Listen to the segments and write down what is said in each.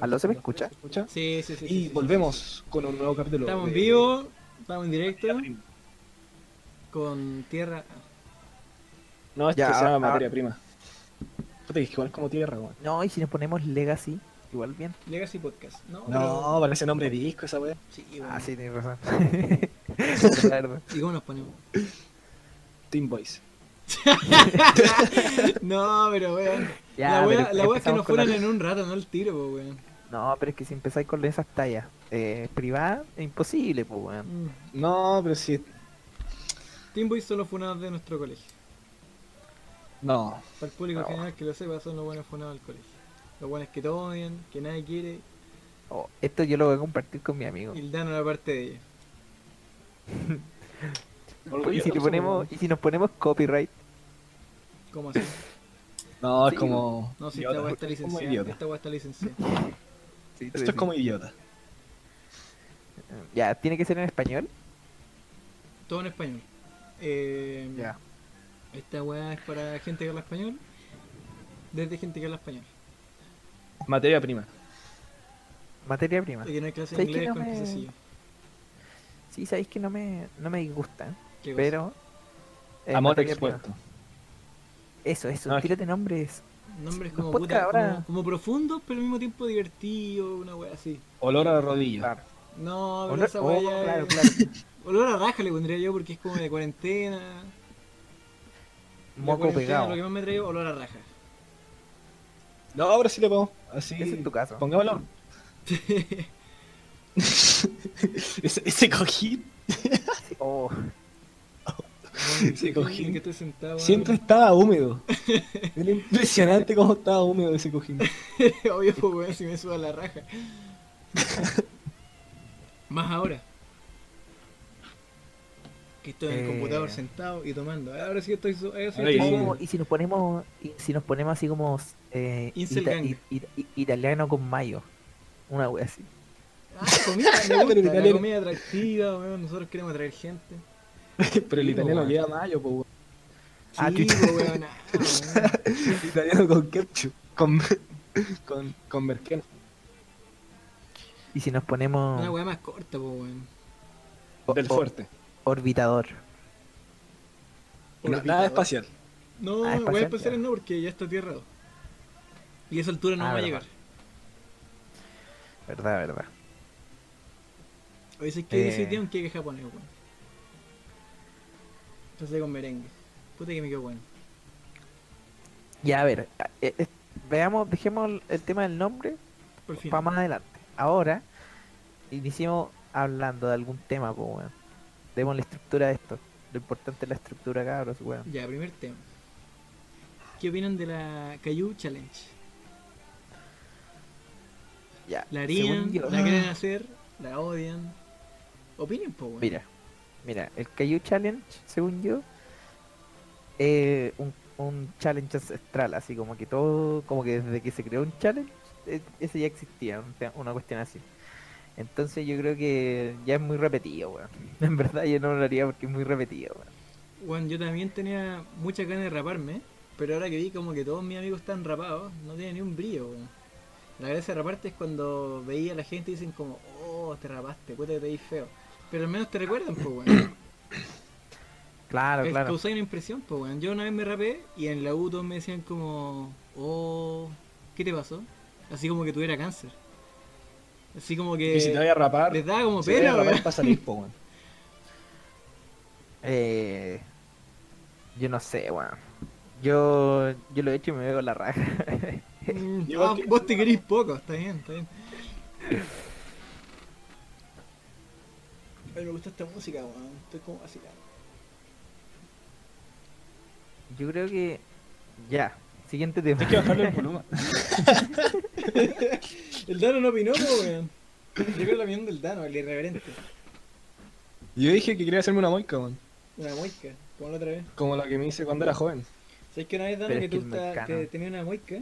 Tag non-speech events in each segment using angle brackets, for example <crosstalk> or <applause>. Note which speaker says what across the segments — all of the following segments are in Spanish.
Speaker 1: ¿Aló se me escucha?
Speaker 2: ¿Se escucha?
Speaker 3: Sí, sí, sí. sí,
Speaker 2: Y
Speaker 3: sí.
Speaker 2: volvemos con un nuevo capítulo.
Speaker 3: Estamos
Speaker 1: eh,
Speaker 3: en
Speaker 2: de-
Speaker 3: vivo, estamos en directo, con tierra.
Speaker 2: No, este
Speaker 1: Ya, ah,
Speaker 2: se llama
Speaker 1: ahora-
Speaker 2: materia prima. Puta, es que igual es como tierra, weón.
Speaker 1: No, y si nos ponemos Legacy, igual bien.
Speaker 3: Legacy Podcast, ¿no? Pero-
Speaker 2: No, parece nombre de disco esa weá.
Speaker 3: sí, bueno.
Speaker 1: Ah, sí, tienes <laughs> razón. Claro.
Speaker 3: ¿Y cómo nos ponemos? <laughs>
Speaker 2: Team Boys.
Speaker 3: no, pero weón.
Speaker 1: <laughs> <laughs> Ya,
Speaker 3: la
Speaker 1: pero
Speaker 3: wea, la wea es que
Speaker 1: empezamos
Speaker 3: nos
Speaker 1: con la-
Speaker 3: fueran en un rato, no el tiro, po, weón.
Speaker 1: No, pero es que si empezáis con esas tallas eh, privadas, es imposible, pues, weón.
Speaker 3: Mm.
Speaker 2: No, pero sí.
Speaker 3: Team Boys son los funados de nuestro colegio.
Speaker 2: No.
Speaker 3: Para el público
Speaker 1: No.
Speaker 3: general que lo sepa, son los buenos funados del colegio. Los buenos que todos odian, que nadie quiere,
Speaker 1: Oh, esto yo lo voy a compartir con mi amigo.
Speaker 3: y el Dano era parte de ellos.
Speaker 1: Y si, le ponemos, y si nos ponemos copyright,
Speaker 3: ¿Cómo así?
Speaker 2: No, es
Speaker 1: Sí,
Speaker 2: como.
Speaker 3: No, si esta
Speaker 2: idiota.
Speaker 3: wea está
Speaker 2: Es como
Speaker 3: licenciada.
Speaker 2: idiota.
Speaker 3: Esta wea está licenciada.
Speaker 2: Esto es como idiota.
Speaker 1: eh, ya, tiene que ser en español.
Speaker 3: Todo en español. Eh, Esta weá es para gente que habla español. Desde gente que habla español.
Speaker 2: Materia prima.
Speaker 1: Materia prima.
Speaker 3: Aquí no hay clase de
Speaker 1: ¿Sabes que
Speaker 3: inglés
Speaker 1: no
Speaker 3: con
Speaker 1: me-
Speaker 3: que se sigue.
Speaker 1: Sí, sabéis que no me, no me disgusta,
Speaker 3: ¿Qué cosa?
Speaker 1: pero. eh,
Speaker 2: Amor
Speaker 1: materia prima.
Speaker 2: expuesto.
Speaker 1: Eso, eso,
Speaker 2: No, es-
Speaker 1: tírate nombres.
Speaker 3: Nombres
Speaker 1: los
Speaker 3: como,
Speaker 1: podcast
Speaker 3: puta,
Speaker 1: ahora-
Speaker 3: como, como profundos, pero al mismo tiempo divertidos, una weá así.
Speaker 2: Olor a rodilla.
Speaker 1: Claro.
Speaker 3: No, pero
Speaker 1: Olor-
Speaker 3: esa
Speaker 1: oh,
Speaker 3: weá <laughs> ya
Speaker 1: claro,
Speaker 3: es-
Speaker 1: claro.
Speaker 3: Olor a raja le pondría yo porque es como de cuarentena. La
Speaker 1: Moco
Speaker 3: cuarentena,
Speaker 1: pegado.
Speaker 3: Lo que más me trae olor a raja.
Speaker 2: No, ahora sí le pongo. Así.
Speaker 1: Ese es tu caso.
Speaker 3: <laughs>
Speaker 2: Pongámoslo. ese, ese cojín.
Speaker 1: Oh,
Speaker 2: <laughs> Sí, cojín.
Speaker 3: En que estoy sentado. weón.
Speaker 2: Siempre estaba <laughs> húmedo. Era impresionante cómo estaba húmedo ese cojín.
Speaker 3: <laughs> Obvio, pues weón, si me suba la raja. <laughs> Más ahora. Que estoy en el
Speaker 1: Eh.
Speaker 3: computador sentado y tomando. Ahora sí estoy, so- ahora sí
Speaker 2: Ahora
Speaker 3: estoy
Speaker 2: sí.
Speaker 3: sobrio.
Speaker 1: oh, y si nos ponemos y si nos ponemos así como eh,
Speaker 3: Incel
Speaker 1: ita-
Speaker 3: gang.
Speaker 1: i- i- i- italiano con mayo. Una wea así.
Speaker 3: Ah, comida,
Speaker 1: <laughs>
Speaker 3: me
Speaker 2: Pero
Speaker 3: gusta, la
Speaker 2: italiano.
Speaker 3: comida atractiva, weón, nosotros queremos atraer gente.
Speaker 2: <laughs> Pero el italiano
Speaker 1: weón.
Speaker 2: lleva mayo, po, weón.
Speaker 3: Sí,
Speaker 1: Ah, chucha.
Speaker 3: pues, weón, ah,
Speaker 1: <laughs>
Speaker 3: weón.
Speaker 2: italiano con ketchup. Con. <laughs> Con. Con merquén.
Speaker 1: Y si nos
Speaker 3: Una
Speaker 1: ponemos
Speaker 3: weá más corta, pues weón.
Speaker 1: o-
Speaker 2: Del
Speaker 1: o-
Speaker 2: fuerte.
Speaker 1: orbitador.
Speaker 2: No,
Speaker 3: Orbitador.
Speaker 2: nada espacial.
Speaker 3: No,
Speaker 1: Ah, espacial,
Speaker 3: weá
Speaker 1: ya.
Speaker 3: espaciales no, porque ya está tierrado. Y a esa altura no
Speaker 1: Ah,
Speaker 3: va a
Speaker 1: verdad.
Speaker 3: llegar.
Speaker 1: Verdad, verdad.
Speaker 3: A veces que
Speaker 1: Eh.
Speaker 3: ese tío un queque japonés, weón. Entonces con merengue. Puta que me quedó bueno.
Speaker 1: Ya a ver, a- eh, eh, veamos, dejemos el- el tema del nombre
Speaker 3: Por fin.
Speaker 1: para más adelante. Ahora iniciemos hablando de algún tema, pues weón. Demos la estructura de esto. Lo importante es la estructura, cabros, weón.
Speaker 3: Ya, primer tema. ¿Qué opinan de la Caillou Challenge?
Speaker 1: Ya.
Speaker 3: ¿La
Speaker 1: según
Speaker 3: harían?
Speaker 1: yo-
Speaker 3: ¿La quieren hacer? ¿La odian? Opinen, po, weón.
Speaker 1: Mira, mira, el Caillou Challenge, según yo, eh, un, un challenge ancestral, así como que todo, como que desde que se creó un challenge, eh, ese ya existía, un te- una cuestión así. Entonces yo creo que ya es muy repetido, weón. <laughs> En verdad yo no lo haría porque es muy repetido, weón.
Speaker 3: Weón, yo también tenía muchas ganas de raparme, pero ahora que vi como que todos mis amigos están rapados, no tiene ni un brillo, weón. La gracia de raparte es cuando veía a la gente y dicen como, oh, te rapaste, puta que te veis feo. Pero al menos te recuerdan, po, weón.
Speaker 1: Claro,
Speaker 3: Es
Speaker 1: claro.
Speaker 3: Causaba una impresión, po, weón. Yo una vez me rapé y en la U todos me decían como, oh, ¿qué te pasó? Así como que tuviera cáncer. Así como que...
Speaker 2: Y si te voy a rapar.
Speaker 3: Les daba como
Speaker 2: si te voy a
Speaker 3: pena,
Speaker 2: rapar
Speaker 3: weón.
Speaker 2: para salir, po, <laughs> weón.
Speaker 1: Eh, yo no sé, weón. Yo, yo lo he hecho y me veo la raja. <laughs>
Speaker 3: <laughs> Mm,
Speaker 2: Yo
Speaker 3: ah,
Speaker 2: que-
Speaker 3: Vos te querís poco, está bien, está bien. Ay, me gusta esta música, weón. Estoy como vacilado.
Speaker 1: Yo creo que... Ya, siguiente tema.
Speaker 2: Hay que bajarle
Speaker 1: <laughs>
Speaker 2: el volumen.
Speaker 3: El Dano no opinó, po, weón. Yo creo la opinión del Dano, el irreverente.
Speaker 2: Yo dije que quería hacerme una moica, weón.
Speaker 3: Una muesca, como la otra vez.
Speaker 2: Como la que me hice cuando era joven.
Speaker 3: ¿Sabes que una vez, Dano,
Speaker 1: Pero
Speaker 3: que
Speaker 1: es que
Speaker 3: tú
Speaker 1: el
Speaker 3: está-
Speaker 1: mexicano-
Speaker 3: te- tenías una muesca?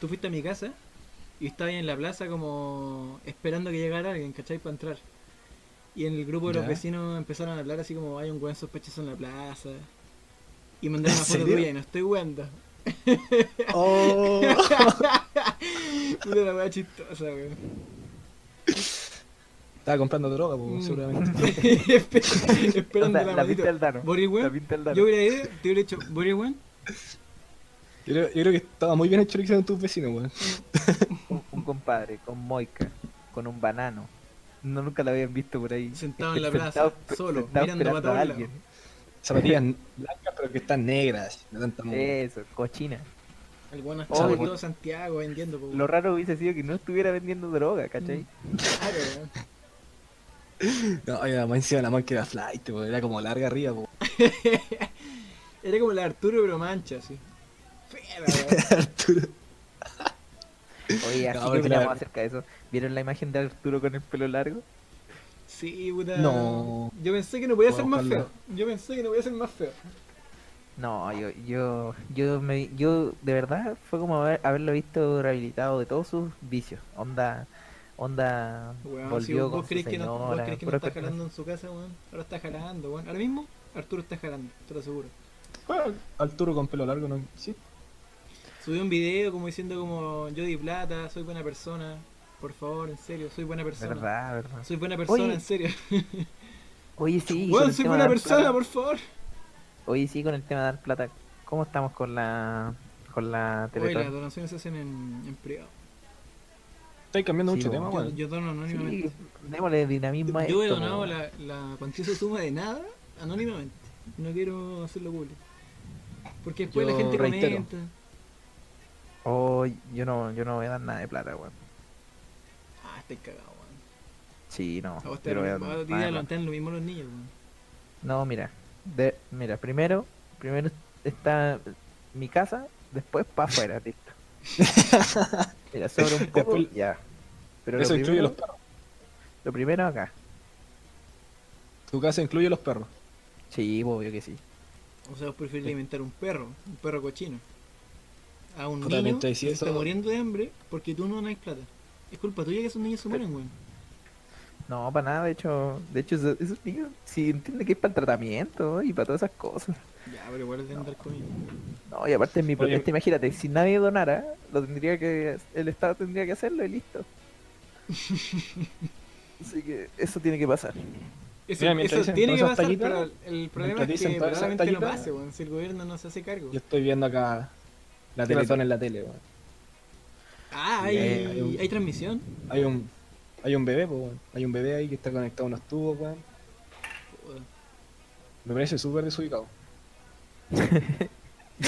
Speaker 3: Tú fuiste a mi casa y estabas ahí en la plaza como esperando que llegara alguien, ¿cachai? Para entrar. Y en el grupo de los
Speaker 2: Ya.
Speaker 3: vecinos empezaron a hablar así como hay un weón sospechoso en la plaza. Y mandaron
Speaker 2: ¿En
Speaker 3: una foto
Speaker 2: serio?
Speaker 1: Oh.
Speaker 3: tuya y no estoy weando.
Speaker 2: Oh.
Speaker 3: <laughs> Puta la weá chistosa, weón.
Speaker 2: <laughs>
Speaker 3: <laughs>
Speaker 2: Estaba comprando droga, po,
Speaker 3: Mm.
Speaker 2: seguramente.
Speaker 3: Espe-
Speaker 1: O
Speaker 3: Esperando
Speaker 1: sea,
Speaker 3: la,
Speaker 1: la pinta del Dano.
Speaker 3: Boris,
Speaker 1: La
Speaker 3: weón.
Speaker 1: pinta del Dano.
Speaker 3: Yo hubiera ido, te hubiera hecho, Boris, weón.
Speaker 2: Yo creo, yo creo que estaba muy bien hecho lo que hicieron tus vecinos, weón.
Speaker 1: Un, un compadre con moica, con un banano. No, nunca lo habían visto por ahí. <laughs>
Speaker 3: Sentado en la
Speaker 1: Sentado-
Speaker 3: plaza, solo,
Speaker 1: sentado
Speaker 3: mirando
Speaker 1: esperando
Speaker 3: para todos
Speaker 1: a
Speaker 3: lados.
Speaker 1: alguien.
Speaker 2: <laughs> Zapatillas blancas, pero que están negras. No tanta mugre.
Speaker 1: Eso, cochina.
Speaker 3: El weón
Speaker 1: Oh,
Speaker 3: hasta
Speaker 1: weón.
Speaker 3: todo Santiago vendiendo, po, weón.
Speaker 1: Lo raro hubiese sido que no estuviera vendiendo droga, ¿cachai?
Speaker 3: Claro, weón.
Speaker 2: No, oye, más encima la máquina era flight, weón. Era como larga arriba, po. <laughs>
Speaker 3: Era como el Arturo, pero mancha, así. Fea, la
Speaker 1: <laughs>
Speaker 3: weá.
Speaker 2: Arturo. No,
Speaker 1: Oye,
Speaker 3: Mm.
Speaker 1: así que
Speaker 2: porque
Speaker 1: opinamos
Speaker 2: la-
Speaker 1: acerca de eso. ¿Vieron la imagen de Arturo con el pelo largo?
Speaker 3: Sí, puta.
Speaker 2: No.
Speaker 3: Yo pensé que no podía
Speaker 2: Voy a
Speaker 3: ser más feo.
Speaker 2: buscarlo.
Speaker 3: Yo pensé que no podía ser más feo.
Speaker 1: No, yo, yo, yo, me, yo de verdad fue como haber- haberlo visto rehabilitado de todos sus vicios. Onda, onda,
Speaker 3: Weón, si
Speaker 1: volvió
Speaker 3: vos,
Speaker 1: con
Speaker 3: vos
Speaker 1: su
Speaker 3: crees que no, vos
Speaker 1: señora,
Speaker 3: crees que no
Speaker 1: puras
Speaker 3: está
Speaker 1: cosas
Speaker 3: jalando en su casa, weón. Ahora está jalando, weón. Ahora mismo, Arturo está jalando, te lo aseguro.
Speaker 2: Bueno, Arturo con pelo largo no existe.
Speaker 3: Subió un video como diciendo como yo di plata, soy buena persona, por favor, en serio, soy buena
Speaker 1: así.
Speaker 3: persona.
Speaker 1: Verdad, verdad.
Speaker 3: Soy buena persona,
Speaker 1: Oye, <laughs>
Speaker 3: en serio.
Speaker 1: Oye,
Speaker 3: <laughs>
Speaker 1: sí. con
Speaker 3: Weón,
Speaker 1: el
Speaker 3: soy
Speaker 1: tema de
Speaker 3: buena
Speaker 1: dar
Speaker 3: persona,
Speaker 1: plata-
Speaker 3: por favor.
Speaker 1: Oye, sí, con el tema de dar plata. ¿Cómo estamos con la, con la
Speaker 3: Oye, las
Speaker 1: Teletón?
Speaker 3: donaciones se hacen en, en privado.
Speaker 1: Ah,
Speaker 2: Estáis cambiando
Speaker 1: Sí,
Speaker 2: mucho
Speaker 1: weón.
Speaker 2: tema,
Speaker 3: Yo,
Speaker 2: weón.
Speaker 3: yo dono anónimamente.
Speaker 1: Sí, démosle dinamismo a
Speaker 3: yo he
Speaker 1: esto,
Speaker 3: donado
Speaker 1: weón.
Speaker 3: la, la cuantiosa suma de nada anónimamente. No quiero hacerlo público. Porque después
Speaker 2: Yo
Speaker 3: la gente
Speaker 2: reitero.
Speaker 3: comenta.
Speaker 1: Oh, yo no, yo no voy a dar nada de plata, weón.
Speaker 3: Ah, estáis cagado, weón.
Speaker 1: Sí, no.
Speaker 3: A vos te
Speaker 1: yo no voy a
Speaker 3: a
Speaker 1: dar nada de
Speaker 3: ti te
Speaker 1: plata.
Speaker 3: levantan lo mismo los niños, weón.
Speaker 1: No, mira, de, mira, primero, primero está mi casa, después para afuera,
Speaker 3: <laughs>
Speaker 1: listo. Mira, sobre un poco,
Speaker 2: Después-
Speaker 1: ya. Pero
Speaker 2: Eso
Speaker 1: lo
Speaker 2: incluye
Speaker 1: primero,
Speaker 2: los perros.
Speaker 1: lo primero acá.
Speaker 2: Tu casa incluye los perros.
Speaker 1: Sí, obvio que sí.
Speaker 3: O sea, vos preferís alimentar un perro, un perro cochino. A un
Speaker 2: Puta,
Speaker 3: niño
Speaker 2: mientras
Speaker 3: que
Speaker 2: decís
Speaker 3: se está
Speaker 2: eso-
Speaker 3: muriendo de hambre porque tú no ganas plata. Es culpa tuya que esos niños se mueren, weón.
Speaker 1: No, para nada, de hecho, de hecho, eso, eso, digo, si entiende que es para el tratamiento y para todas esas cosas.
Speaker 3: Ya, pero igual es de andar comiendo.
Speaker 1: No, y aparte es mi
Speaker 2: Oye.
Speaker 1: protesta, imagínate, si nadie donara, lo tendría que, el Estado tendría que hacerlo y listo. Así que eso tiene que pasar.
Speaker 3: Eso,
Speaker 2: Mira, mientras
Speaker 3: eso
Speaker 2: dicen
Speaker 3: tiene que
Speaker 2: todas esas
Speaker 3: pasar,
Speaker 2: tallitas,
Speaker 3: pero el problema
Speaker 2: mientras
Speaker 3: es que
Speaker 2: dicen todas esas
Speaker 3: probablemente lo
Speaker 2: tallitas-
Speaker 3: pase, weón, si el gobierno no se hace cargo.
Speaker 2: Yo estoy viendo acá la
Speaker 1: ¿Qué
Speaker 2: Teletón
Speaker 1: pasa?
Speaker 2: en la tele, weón.
Speaker 3: Ah, hay,
Speaker 2: Eh, hay un-
Speaker 3: hay transmisión.
Speaker 2: Hay un, hay un bebé, po, weón. Hay un bebé ahí que está conectado a unos tubos, weón.
Speaker 3: Joder.
Speaker 2: Me parece súper desubicado.
Speaker 1: Uno
Speaker 3: No,
Speaker 1: que
Speaker 3: me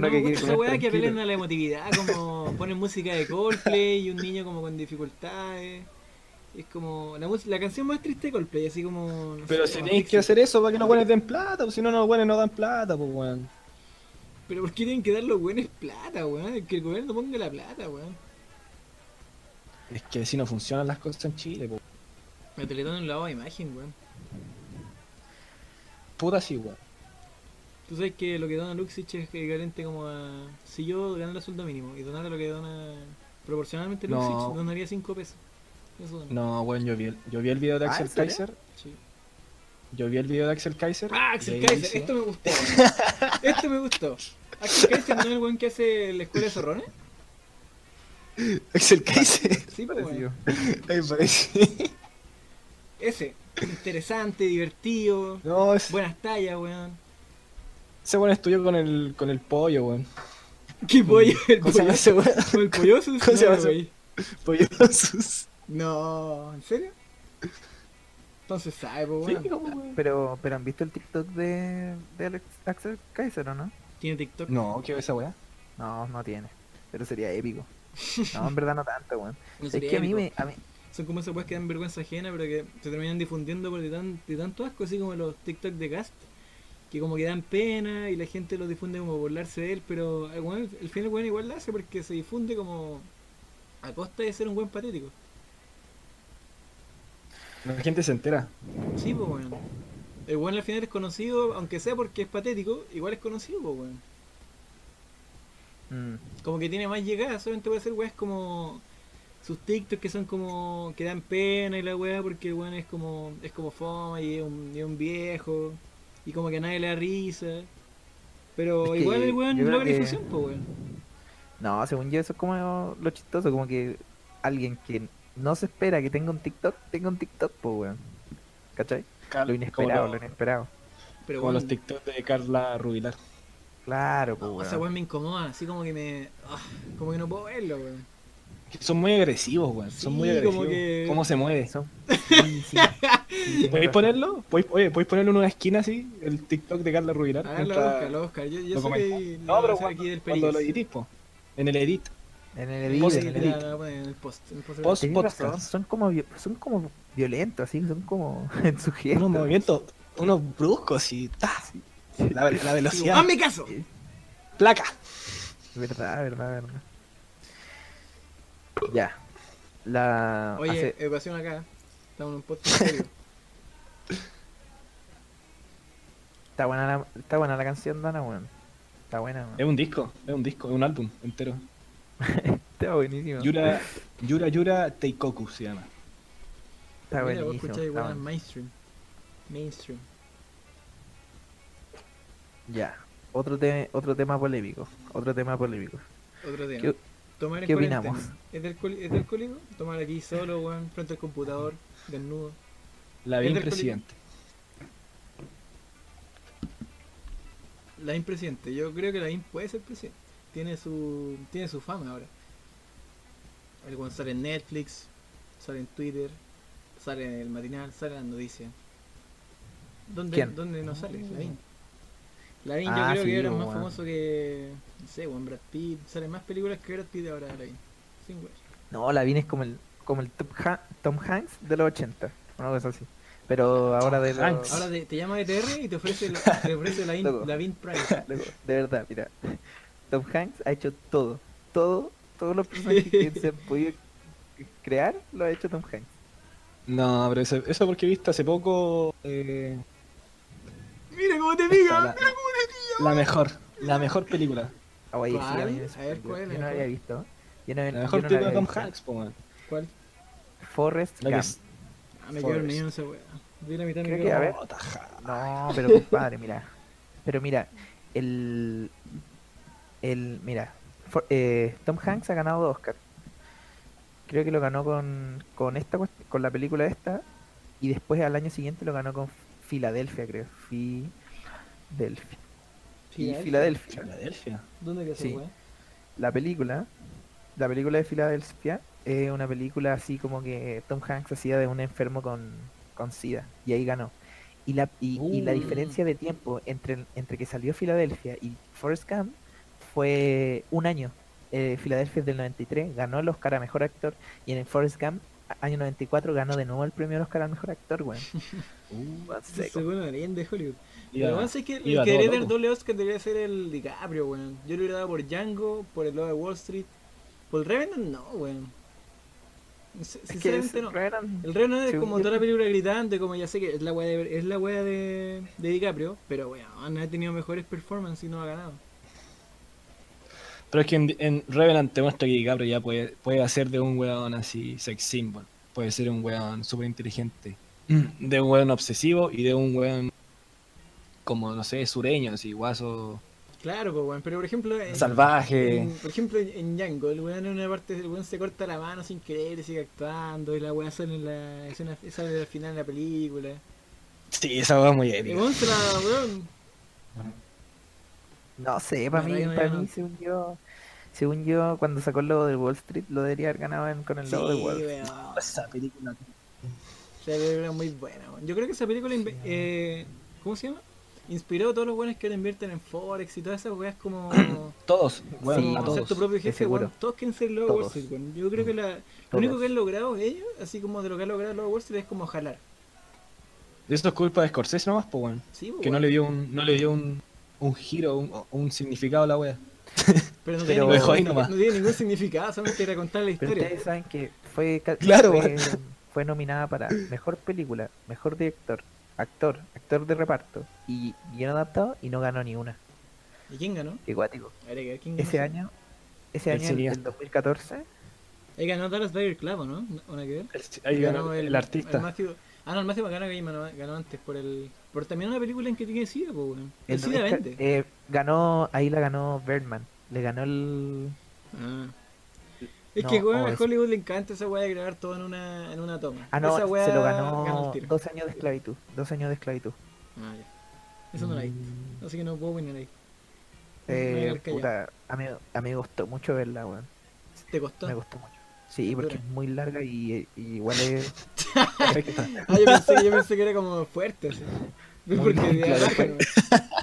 Speaker 1: quiere
Speaker 3: gusta
Speaker 1: comer
Speaker 3: esa weá que
Speaker 1: tranquilo.
Speaker 3: apelan a la emotividad, <laughs> como ponen música de Coldplay y un niño como con dificultades. Es como la, mus- la canción más triste de Coldplay, así como. no
Speaker 2: Pero
Speaker 3: sé,
Speaker 2: si
Speaker 3: como
Speaker 2: tenéis que
Speaker 3: Dixie.
Speaker 2: hacer eso para que los buenos den plata, pues si no, no, los buenos no dan plata, pues weón.
Speaker 3: Pero ¿por qué tienen que dar los buenos plata, weón? Que el gobierno ponga la plata, weón.
Speaker 2: Es que si no funcionan las cosas en Chile, pues.
Speaker 3: La Teletón es un lavado de imagen, weón.
Speaker 2: Puta sí, weón.
Speaker 3: Tú sabes que lo que dona Luxich es equivalente como a... Si yo ganara sueldo mínimo y donara lo que dona proporcionalmente
Speaker 2: No.
Speaker 3: Luxich, donaría 5 pesos. Eso dona.
Speaker 2: No, weón, yo vi el, yo vi el video de
Speaker 1: Ah, ¿en
Speaker 2: Axel
Speaker 1: serio?
Speaker 2: Kaiser.
Speaker 3: Sí.
Speaker 2: Yo vi el video de Axel Kaiser.
Speaker 3: Ah,
Speaker 2: y
Speaker 3: Axel
Speaker 2: ahí
Speaker 3: Kaiser,
Speaker 2: dice-
Speaker 3: esto me gustó. weón.
Speaker 2: <laughs>
Speaker 3: esto me gustó. Axel Kaiser no es el weón que hace la escuela de zorrones.
Speaker 2: Axel Kaiser.
Speaker 3: Sí, pues,
Speaker 1: Parecido.
Speaker 3: weón.
Speaker 2: <laughs> Ahí parece.
Speaker 3: Ese.
Speaker 2: <laughs>
Speaker 3: Interesante, divertido.
Speaker 2: No, es-
Speaker 3: Buenas tallas, weón.
Speaker 2: ese weón estudió con el, con el pollo, weón.
Speaker 3: Qué pollo, el
Speaker 2: ¿Cómo se llama <laughs>
Speaker 3: pollo.
Speaker 2: ese weón?
Speaker 3: El polloso.
Speaker 2: ¿Cómo se llama
Speaker 3: No,
Speaker 2: ese-
Speaker 3: wey.
Speaker 2: Pollo sus.
Speaker 3: No, ¿en serio? Entonces sabe, po,
Speaker 2: Sí,
Speaker 3: weón.
Speaker 2: ¿cómo, weón?
Speaker 1: Pero, pero han visto el TikTok de, de Alex, Axel Kaiser, ¿o no?
Speaker 3: Tiene TikTok.
Speaker 2: No, ¿qué esa weá?
Speaker 1: No, no tiene. Pero sería épico. No, en verdad no tanto, weón.
Speaker 3: <laughs> No
Speaker 1: es
Speaker 3: sería
Speaker 1: que a mí
Speaker 3: épico.
Speaker 1: me. A mí,
Speaker 3: Son como esas weas que dan vergüenza ajena, pero que se terminan difundiendo por de, tan- de tanto asco, así como los TikTok de Gast, que como que dan pena y la gente los difunde como burlarse de él, pero al weón- al final el weón igual la hace porque se difunde como a costa de ser un buen patético.
Speaker 2: La gente se entera.
Speaker 3: Sí, pues weón. El weón al final es conocido, aunque sea porque es patético, igual es conocido, pues weón.
Speaker 1: mm,
Speaker 3: Como que tiene más llegada, solamente puede ser weas como sus TikToks que son como que dan pena y la wea porque el weón es como es como foma y es un, y es un viejo y como que a nadie le da risa. Pero
Speaker 1: Es que
Speaker 3: igual el
Speaker 1: yo
Speaker 3: weón
Speaker 1: creo
Speaker 3: logra
Speaker 1: que-
Speaker 3: difusión, pues weón.
Speaker 1: No, según yo eso es como lo chistoso, como que alguien que no se espera que tenga un TikTok, tenga un TikTok, pues weón. ¿Cachai? Lo inesperado,
Speaker 2: como,
Speaker 1: lo
Speaker 2: los-
Speaker 1: inesperado.
Speaker 3: Pero
Speaker 2: como
Speaker 3: bueno,
Speaker 2: los TikTok de Carla Rubilar.
Speaker 1: Claro, pues
Speaker 3: no,
Speaker 1: weón.
Speaker 3: esa weón me incomoda, así como que me. ah, como que no puedo verlo, weón.
Speaker 2: Que son muy agresivos, weón. Son
Speaker 3: Sí,
Speaker 2: muy agresivos.
Speaker 3: como que-
Speaker 2: ¿Cómo se mueve?
Speaker 1: Son- sí, sí, sí,
Speaker 2: ¿Podéis ponerlo? ¿Podéis, oye, ¿podéis ponerlo en una esquina así? El TikTok de Carla Rubilar.
Speaker 3: A ver, lo
Speaker 2: Mientras-
Speaker 3: Oscar, lo Oscar. Yo, yo
Speaker 2: Ah, lo
Speaker 3: soy
Speaker 2: comenta.
Speaker 3: la
Speaker 2: No, pero
Speaker 3: voz
Speaker 2: cuando,
Speaker 3: aquí del
Speaker 2: cuando lo
Speaker 3: Peris.
Speaker 2: editís, po. En el edit.
Speaker 1: En el
Speaker 3: Sí,
Speaker 1: edit,
Speaker 2: Post-
Speaker 1: en el
Speaker 3: la-
Speaker 1: edit.
Speaker 3: la voy a poner en el post. en el post-
Speaker 2: Post-
Speaker 1: Tenés
Speaker 2: podcast.
Speaker 1: razón, son como, vi- son como violentos, así, son como <laughs> en su gesto.
Speaker 2: Unos movimientos, unos bruscos y ta. La, la
Speaker 3: Digo,
Speaker 2: velocidad.
Speaker 3: ¡Hazme caso!
Speaker 2: Placa.
Speaker 1: Verdad, verdad, verdad. Ya. La.
Speaker 3: Oye,
Speaker 1: hace-
Speaker 3: educación acá. Estamos en un podcast serio.
Speaker 1: está, buena la, está buena la canción, Dana, weón. Está buena, weón.
Speaker 2: Es un disco, es un disco, es un álbum entero.
Speaker 1: Está buenísimo.
Speaker 2: Yura, Yura, Yura Teikoku se llama.
Speaker 1: Está
Speaker 3: Mira, vos
Speaker 1: buenísimo.
Speaker 3: escucháis
Speaker 1: está
Speaker 3: weón
Speaker 1: buen-
Speaker 3: mainstream. Mainstream.
Speaker 1: Ya. Otro, te- otro tema polémico. Otro tema polémico.
Speaker 3: Otro tema.
Speaker 1: ¿Qué-
Speaker 3: Tomar en
Speaker 1: qué
Speaker 3: cuarentena.
Speaker 1: opinamos?
Speaker 3: ¿Es del, coli- ¿Es del cólico? Tomar aquí solo, weón, frente al computador, desnudo.
Speaker 2: La
Speaker 3: Es
Speaker 2: bien
Speaker 3: del
Speaker 2: presidente.
Speaker 3: La impresidente. Yo creo que la IN puede ser presidente. Tiene su, tiene su fama ahora. El weón sale en Netflix, sale en Twitter, sale en el matinal, sale en las noticias. ¿Dónde,
Speaker 1: ¿Quién?
Speaker 3: dónde no sale? La IN. La IN
Speaker 1: Ah,
Speaker 3: yo creo
Speaker 1: sí,
Speaker 3: que era más
Speaker 1: weón.
Speaker 3: famoso que. No sé, weón, Brad Pitt. Sale en más películas que Brad Pitt ahora la IN. Sin weón.
Speaker 1: No, la Vin es como el, como el Top Ha- Tom Hanks de los 80. Una cosa así. Pero ahora de los-
Speaker 2: Hanks.
Speaker 3: Ahora te, te llama ETR y te ofrece,
Speaker 1: <laughs>
Speaker 3: la- te ofrece la,
Speaker 1: Loco.
Speaker 3: IN, la IN
Speaker 1: <laughs>
Speaker 3: Prime.
Speaker 1: Loco, <laughs> de verdad, mira. Tom Hanks ha hecho todo. Todo, todos los personajes que se han podido crear, lo ha hecho Tom Hanks.
Speaker 2: No, pero eso, eso porque viste hace poco. eh,
Speaker 3: Mira cómo te
Speaker 2: esta,
Speaker 3: pica.
Speaker 2: la, la mejor, la mejor película.
Speaker 1: Ah, oye, sí,
Speaker 3: ¿Cuál?
Speaker 1: mí me
Speaker 3: A ver, ¿cuál es
Speaker 1: Yo no
Speaker 3: la
Speaker 1: la había
Speaker 3: mejor?
Speaker 1: visto. Yo no,
Speaker 2: La
Speaker 1: yo
Speaker 2: mejor película
Speaker 1: no
Speaker 2: de
Speaker 1: había
Speaker 2: Tom
Speaker 1: visto.
Speaker 2: Hanks, po, weón.
Speaker 3: ¿Cuál?
Speaker 1: Forrest
Speaker 2: La que
Speaker 1: Gump.
Speaker 2: es-
Speaker 3: Ah, me quedo
Speaker 2: Forrest.
Speaker 3: dormido en esa weá. Vi la mitad me
Speaker 1: Creo
Speaker 3: quedo
Speaker 1: que, a ver.
Speaker 2: Oh, taja.
Speaker 1: No, pero compadre, mira. Pero mira, el. El. Mira, For- eh, Tom Hanks ha ganado dos Oscar. Creo que lo ganó con, con esta cuest- con la película esta. Y después al año siguiente lo ganó con Filadelfia, creo. Filadelfia. Y Filadelfia.
Speaker 2: Filadelfia.
Speaker 3: ¿Dónde quedó
Speaker 1: Sí.
Speaker 3: esa weá?
Speaker 1: la película, la película de Filadelfia, es una película así como que Tom Hanks hacía de un enfermo con, con SIDA, y ahí ganó. Y la, y, y la
Speaker 2: Uh.
Speaker 1: diferencia de tiempo entre, entre que salió Filadelfia y Forrest Gump fue un año. Eh, Filadelfia es del 93, ganó el Oscar a Mejor Actor, y en el Forrest Gump, a- año 94, ganó de nuevo el premio al Oscar a Mejor Actor, weón.
Speaker 2: Uh,
Speaker 1: Weón,
Speaker 3: Se
Speaker 1: seco.
Speaker 3: pone una leyenda de Hollywood.
Speaker 2: Iba-
Speaker 3: Lo que pasa es que el
Speaker 2: iba
Speaker 3: que
Speaker 2: todo
Speaker 3: debería dar
Speaker 2: loco.
Speaker 3: doble Oscar debería ser el DiCaprio, weón. Yo lo hubiera dado por Django, por el lado de Wall Street. Por el Revenant, no, weón. Si-
Speaker 1: Es que
Speaker 3: Sinceramente
Speaker 1: es-
Speaker 3: no.
Speaker 1: Revenant-
Speaker 3: El Revenant es
Speaker 1: según
Speaker 3: como
Speaker 1: yo-
Speaker 3: toda la película gritante, como ya sé que es la weá de, es la weá de, de DiCaprio, pero weón, ha tenido mejores performances y no ha ganado.
Speaker 2: Pero es que en, en Revenant te muestra que DiCaprio ya puede, puede hacer de un weón así sex symbol. Puede ser un weón súper inteligente. De un weón obsesivo y de un weón como, no sé, sureño, así, guaso,
Speaker 3: Claro, pues, weón, pero por ejemplo. en-
Speaker 2: salvaje.
Speaker 3: en- por ejemplo, en, en Django, el weón en una parte, el weón se corta la mano sin querer y sigue actuando, y la weá sale en la escena, sale al final de la película.
Speaker 2: Sí, esa weón es muy
Speaker 3: El
Speaker 2: épica.
Speaker 3: weón se la, weón,
Speaker 1: No sé, para
Speaker 3: La
Speaker 1: mí,
Speaker 3: verdad que
Speaker 1: para
Speaker 3: no.
Speaker 1: mí, según yo, según yo, cuando sacó el logo de Wall Street, lo debería haber ganado en- con el
Speaker 3: Sí,
Speaker 1: logo de Wall Street.
Speaker 3: weón.
Speaker 2: Esa película.
Speaker 3: Esa película es muy buena, weón. Yo creo que esa película, inve- eh, ¿cómo se llama? Inspiró a todos los weones que ahora invierten en Forex y todas esas weas
Speaker 1: <clears throat>
Speaker 3: como.
Speaker 2: Todos, weón,
Speaker 1: Sí,
Speaker 2: a
Speaker 3: como ser tu
Speaker 2: todos.
Speaker 3: propio
Speaker 1: de
Speaker 3: jefe,
Speaker 1: seguro.
Speaker 3: weón. Todos quieren ser Lord Wall
Speaker 1: Todos.
Speaker 3: Street, weón. Yo creo que la, lo
Speaker 1: Todos.
Speaker 3: único que han logrado ellos, así como de lo que han logrado Lord Wall Street, es como jalar.
Speaker 2: Y Eso es culpa de Scorsese nomás, po, weón.
Speaker 3: Sí, pues,
Speaker 2: Que no
Speaker 3: weón.
Speaker 2: le dio un, no le dio un, un giro, un, un significado a la wea.
Speaker 3: Pero
Speaker 1: Pero-
Speaker 3: no, tiene
Speaker 1: Dejó
Speaker 2: ahí
Speaker 3: ningún,
Speaker 2: nomás.
Speaker 3: no tiene ningún significado, solamente era contar la
Speaker 1: Pero
Speaker 3: historia.
Speaker 1: ustedes saben que fue,
Speaker 2: <laughs>
Speaker 1: ca-
Speaker 2: Claro,
Speaker 1: fue, fue nominada para mejor película, mejor director, actor, actor de reparto y guion adaptado y no ganó ni una.
Speaker 3: ¿Y quién ganó?
Speaker 1: Qué guático.
Speaker 3: Habría que ver quién ganó.
Speaker 1: Ese año, ese
Speaker 2: El
Speaker 1: año el- el
Speaker 2: cineasta.
Speaker 1: 2014,
Speaker 3: Ahí ganó Dallas Bayer Clavo, ¿no? ¿Una que ver?
Speaker 2: El, ahí ganó el,
Speaker 3: el
Speaker 2: artista.
Speaker 3: Matthew- ah, no, el Matthew McConaughey ganó, ganó antes por el... Por también una película en que tiene SIDA, pues, weón. El
Speaker 1: el
Speaker 3: SIDA
Speaker 1: 2014,
Speaker 3: vende.
Speaker 1: eh, ganó, ahí la ganó Birdman, le ganó el,
Speaker 3: Ah. Es
Speaker 1: No,
Speaker 3: que weón,
Speaker 1: o
Speaker 3: a
Speaker 1: es-
Speaker 3: Hollywood le encanta esa weá de grabar todo en una, en una toma.
Speaker 1: Ah, no,
Speaker 3: esa weá
Speaker 1: se lo
Speaker 3: gana el
Speaker 1: ganó
Speaker 3: tiro.
Speaker 1: dos años de esclavitud. Dos años de esclavitud.
Speaker 3: Ah, ya. Eso no la vi.
Speaker 2: Mm.
Speaker 3: Así que no puedo opinar ahí. Me voy a
Speaker 1: Mm. Eh,
Speaker 3: quedar callado.
Speaker 1: puta, a mí, a mí me gustó mucho verla, weón.
Speaker 3: ¿Te costó?
Speaker 1: Me gustó mucho. Sí, porque
Speaker 3: Dura.
Speaker 1: es muy larga y, y igual es.
Speaker 3: <laughs>
Speaker 1: <laughs>
Speaker 3: Ah, yo pensé, yo pensé que era como fuerte,
Speaker 1: <laughs>
Speaker 3: así.
Speaker 1: Muy
Speaker 3: Porque de
Speaker 1: claro,
Speaker 3: abajo,
Speaker 1: fue-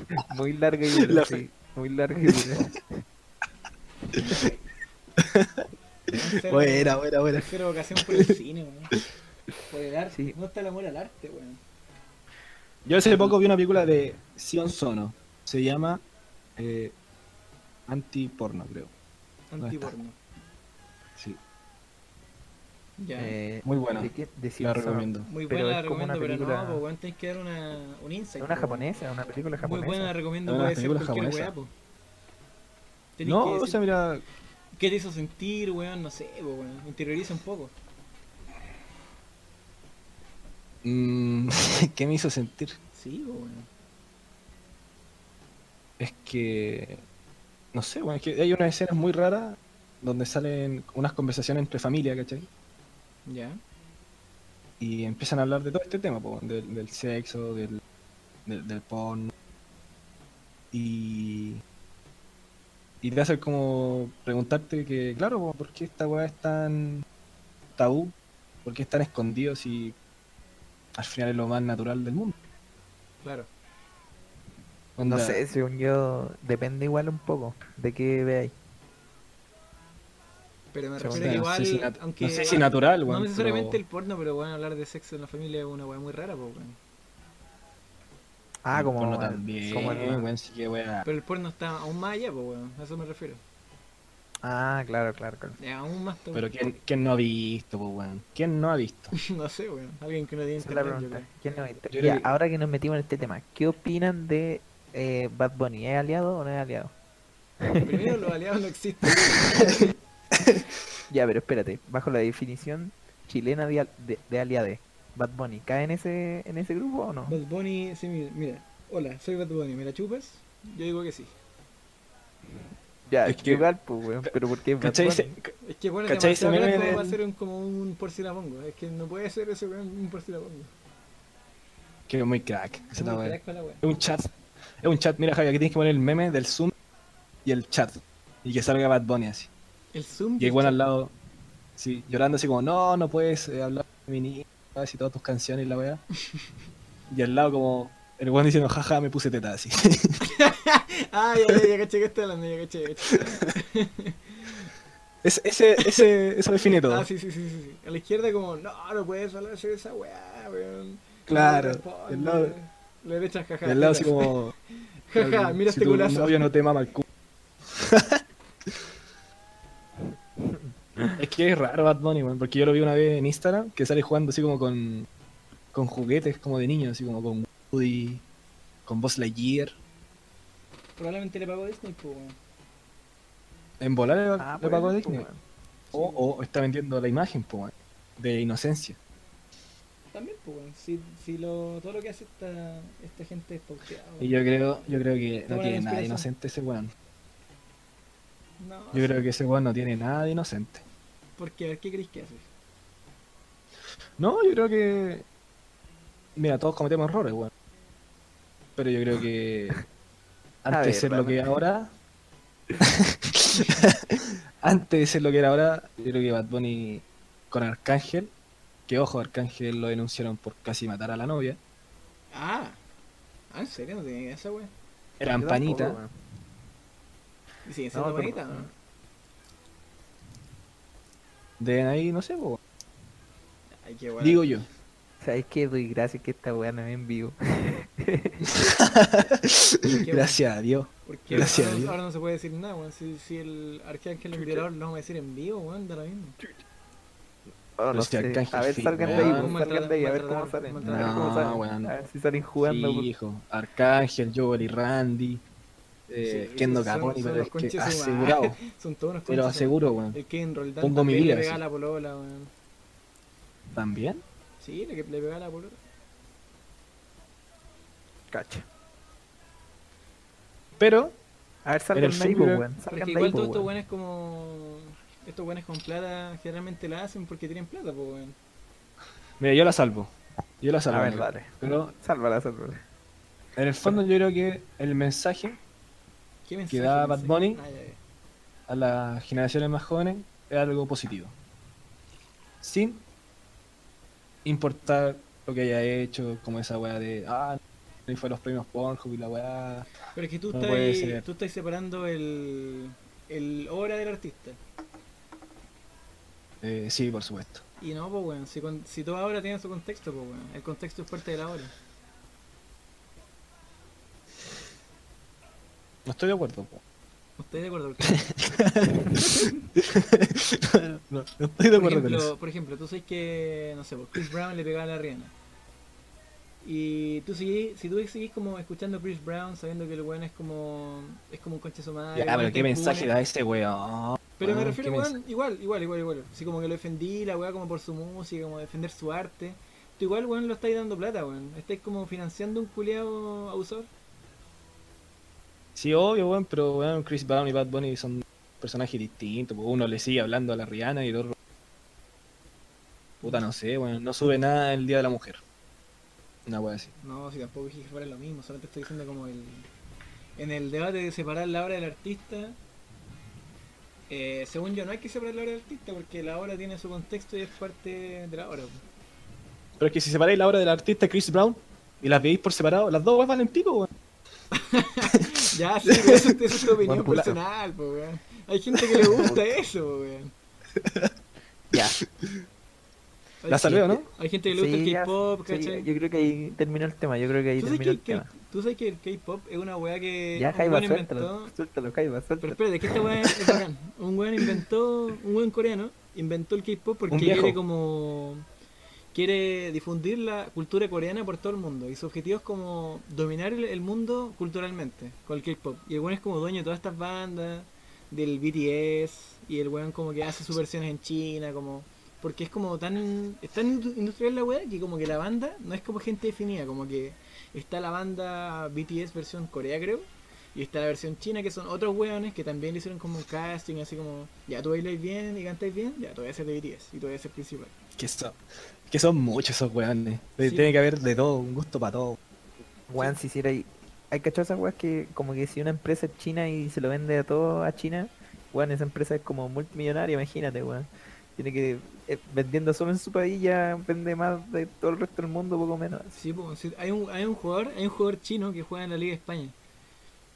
Speaker 3: ¿no?
Speaker 1: Muy larga y dura,
Speaker 2: La-
Speaker 1: sí. Muy larga y dura.
Speaker 3: Cero-
Speaker 2: Buena, buena, buena.
Speaker 3: Cero vocación por el
Speaker 1: <laughs>
Speaker 3: cine, weón. Por el arte.
Speaker 1: Sí.
Speaker 3: No está el amor al arte, weón.
Speaker 2: Yo hace poco vi una película de Sion Sono. Se llama eh, Antiporno, creo.
Speaker 3: Antiporno.
Speaker 2: Sí,
Speaker 3: Ya.
Speaker 1: Eh,
Speaker 2: muy buena.
Speaker 1: ¿De qué? De Simpson.
Speaker 2: La recomiendo.
Speaker 3: Muy
Speaker 1: pero
Speaker 3: buena la
Speaker 1: es como una
Speaker 3: recomiendo, pero no,
Speaker 1: película-
Speaker 3: pues, weón, tenés que dar una, un insight.
Speaker 1: Es una
Speaker 3: po,
Speaker 1: japonesa, una película
Speaker 3: weón. Muy
Speaker 1: japonesa.
Speaker 3: buena la recomiendo,
Speaker 2: Es Ah, una
Speaker 3: puede ser
Speaker 2: película japonesa.
Speaker 3: cualquier weá, po. Tenés
Speaker 2: No,
Speaker 3: que
Speaker 2: o
Speaker 3: decir
Speaker 2: sea, mira,
Speaker 3: qué te hizo sentir, weón, no sé, po, weón. Interioriza un poco.
Speaker 2: mm, <laughs> ¿qué me hizo sentir?
Speaker 3: Sí, po, weón.
Speaker 2: Es que, no sé, bueno, es que hay unas escenas muy raras donde salen unas conversaciones entre familia, ¿cachai?
Speaker 3: Ya.
Speaker 2: y empiezan a hablar de todo este tema, po, del, del sexo, del, del, del porno. Y, y te hace como preguntarte que, claro, po, ¿por qué esta weá es tan tabú? ¿Por qué es tan escondido si al final es lo más natural del mundo?
Speaker 3: Claro.
Speaker 1: No
Speaker 2: Onda,
Speaker 1: sé, según yo, depende igual un poco de qué veáis.
Speaker 3: Pero me
Speaker 2: o sea,
Speaker 3: refiero que
Speaker 2: no sé
Speaker 3: igual,
Speaker 2: si nat-
Speaker 3: aunque...
Speaker 2: no sé si natural,
Speaker 3: No
Speaker 2: weón,
Speaker 3: necesariamente
Speaker 2: pero-
Speaker 3: el porno, pero bueno, hablar de sexo en la familia es una weá muy rara, po, weón.
Speaker 1: Ah, como.
Speaker 2: porno Mm,
Speaker 1: el-
Speaker 2: también,
Speaker 1: como el-
Speaker 2: weón, sí que weá.
Speaker 3: Pero el porno está aún más allá, po, weón. A eso me refiero.
Speaker 1: Ah, claro, claro, claro.
Speaker 3: Es aún más tabú.
Speaker 2: Pero ¿quién, quién no ha visto, po, weón? ¿Quién no ha
Speaker 3: <laughs>
Speaker 2: visto?
Speaker 3: No sé, weón. Alguien que no tiene
Speaker 1: Esa es la
Speaker 3: internet, yo
Speaker 1: pregunta.
Speaker 3: creo.
Speaker 1: ¿Quién nos inter-
Speaker 2: Yo creo
Speaker 1: ya,
Speaker 2: que-
Speaker 1: ahora que nos metimos en este tema, ¿qué opinan de eh, Bad Bunny? ¿Es aliado o no es aliado?
Speaker 3: Primero, los aliados no existen.
Speaker 1: Ya, pero espérate, bajo la definición chilena de, al- de, de aliade, ¿Bad Bunny cae en ese, en ese grupo o no?
Speaker 3: Bad Bunny, sí, mira, mira. Hola, soy Bad Bunny. ¿Me la chupas? Yo digo que sí.
Speaker 1: Ya,
Speaker 2: Es que-
Speaker 1: igual, pues, weón, pero ¿por qué es Bad
Speaker 2: ¿Cachai?
Speaker 1: Bunny?
Speaker 2: Se-
Speaker 3: Es que bueno,
Speaker 2: ¿Cachai ese
Speaker 3: demasiado
Speaker 2: meme
Speaker 3: blanco va a
Speaker 2: del-
Speaker 3: ser un, como un porcelabongo. Es que no puede ser eso, weón, un porcelabongo.
Speaker 2: Que es muy crack. esa
Speaker 3: Es
Speaker 2: la
Speaker 3: muy
Speaker 2: weá.
Speaker 3: crack para la weá.
Speaker 2: Es un chat. Es un chat. Mira, Javi, aquí tienes que poner el meme del Zoom y el chat. Y que salga Bad Bunny así.
Speaker 3: El zoom.
Speaker 2: Y el weón al lado, sí, llorando así como, no, no puedes eh, hablar de feministas y todas tus canciones y la
Speaker 3: <laughs>
Speaker 2: weá. Y al lado como, el weón diciendo, jaja, me puse teta así.
Speaker 3: <laughs>
Speaker 2: <laughs>
Speaker 3: Ah, ya, ya, ya caché que está hablando, ya caché. ya caché.
Speaker 2: Es- ese, ese, eso define todo.
Speaker 3: Ah, sí, sí, sí, sí, sí. A la izquierda como, no, no puedes hablar de esa weá, weón.
Speaker 2: Claro.
Speaker 3: No
Speaker 2: Y al lado,
Speaker 3: responde. La derecha, jaja.
Speaker 2: y al lado así como,
Speaker 3: <laughs> Jaja, mira
Speaker 2: si
Speaker 3: este
Speaker 2: tu
Speaker 3: culazo.
Speaker 2: novio no te mama el culo. <laughs> es que es raro Bad Bunny, weón, porque yo lo vi una vez en Instagram que sale jugando así como con, con juguetes como de niño, así como con Woody, con Buzz Lightyear.
Speaker 3: Probablemente le pagó Disney, pues, weón.
Speaker 2: En volar le,
Speaker 1: Ah,
Speaker 2: le
Speaker 1: puede
Speaker 2: pagó
Speaker 1: ser,
Speaker 2: Disney.
Speaker 1: pues, weón.
Speaker 2: O, o está vendiendo la imagen, po, weón, de inocencia.
Speaker 3: También, pues, weón. Si, si lo, todo lo que hace esta, esta gente es pauteado.
Speaker 2: Y yo creo, yo creo que no tiene
Speaker 3: Buena
Speaker 2: nada de
Speaker 3: inspiración.
Speaker 2: inocente ese weón.
Speaker 3: No,
Speaker 2: Yo creo que ese weón no tiene nada de inocente.
Speaker 3: Porque, a ver, ¿qué crees que hace?
Speaker 2: No, yo creo que. Mira, todos cometemos errores, weón. Pero yo creo
Speaker 3: <laughs>
Speaker 2: que.
Speaker 1: A
Speaker 2: Antes de
Speaker 1: ver,
Speaker 2: ser lo
Speaker 1: vamos.
Speaker 2: que es ahora. <laughs> antes de ser lo que era ahora, yo creo que Bad Bunny con Arcángel. Que ojo, Arcángel lo denunciaron por casi matar a la novia.
Speaker 3: Ah, ah, en serio, no tenía idea esa weón.
Speaker 2: Eran
Speaker 1: Yo tampoco,
Speaker 2: panitas.
Speaker 1: weón.
Speaker 3: Y siguen
Speaker 1: No,
Speaker 3: siendo
Speaker 1: pero-
Speaker 3: bonitas, ¿no?
Speaker 2: Deben ahí, no sé, po.
Speaker 3: Ay, qué weón.
Speaker 2: digo
Speaker 3: <laughs>
Speaker 2: yo.
Speaker 1: ¿Sabes qué? Doy gracias que esta weá no es en vivo.
Speaker 3: Qué weón.
Speaker 2: Gracias a Dios.
Speaker 3: Porque
Speaker 2: Gracias a
Speaker 3: ahora,
Speaker 2: Dios.
Speaker 3: ahora no se puede decir nada, weón. Si, si el arcángel el violador no va a decir en vivo, weón, da lo mismo.
Speaker 1: Oh, no
Speaker 2: Pero si
Speaker 1: sé.
Speaker 2: Arcángel
Speaker 1: A ver,
Speaker 2: Fil,
Speaker 1: salgan de ahí,
Speaker 2: weón.
Speaker 1: pues, salgan de ahí, a ver cómo
Speaker 3: Maltratador,
Speaker 1: salen. A ver
Speaker 3: maltratador.
Speaker 1: cómo salen.
Speaker 2: No, weón.
Speaker 1: A ver si salen jugando.
Speaker 2: Sí, hijo. Arcángel, Joel y Randy. Eh,
Speaker 3: Sí,
Speaker 2: Kendo
Speaker 3: son-
Speaker 2: Caponi,
Speaker 3: son
Speaker 2: pero
Speaker 3: los
Speaker 2: es que
Speaker 3: conches de su
Speaker 2: asegurado.
Speaker 3: <laughs> madre. Son todos unos
Speaker 2: Te lo
Speaker 3: conchas,
Speaker 2: aseguro,
Speaker 3: weón.
Speaker 2: weón.
Speaker 3: El que en Roldán
Speaker 2: Pongo mi
Speaker 3: también
Speaker 2: vida,
Speaker 3: le pegaba
Speaker 2: sí.
Speaker 3: la polola, weón.
Speaker 2: ¿También?
Speaker 3: Sí, le, que le pegaba la polola.
Speaker 1: pues, Cacha.
Speaker 2: Pero
Speaker 1: A ver,
Speaker 2: el
Speaker 1: salgan de ahí, po,
Speaker 2: singular.
Speaker 1: weón.
Speaker 3: Porque
Speaker 1: Salgan de ahí,
Speaker 3: igual
Speaker 1: po,
Speaker 3: todos estos
Speaker 1: weón.
Speaker 3: buenos como. Estos buenos con plata generalmente la hacen porque tienen plata, pues weón.
Speaker 2: Mira, yo la salvo. Yo la salvo.
Speaker 1: A ver,
Speaker 2: amigo.
Speaker 1: dale.
Speaker 2: Pero
Speaker 1: Sálvala, sálvala.
Speaker 2: en el fondo yo creo que el mensaje
Speaker 3: ¿Qué
Speaker 2: Que da Bad Bunny.
Speaker 3: Ah, ya, ya.
Speaker 2: a las generaciones más jóvenes es algo positivo. Sin importar lo que haya hecho, como esa weá de, ah, no fue a los premios Pornhub y la weá.
Speaker 3: Pero es que tú
Speaker 2: No
Speaker 3: estás,
Speaker 2: puede ser.
Speaker 3: tú estás separando el, el obra del artista.
Speaker 2: Eh, sí, por supuesto.
Speaker 3: Y no, pues weón, si, con- si toda obra tiene su contexto, pues weón. El contexto es parte de la obra.
Speaker 2: No estoy de acuerdo. po.
Speaker 3: ¿Ustedes de acuerdo? Porque,
Speaker 2: <laughs> no, no estoy de
Speaker 3: por,
Speaker 2: acuerdo con
Speaker 3: ejemplo,
Speaker 2: eso.
Speaker 3: por ejemplo, tú sabes que, no sé, pues Chris Brown le pegaba a la Rihanna. Y tú seguís, si tú seguís como escuchando a Chris Brown, sabiendo que el weón es como, es como un conche su madre.
Speaker 2: Ya,
Speaker 3: weón,
Speaker 2: pero
Speaker 3: que
Speaker 2: qué mensaje
Speaker 3: impune.
Speaker 2: da ese weón.
Speaker 3: Pero me
Speaker 2: Weón,
Speaker 3: refiero,
Speaker 2: qué
Speaker 3: weón,
Speaker 2: mensaje.
Speaker 3: igual, igual, igual, igual. Así como que lo defendí, la weá como por su música, como defender su arte. Tú igual, weón, lo estáis dando plata, weón. Estáis como financiando un culiado abusor.
Speaker 2: Sí, obvio, weón, pero weón, Chris Brown y Bad Bunny son personajes distintos. po. Uno le sigue hablando a la Rihanna y el otro. Puta, no sé, weón. No sube nada el Día de la Mujer. Una weá así.
Speaker 3: No, si tampoco dije que fuera lo mismo, solamente estoy diciendo como el... En el debate de separar la obra del artista, eh, según yo no hay que separar la obra del artista porque la obra tiene su contexto y es parte de la obra. po.
Speaker 2: Pero es que si separáis la obra del artista Chris Brown y las veis por separado, las dos weas valen pico, weón.
Speaker 3: Ya, sí, pero eso, eso es tu opinión
Speaker 1: Buen pulado.
Speaker 3: personal, po, weón. Hay gente que le gusta eso, po, weón. <laughs>
Speaker 1: Ya.
Speaker 3: Hay
Speaker 2: La salveo, ¿no?
Speaker 3: Hay gente que le gusta
Speaker 1: Sí,
Speaker 3: el
Speaker 1: ya,
Speaker 3: K-pop,
Speaker 1: sí,
Speaker 3: ¿cachai?
Speaker 1: yo creo que ahí terminó el tema, yo creo que ahí
Speaker 3: ¿Tú sabes,
Speaker 1: terminó
Speaker 3: que,
Speaker 1: el
Speaker 3: el K-
Speaker 1: tema.
Speaker 3: tú sabes que el K-pop es una weá que
Speaker 1: Ya,
Speaker 3: un
Speaker 1: Jaiba,
Speaker 3: weón
Speaker 1: suéltalo, suéltalo, Jaiba,
Speaker 3: Pero
Speaker 1: suéltalo.
Speaker 3: espérate, que esta weá es bacán. Un weón inventó, un weón coreano inventó el K-pop porque
Speaker 2: Un viejo.
Speaker 3: quiere como. Quiere difundir la cultura coreana por todo el mundo. Y su objetivo es como dominar el, el mundo culturalmente con el K-pop. Y el weón es como dueño de todas estas bandas, del BTS, y el weón como que hace sus versiones en China, como. Porque es como tan. Es tan indu- industrial la weá que como que la banda no es como gente definida, como que está la banda BTS versión Corea, creo. Y está la versión china, que son otros weones que también le hicieron como un casting, así como, ya tú bailáis bien y cantáis bien, ya tú voy a ser de BTS y tú voy a ser principal.
Speaker 2: Que son, que son muchos esos weones.
Speaker 3: Sí.
Speaker 2: Tiene que haber de todo, un gusto para todo.
Speaker 1: Weón, si hiciera ahí. Hay cachado esas weas que, como que si una empresa es china y se lo vende a todo a China, weón, esa empresa es como multimillonaria, imagínate, weón. Tiene que, eh, vendiendo solo en su país, ya vende más de todo el resto del mundo, poco menos.
Speaker 3: Sí, po, sí, hay, un, hay un jugador, hay un jugador chino que juega en la Liga de España.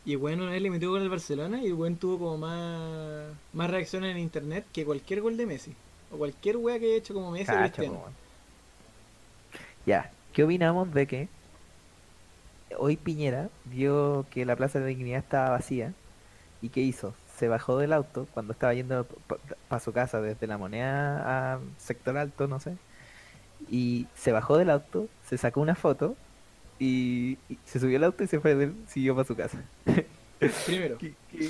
Speaker 3: Y el weón una vez le metió gol al Barcelona y el weón tuvo como más, más reacciones en internet que cualquier gol de Messi. O cualquier wea que haya hecho como Messi o
Speaker 1: Cacha,
Speaker 3: Cristiano.
Speaker 1: po, weón. Ya, ¿qué opinamos de que hoy Piñera vio que la Plaza de la Dignidad estaba vacía y qué hizo? Se bajó del auto cuando estaba yendo para su casa desde la moneda a sector alto, no sé. Y se bajó del auto, se sacó una foto y, y se subió al auto y se fue, del- siguió para su casa.
Speaker 3: Primero,
Speaker 1: ¿Qué- qué-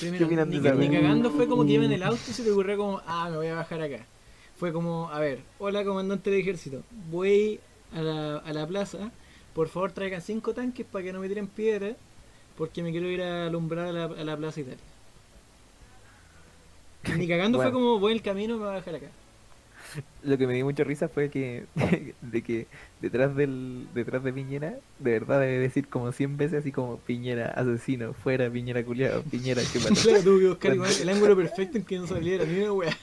Speaker 3: primero,
Speaker 1: opinan de
Speaker 3: ni,
Speaker 1: esa Mm.
Speaker 3: ni
Speaker 1: wea?
Speaker 3: cagando fue como que iba en el auto y se te ocurrió como, ah, me voy a bajar acá. Fue como, a ver, hola comandante del ejército, voy a la, a la plaza, por favor traigan cinco tanques para que no me tiren piedra, porque me quiero ir a alumbrar a la, a la
Speaker 1: <laughs>
Speaker 3: plaza Italia. Ni cagando fue
Speaker 1: Bueno.
Speaker 3: como, voy el camino, me voy a bajar acá.
Speaker 1: Lo que me dio mucha risa fue que, <laughs> de que detrás del detrás de Piñera, de verdad debe decir como 100 veces así como Piñera asesino, fuera Piñera culiado, Piñera
Speaker 2: <laughs>
Speaker 1: que mató.
Speaker 3: Claro, tuve que buscar igual el ángulo perfecto en que no saliera ni una wea.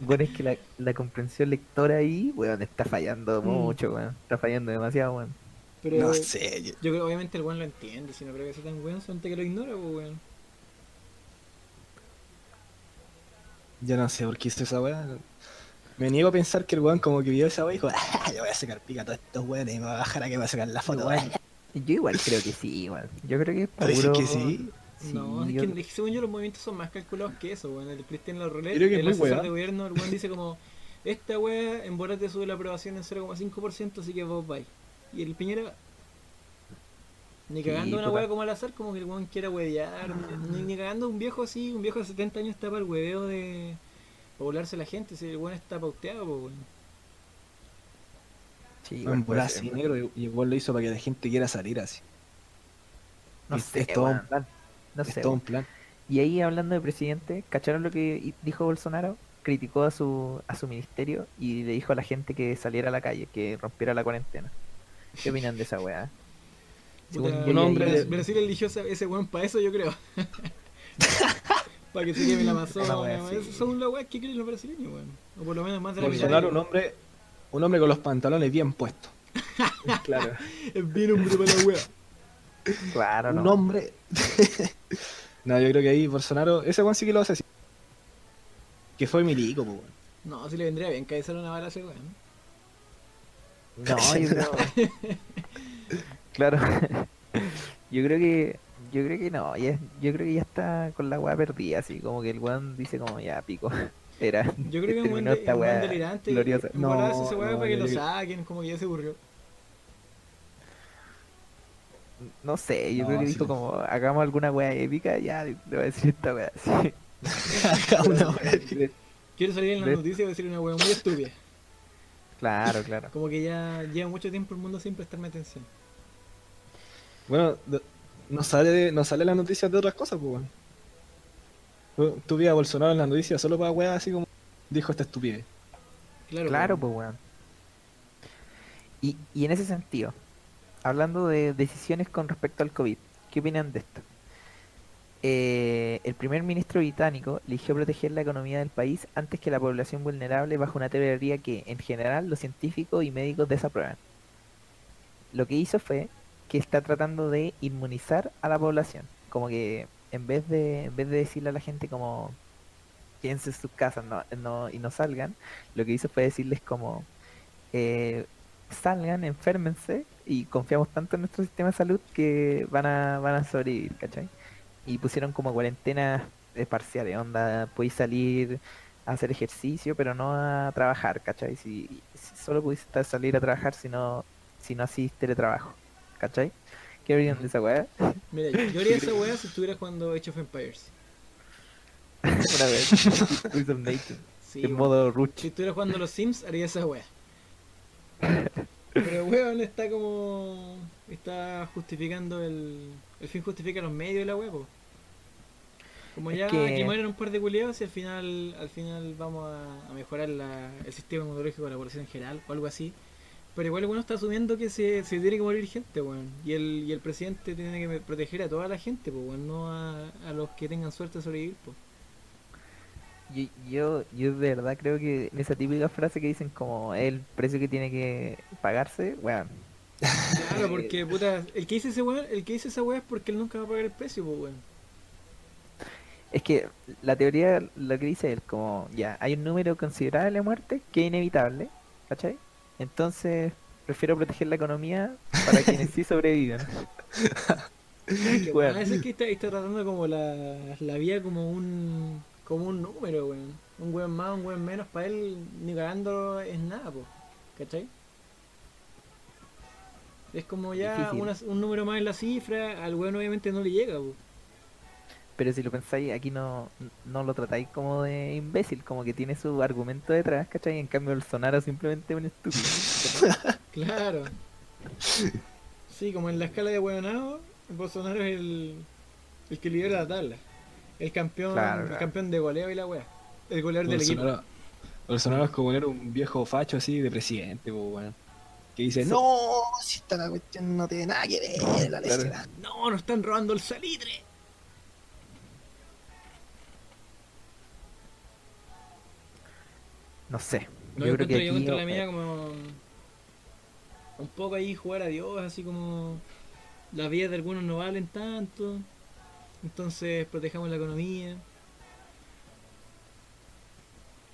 Speaker 1: Bueno, es que la, la comprensión lectora ahí, weón, está fallando
Speaker 3: Mm.
Speaker 1: mucho, weón. Está fallando demasiado, weón.
Speaker 3: Pero
Speaker 2: No sé. yo-
Speaker 3: yo creo que obviamente el weón lo entiende, si no creo que sea tan weón, solamente que lo ignora, pues weón.
Speaker 2: Yo no sé por qué hizo esa weá. Me niego a pensar que el weón como que vio esa weá y dijo, ah, le voy a sacar pica a todos estos weones y me voy a bajar a que me va a sacar la foto.
Speaker 1: Igual. Yo igual creo que sí, weón. Yo creo que es
Speaker 2: ¿Tú dices
Speaker 1: puro-
Speaker 2: que sí?
Speaker 1: Sí,
Speaker 3: No, es
Speaker 1: yo-
Speaker 3: que, es que según yo los movimientos son más calculados que eso, weón. El Cristian La Roulette,
Speaker 2: Creo que es
Speaker 3: el
Speaker 2: muy
Speaker 3: asesor
Speaker 2: weá.
Speaker 3: de gobierno, el weón dice como, esta weá en Borat te sube la aprobación en 0,5%, así que vos vais. Y el Piñera... Ni
Speaker 1: Sí,
Speaker 3: cagando una
Speaker 1: puta.
Speaker 3: weá como al azar, como que el weón quiera huevear, ni, ni cagando un viejo así, un viejo de 70 años está para el hueveo de poblarse la gente, si el weón está pauteado, pues weón.
Speaker 1: Sí,
Speaker 2: Y
Speaker 1: weón,
Speaker 2: en volada
Speaker 1: puede ser,
Speaker 2: así,
Speaker 1: weón.
Speaker 2: negro, y el weón lo hizo para que la gente quiera salir así.
Speaker 1: No
Speaker 2: es-
Speaker 1: sé,
Speaker 2: es todo
Speaker 1: weón.
Speaker 2: un plan.
Speaker 1: No
Speaker 2: es
Speaker 1: sé.
Speaker 2: todo
Speaker 1: weón.
Speaker 2: un plan.
Speaker 1: Y ahí hablando de presidente, ¿cacharon lo que i- dijo Bolsonaro? Criticó a su, a su ministerio y le dijo a la gente que saliera a la calle, que rompiera la cuarentena. ¿Qué opinan de esa weá? Según
Speaker 3: Puta,
Speaker 1: yo,
Speaker 2: un
Speaker 1: y ahí-
Speaker 2: hombre
Speaker 3: Brasil,
Speaker 2: de-
Speaker 3: Brasil eligió ese- ese weón para eso, yo creo. para que se lleve la Amazonas.
Speaker 1: Una wea así.
Speaker 3: weón. Son las weas que creen los brasileños, weón. O por lo menos más de la mitad
Speaker 2: Bolsonaro,
Speaker 3: de-
Speaker 2: un hombre, un hombre con los pantalones bien puestos. claro.
Speaker 3: Es bien hombre para la wea.
Speaker 1: Claro,
Speaker 2: un
Speaker 1: no.
Speaker 2: hombre. <laughs> no, yo creo que ahí Bolsonaro, ese weón sí que lo hace así. Que fue milico, po, weón.
Speaker 3: No, si le vendría bien cabezar una bala a ese weón.
Speaker 1: No, yo creo. claro. <laughs> yo creo que. Yo creo que no. ya- yo creo que ya está con la weá perdida, así como que el weón dice como ya pico. <laughs> Era.
Speaker 3: Yo creo que
Speaker 1: <laughs>
Speaker 3: es un buen,
Speaker 1: terminó
Speaker 3: de-
Speaker 1: esta
Speaker 3: un buen
Speaker 1: weá
Speaker 3: delirante.
Speaker 1: gloriosa.
Speaker 3: En
Speaker 2: No,
Speaker 3: volada hace esa weá
Speaker 2: no,
Speaker 3: para que
Speaker 2: yo
Speaker 3: lo
Speaker 2: creo-
Speaker 3: saquen, como que ya se aburrió.
Speaker 1: No sé, yo
Speaker 2: No,
Speaker 1: creo que
Speaker 2: sí.
Speaker 1: dijo como hagamos alguna weá épica, ya le voy a decir esta
Speaker 2: <laughs>
Speaker 1: weá. <laughs> sí.
Speaker 2: Una weá.
Speaker 3: Quiero salir en las
Speaker 1: Ve-
Speaker 3: noticias y decir una weá muy estúpida.
Speaker 1: Claro, claro.
Speaker 3: Como que ya lleva mucho tiempo el mundo sin prestarme atención.
Speaker 2: Bueno, de- no sale, no sale las noticias de otras cosas, pues, weón. Tú- Tú vi a Bolsonaro en las noticias solo para weas así como dijo esta estupidez.
Speaker 3: Claro,
Speaker 1: Claro,
Speaker 3: weón.
Speaker 1: pues weón. Y, y en ese sentido, hablando de decisiones con respecto al COVID, ¿qué opinan de esto? Eh, el primer ministro británico eligió proteger la economía del país antes que la población vulnerable bajo una teoría que, en general, los científicos y médicos desaprueban. Lo que hizo fue que está tratando de inmunizar a la población. Como que en vez de, en vez de decirle a la gente como quédense en sus casas no- no, y no salgan, lo que hizo fue decirles como eh, salgan, enférmense y confiamos tanto en nuestro sistema de salud que van a, van a sobrevivir, ¿cachai? Y pusieron como cuarentenas eh, parciales, onda, podéis salir a hacer ejercicio, pero no a trabajar, ¿cachai? Si, si solo pudiste salir a trabajar si no, si no hacís teletrabajo, ¿cachai? ¿Qué opinan de esa weá? <laughs>
Speaker 3: Mira, yo haría esa weá si estuviera jugando Age of Empires.
Speaker 1: Una vez. Prison Nation,
Speaker 3: Sí,
Speaker 1: en
Speaker 3: weón.
Speaker 1: modo ruch.
Speaker 3: Si estuviera jugando a los Sims, haría esa wea. Pero weón está como. Está justificando el. El fin justifica los medios de la wea, po. Como
Speaker 1: Es
Speaker 3: ya
Speaker 1: que-
Speaker 3: aquí mueren un par de culiados y al final al final vamos a, a mejorar la- el sistema inmunológico de la población en general o algo así. Pero igual bueno está asumiendo que se, se tiene que morir gente, weón. Y el, y el presidente tiene que proteger a toda la gente, pues, weón, no a, a los que tengan suerte de sobrevivir, pues.
Speaker 1: Yo, yo, yo de verdad creo que en esa típica frase que dicen como el precio que tiene que pagarse, weón.
Speaker 3: Claro, porque puta, el que hizo ese weón, el que hizo esa weá es porque él nunca va a pagar el precio, pues weón.
Speaker 1: Es que la teoría, lo que dice él, como ya, hay un número considerable de muertes que es inevitable, ¿cachai? Entonces, prefiero proteger la economía para
Speaker 2: <laughs>
Speaker 1: quienes sí sobreviven.
Speaker 3: Que,
Speaker 1: Weón.
Speaker 3: weón, ese es que está, está tratando como la, la vía como un como un número, weón. Un weón más, un weón menos, para él ni cagando es nada, pues. ¿Cachai? Es como ya
Speaker 1: Difícil.
Speaker 3: una- un número más en la cifra, al weón obviamente no le llega, pues.
Speaker 1: Pero si lo pensáis, aquí no, no lo tratáis como de imbécil, como que tiene su argumento detrás, ¿cachai? En cambio, Bolsonaro simplemente es un
Speaker 2: <laughs>
Speaker 1: estúpido. <laughs>
Speaker 3: Claro. Sí, como en la escala de huevonao, Bolsonaro es el, el que lidera la tabla. El campeón,
Speaker 1: Claro,
Speaker 3: el
Speaker 1: claro.
Speaker 3: campeón de goleo y la wea. El goleador del equipo.
Speaker 2: Bolsonaro, Bolsonaro es como era un viejo facho así de presidente, pues, weón. Que dice,
Speaker 1: Sí.
Speaker 2: no, si esta la cuestión no tiene nada que ver, la
Speaker 1: Claro.
Speaker 2: leche".
Speaker 3: No, nos están robando el salitre.
Speaker 1: No sé.
Speaker 3: No,
Speaker 1: yo
Speaker 3: yo
Speaker 1: creo
Speaker 3: encuentro,
Speaker 1: que
Speaker 3: yo
Speaker 1: aquí,
Speaker 3: encuentro la
Speaker 1: eh,
Speaker 3: mía como un poco ahí jugar a Dios, así como las vidas de algunos no valen tanto. Entonces protejamos la economía.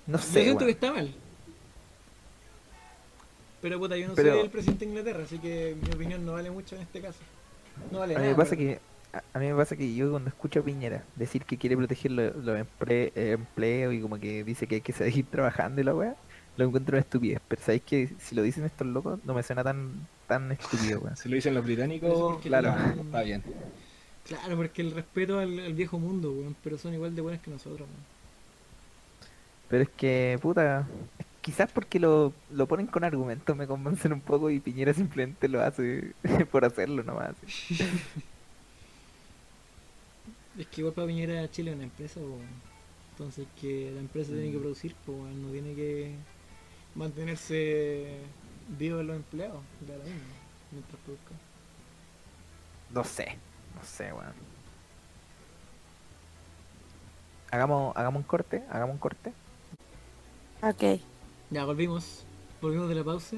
Speaker 1: no
Speaker 3: Yo
Speaker 1: sé.
Speaker 3: siento
Speaker 1: weón.
Speaker 3: que está mal. Pero puta, yo no
Speaker 1: Pero-
Speaker 3: soy el presidente de Inglaterra, así que mi opinión no vale mucho en este caso. No vale
Speaker 1: A mí me
Speaker 3: nada,
Speaker 1: pasa
Speaker 3: pero-
Speaker 1: que a, a mí me pasa que yo cuando escucho a Piñera decir que quiere proteger lo- los empre- eh, empleos y como que dice que hay que seguir <laughs> trabajando y la weá, lo encuentro una estupidez. Pero sabéis que si lo dicen estos locos no me suena tan tan estúpido, weón.
Speaker 2: Si lo dicen los
Speaker 3: Pero eso
Speaker 2: británicos,
Speaker 3: porque
Speaker 2: claro,
Speaker 3: tienen-
Speaker 2: está bien.
Speaker 3: Claro, porque el respeto al, al viejo mundo, weón, pero son igual de buenas que nosotros, weón.
Speaker 1: Pero es que, puta, quizás porque lo, lo ponen con argumentos me convencen un poco y Piñera <laughs> simplemente lo hace por hacerlo nomás.
Speaker 3: Es que igual para Piñera Chile es una empresa, po, weón. entonces que la empresa tiene que
Speaker 1: Mm.
Speaker 3: producir, po, weón, no tiene que mantenerse vivos los empleados, de la misma, mientras produzcan.
Speaker 1: No sé, no sé, weón. Hagamos, hagamos un corte, hagamos un corte.
Speaker 4: Ok.
Speaker 3: Ya, volvimos, volvimos de la pausa.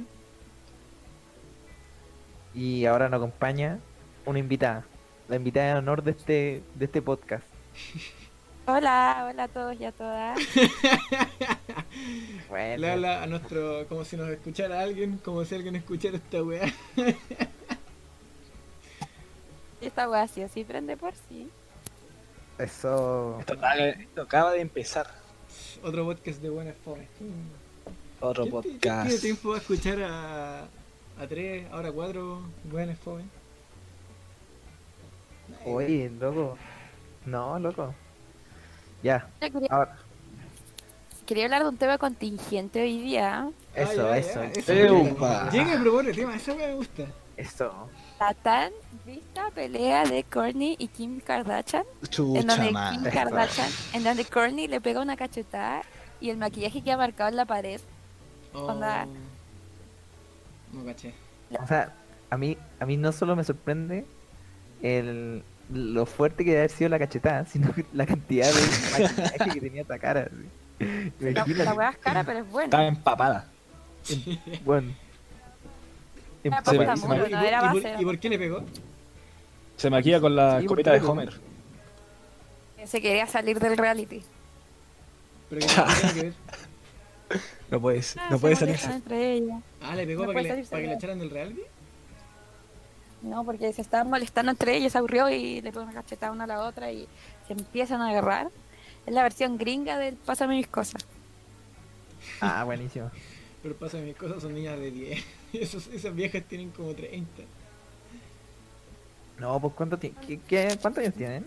Speaker 1: Y ahora nos acompaña una invitada. La invitada de honor de este, de este podcast.
Speaker 4: Hola, hola a todos y a todas. <laughs>
Speaker 1: Bueno,
Speaker 3: Le habla a nuestro, como si nos escuchara alguien, como si alguien escuchara esta weá.
Speaker 4: Esta weá sí así prende por sí.
Speaker 1: eso.
Speaker 2: Esto, acaba- esto acaba de empezar.
Speaker 3: Otro podcast de buenas formas.
Speaker 2: Otro
Speaker 3: ¿Quién ti- quién
Speaker 2: podcast.
Speaker 3: tiene tiempo a escuchar a, a tres, ahora cuatro buenas jóvenes?
Speaker 1: Oye, loco. No, loco. Ya,
Speaker 4: Yo quería,
Speaker 1: ahora.
Speaker 4: quería hablar de un tema contingente hoy día.
Speaker 1: Eso,
Speaker 3: Ah, ya,
Speaker 1: eso.
Speaker 3: ya,
Speaker 1: eso,
Speaker 3: me
Speaker 2: Eupa.
Speaker 1: Ah.
Speaker 3: gusta. Llega y propone tema, esa weá me gusta.
Speaker 1: eso.
Speaker 4: La tan vista pelea de Kourtney y Kim Kardashian. en
Speaker 2: Chucha
Speaker 4: donde
Speaker 2: madre.
Speaker 4: Kim Kardashian, en donde Kourtney le pega una cachetada y el maquillaje que ha marcado en la pared.
Speaker 3: Oh,
Speaker 4: Onda.
Speaker 3: No caché.
Speaker 1: O sea, a mí, a mí no solo me sorprende el, lo fuerte que debe haber sido la cachetada, <laughs> sino que la cantidad de maquillaje que tenía esta cara. así.
Speaker 4: La,
Speaker 1: Imagínate,
Speaker 4: la weá es cara, pero es
Speaker 2: Estaba
Speaker 4: buena.
Speaker 2: empapada.
Speaker 1: weón.
Speaker 4: Era
Speaker 2: Se
Speaker 4: para
Speaker 2: me-
Speaker 1: Empapa-
Speaker 2: se
Speaker 4: Zamora,
Speaker 2: me-
Speaker 4: no era
Speaker 3: ¿Y por-
Speaker 4: base.
Speaker 3: ¿Y por qué le pegó?
Speaker 2: Se maquilla con la
Speaker 1: Sí,
Speaker 2: escopeta
Speaker 1: ¿por
Speaker 2: de
Speaker 1: qué?
Speaker 2: Homer.
Speaker 4: Se quería salir del reality.
Speaker 3: Pero que no tiene que
Speaker 4: <laughs>
Speaker 3: ver.
Speaker 2: No puedes,
Speaker 4: Ah,
Speaker 2: no puedes
Speaker 4: se
Speaker 2: salir.
Speaker 4: molestan entre ellas.
Speaker 3: Ah, le pegó
Speaker 4: No
Speaker 3: para, que
Speaker 4: puede
Speaker 3: le,
Speaker 4: salirse
Speaker 3: para que
Speaker 4: de
Speaker 3: le
Speaker 4: ahí.
Speaker 3: echaran del reality.
Speaker 4: No, porque se estaban molestando entre ellos, se aburrió y le ponen una cachetada una a la otra y se empiezan a agarrar. Es la versión gringa del Pásame mis cosas.
Speaker 1: Ah, buenísimo.
Speaker 3: Pero pasa que mis cosas son niñas de <laughs> 10. Esos, esas viejas tienen como 30.
Speaker 1: No, pues ¿cuánto, ti- qué- qué- ¿cuántos años tienen?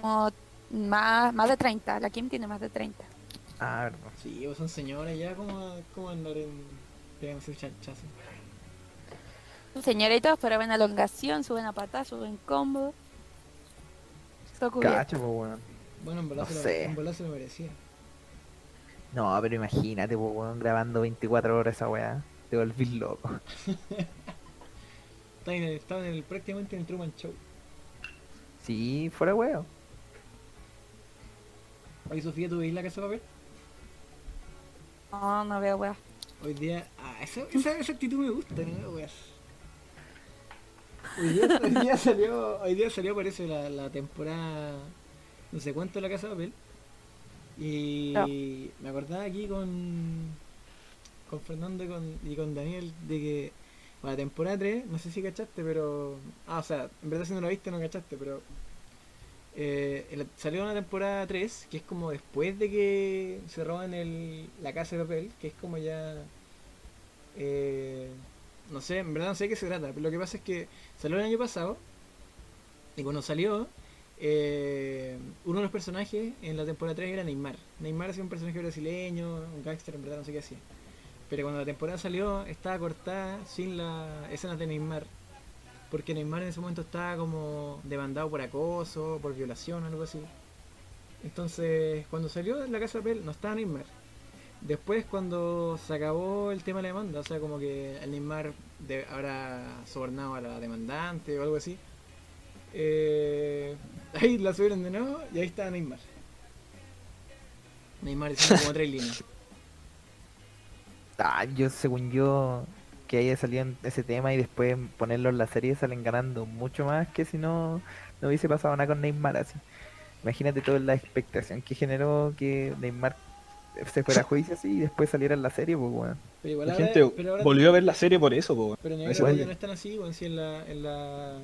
Speaker 4: Como más, más de 30, la Kim tiene más de 30.
Speaker 1: Ah, verdad.
Speaker 3: Sí, pues son señoras ya, como, como andar en. pegándose chachazo.
Speaker 4: Son señoritos, pero ven elongación, suben a patada, suben combo. Todo cubierto.
Speaker 1: Cacho, pues weón.
Speaker 3: Bueno, en bola,
Speaker 1: No
Speaker 3: se lo-
Speaker 1: sé.
Speaker 3: en bola se lo merecía.
Speaker 1: No, pero imagínate, pues weón, grabando 24 horas esa weá. Te volvís loco.
Speaker 3: Estaba en el, estaba en el- prácticamente en el Truman Show.
Speaker 1: Sí, fuera weón.
Speaker 3: Hoy Sofía, ¿tú veis la casa de papel?
Speaker 4: No, no veo weá.
Speaker 3: Hoy día. Ah, esa, esa, esa actitud me gusta, ¿no? Weas. Hoy día, hoy día salió. Hoy día salió, parece, la, la temporada. No sé cuánto de la casa de papel. Y
Speaker 4: No.
Speaker 3: me acordaba aquí con. Con Fernando y con, y con Daniel de que. Para la temporada 3, no sé si cachaste, pero. Ah, o sea, en verdad si no la viste no cachaste, pero. eh, en la- salió una temporada 3, que es como después de que se roban el, la casa de papel, que es como ya. eh, no sé, en verdad no sé de qué se trata, pero lo que pasa es que salió el año pasado, y cuando salió, eh, uno de los personajes en la temporada 3 era Neymar. Neymar hacía un personaje brasileño, un gangster, en verdad no sé qué hacía. Pero cuando la temporada salió, estaba cortada sin las escenas de Neymar. Porque Neymar en ese momento estaba como demandado por acoso, por violación, algo así. Entonces, cuando salió de la casa de papel, no estaba Neymar. Después, cuando se acabó el tema de la demanda, o sea, como que el Neymar de- habrá sobornado a la demandante o algo así, eh, <laughs> ahí la subieron de nuevo y ahí está Neymar. Neymar diciendo como tres líneas.
Speaker 1: Ah, yo según yo que haya salido en ese tema y después ponerlo en la serie salen ganando mucho más que si no no hubiese pasado nada con Neymar así. Imagínate toda la expectación que generó que Neymar se fuera a juicio así y después saliera en la serie, pues weón.
Speaker 3: <laughs> Pero igual
Speaker 2: La
Speaker 3: ahora-
Speaker 2: gente
Speaker 3: pero ahora-
Speaker 2: volvió a ver la serie por eso, po.
Speaker 3: Pero en
Speaker 1: Eso
Speaker 3: Europa ya
Speaker 1: vale.
Speaker 3: no están así, weón, si en la, en la...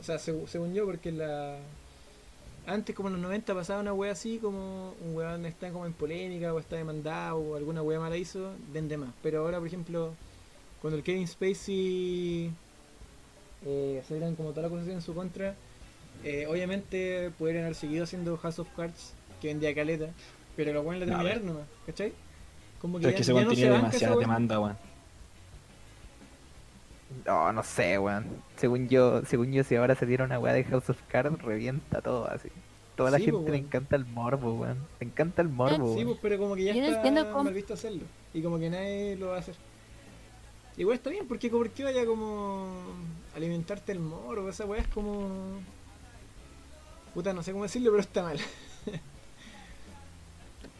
Speaker 3: O sea, segu- según yo, porque en la... Antes, como en los 90, pasaba una wea así, como un weón está como en polémica, o está demandado, o alguna wea mala hizo, vende más. Pero ahora, por ejemplo, cuando el Kevin Spacey eh, salieron como toda la acusación en su contra, eh, obviamente podrían haber seguido haciendo House of Cards, que vendía caleta, pero lo weón la
Speaker 2: No, a ver.
Speaker 3: terminaron nomás, ¿cachai? Como
Speaker 2: Pero es que ese
Speaker 3: ya
Speaker 2: weón
Speaker 3: no
Speaker 2: tenía
Speaker 3: banca esa
Speaker 2: demasiada
Speaker 3: wea.
Speaker 2: demanda, weón.
Speaker 1: No, no sé, weón. Según yo, según yo, si ahora se diera una weá de House of Cards, revienta todo así. Toda la
Speaker 3: Sí,
Speaker 1: gente
Speaker 3: po,
Speaker 1: le
Speaker 3: weón.
Speaker 1: encanta el morbo, weón. Le encanta el morbo,
Speaker 3: Sí,
Speaker 1: weón.
Speaker 3: pues, pero como que ya
Speaker 4: Yo no
Speaker 3: está
Speaker 4: entiendo cómo-
Speaker 3: mal visto hacerlo. Y como que nadie lo va a hacer. Igual está bien, porque ¿por qué vaya como a alimentarte el morbo? Esa weá es como... Puta, no sé cómo decirlo, pero está mal.